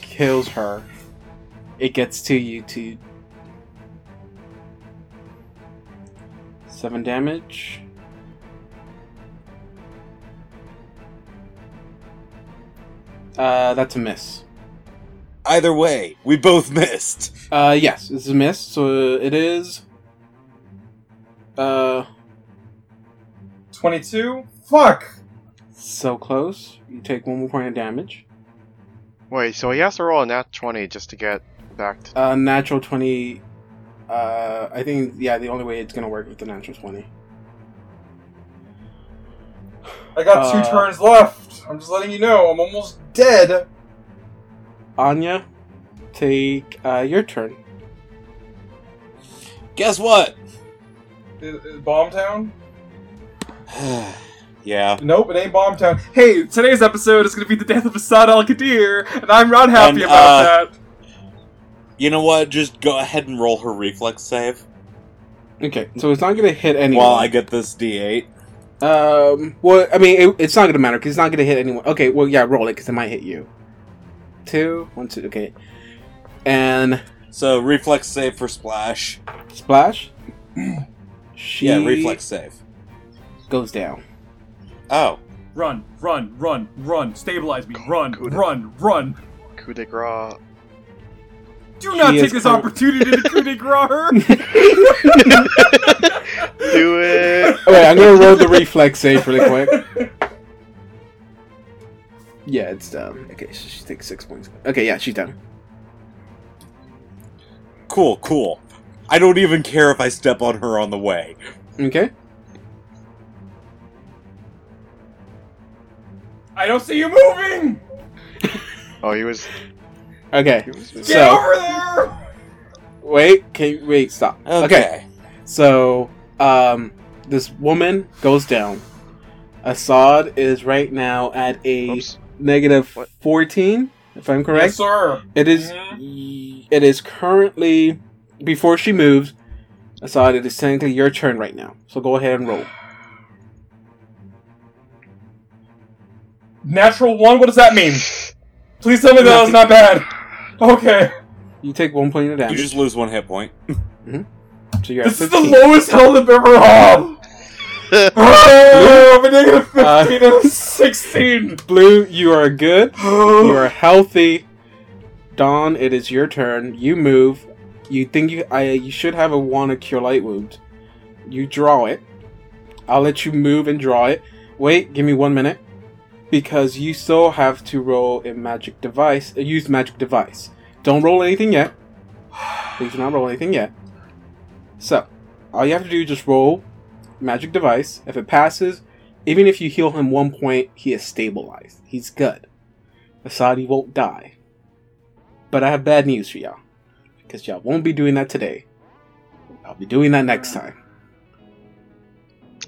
E: kills her. It gets to you to seven damage. Uh, that's a miss.
F: Either way, we both missed.
E: Uh, yes, this is a miss. So it is. Uh,
B: 22? Fuck!
E: so close. You take one more point of damage.
C: Wait, so he has to roll a nat 20 just to get back to.
E: Uh, natural twenty. Uh, I think yeah, the only way it's gonna work with the natural twenty.
B: I got two
E: Uh,
B: turns left. I'm just letting you know. I'm almost dead.
E: Anya, take uh, your turn.
F: Guess what?
B: Is, is Bomb Town?
F: yeah.
B: Nope, it ain't Bomb Town. Hey, today's episode is going to be the death of Assad al Qadir, and I'm not happy
F: And,
B: about
F: uh,
B: that.
F: You know what? Just go ahead and roll her reflex save
E: Okay, so it's not gonna hit anyone.
F: while I get this D8.
E: um, well, I mean, it, it's not gonna matter because it's not gonna hit anyone. Okay, well, yeah, roll it because it might hit you. Two, one, two. Okay, and
F: So reflex save for splash.
E: splash. she
F: Yeah, reflex save.
E: goes down.
F: Oh,
B: Run, run, run, run. Stabilize me. Run,
C: Good.
B: run, run.
C: Coup de grace.
B: Do
E: She
B: not
E: is
B: take this
E: cur-
B: opportunity to coup de grace her.
C: Do it!
E: Okay, I'm gonna roll the reflex save really quick. Yeah, it's down. Okay, so she takes six points. Okay, yeah, she's down.
F: cool, cool. I don't even care if I step on her on the way.
E: Okay.
B: I don't see you moving.
C: Oh, he was.
E: Okay.
C: He was
B: Get
E: So-
B: over there.
E: Wait. Can wait. Stop.
F: Okay.
E: So, um, this woman goes down. Assad is right now at a
C: Oops.
E: negative
C: What?
E: fourteen, if I'm correct.
B: Yes, sir.
E: It is. It is currently before she moves. Assad, it is technically your turn right now. So go ahead and roll.
B: Natural one. What does that mean? Please tell me that was not bad. Okay.
E: You take one point of
F: You
E: damage.
F: just lose one hit point.
E: so you're at
B: This is the
E: fifteen.
B: lowest hell I've ever had. Oh, I'm a negative
E: Uh,
B: 15 out of 16.
E: Blue, you are good. You are healthy. Dawn, it is your turn. You move. You think you I you should have a wand to cure light wounds. You draw it. I'll let you move and draw it. Wait, give me one minute. Because you still have to roll a magic device. uh, Use magic device. Don't roll anything yet. Please do not roll anything yet. So, all you have to do is just roll magic device. If it passes, even if you heal him one point, he is stabilized. He's good. Asadi won't die. But I have bad news for y'all. Because y'all won't be doing that today. I'll be doing that next time.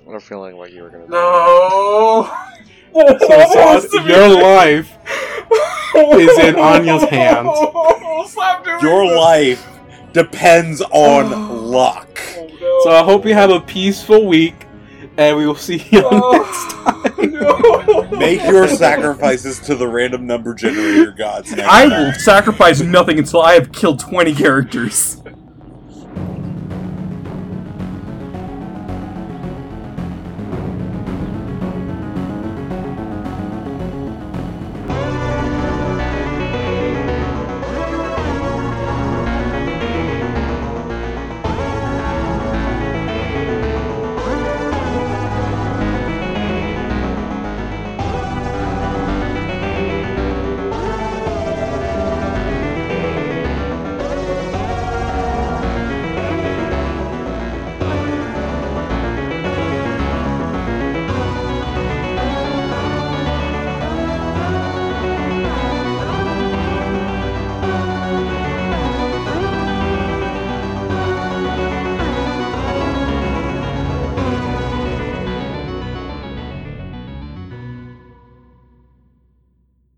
C: I had a feeling like you were gonna. do
B: No.
E: So Asad, your life is in Anya's hands.
B: Slap doing
F: Your
B: this.
F: life depends on luck.
B: Oh, no.
E: So I hope you have a peaceful week and we will see you
B: Oh, no.
F: Make your sacrifices to the random number generator gods. next
B: I
F: time.
B: will sacrifice nothing until I have killed 20 characters.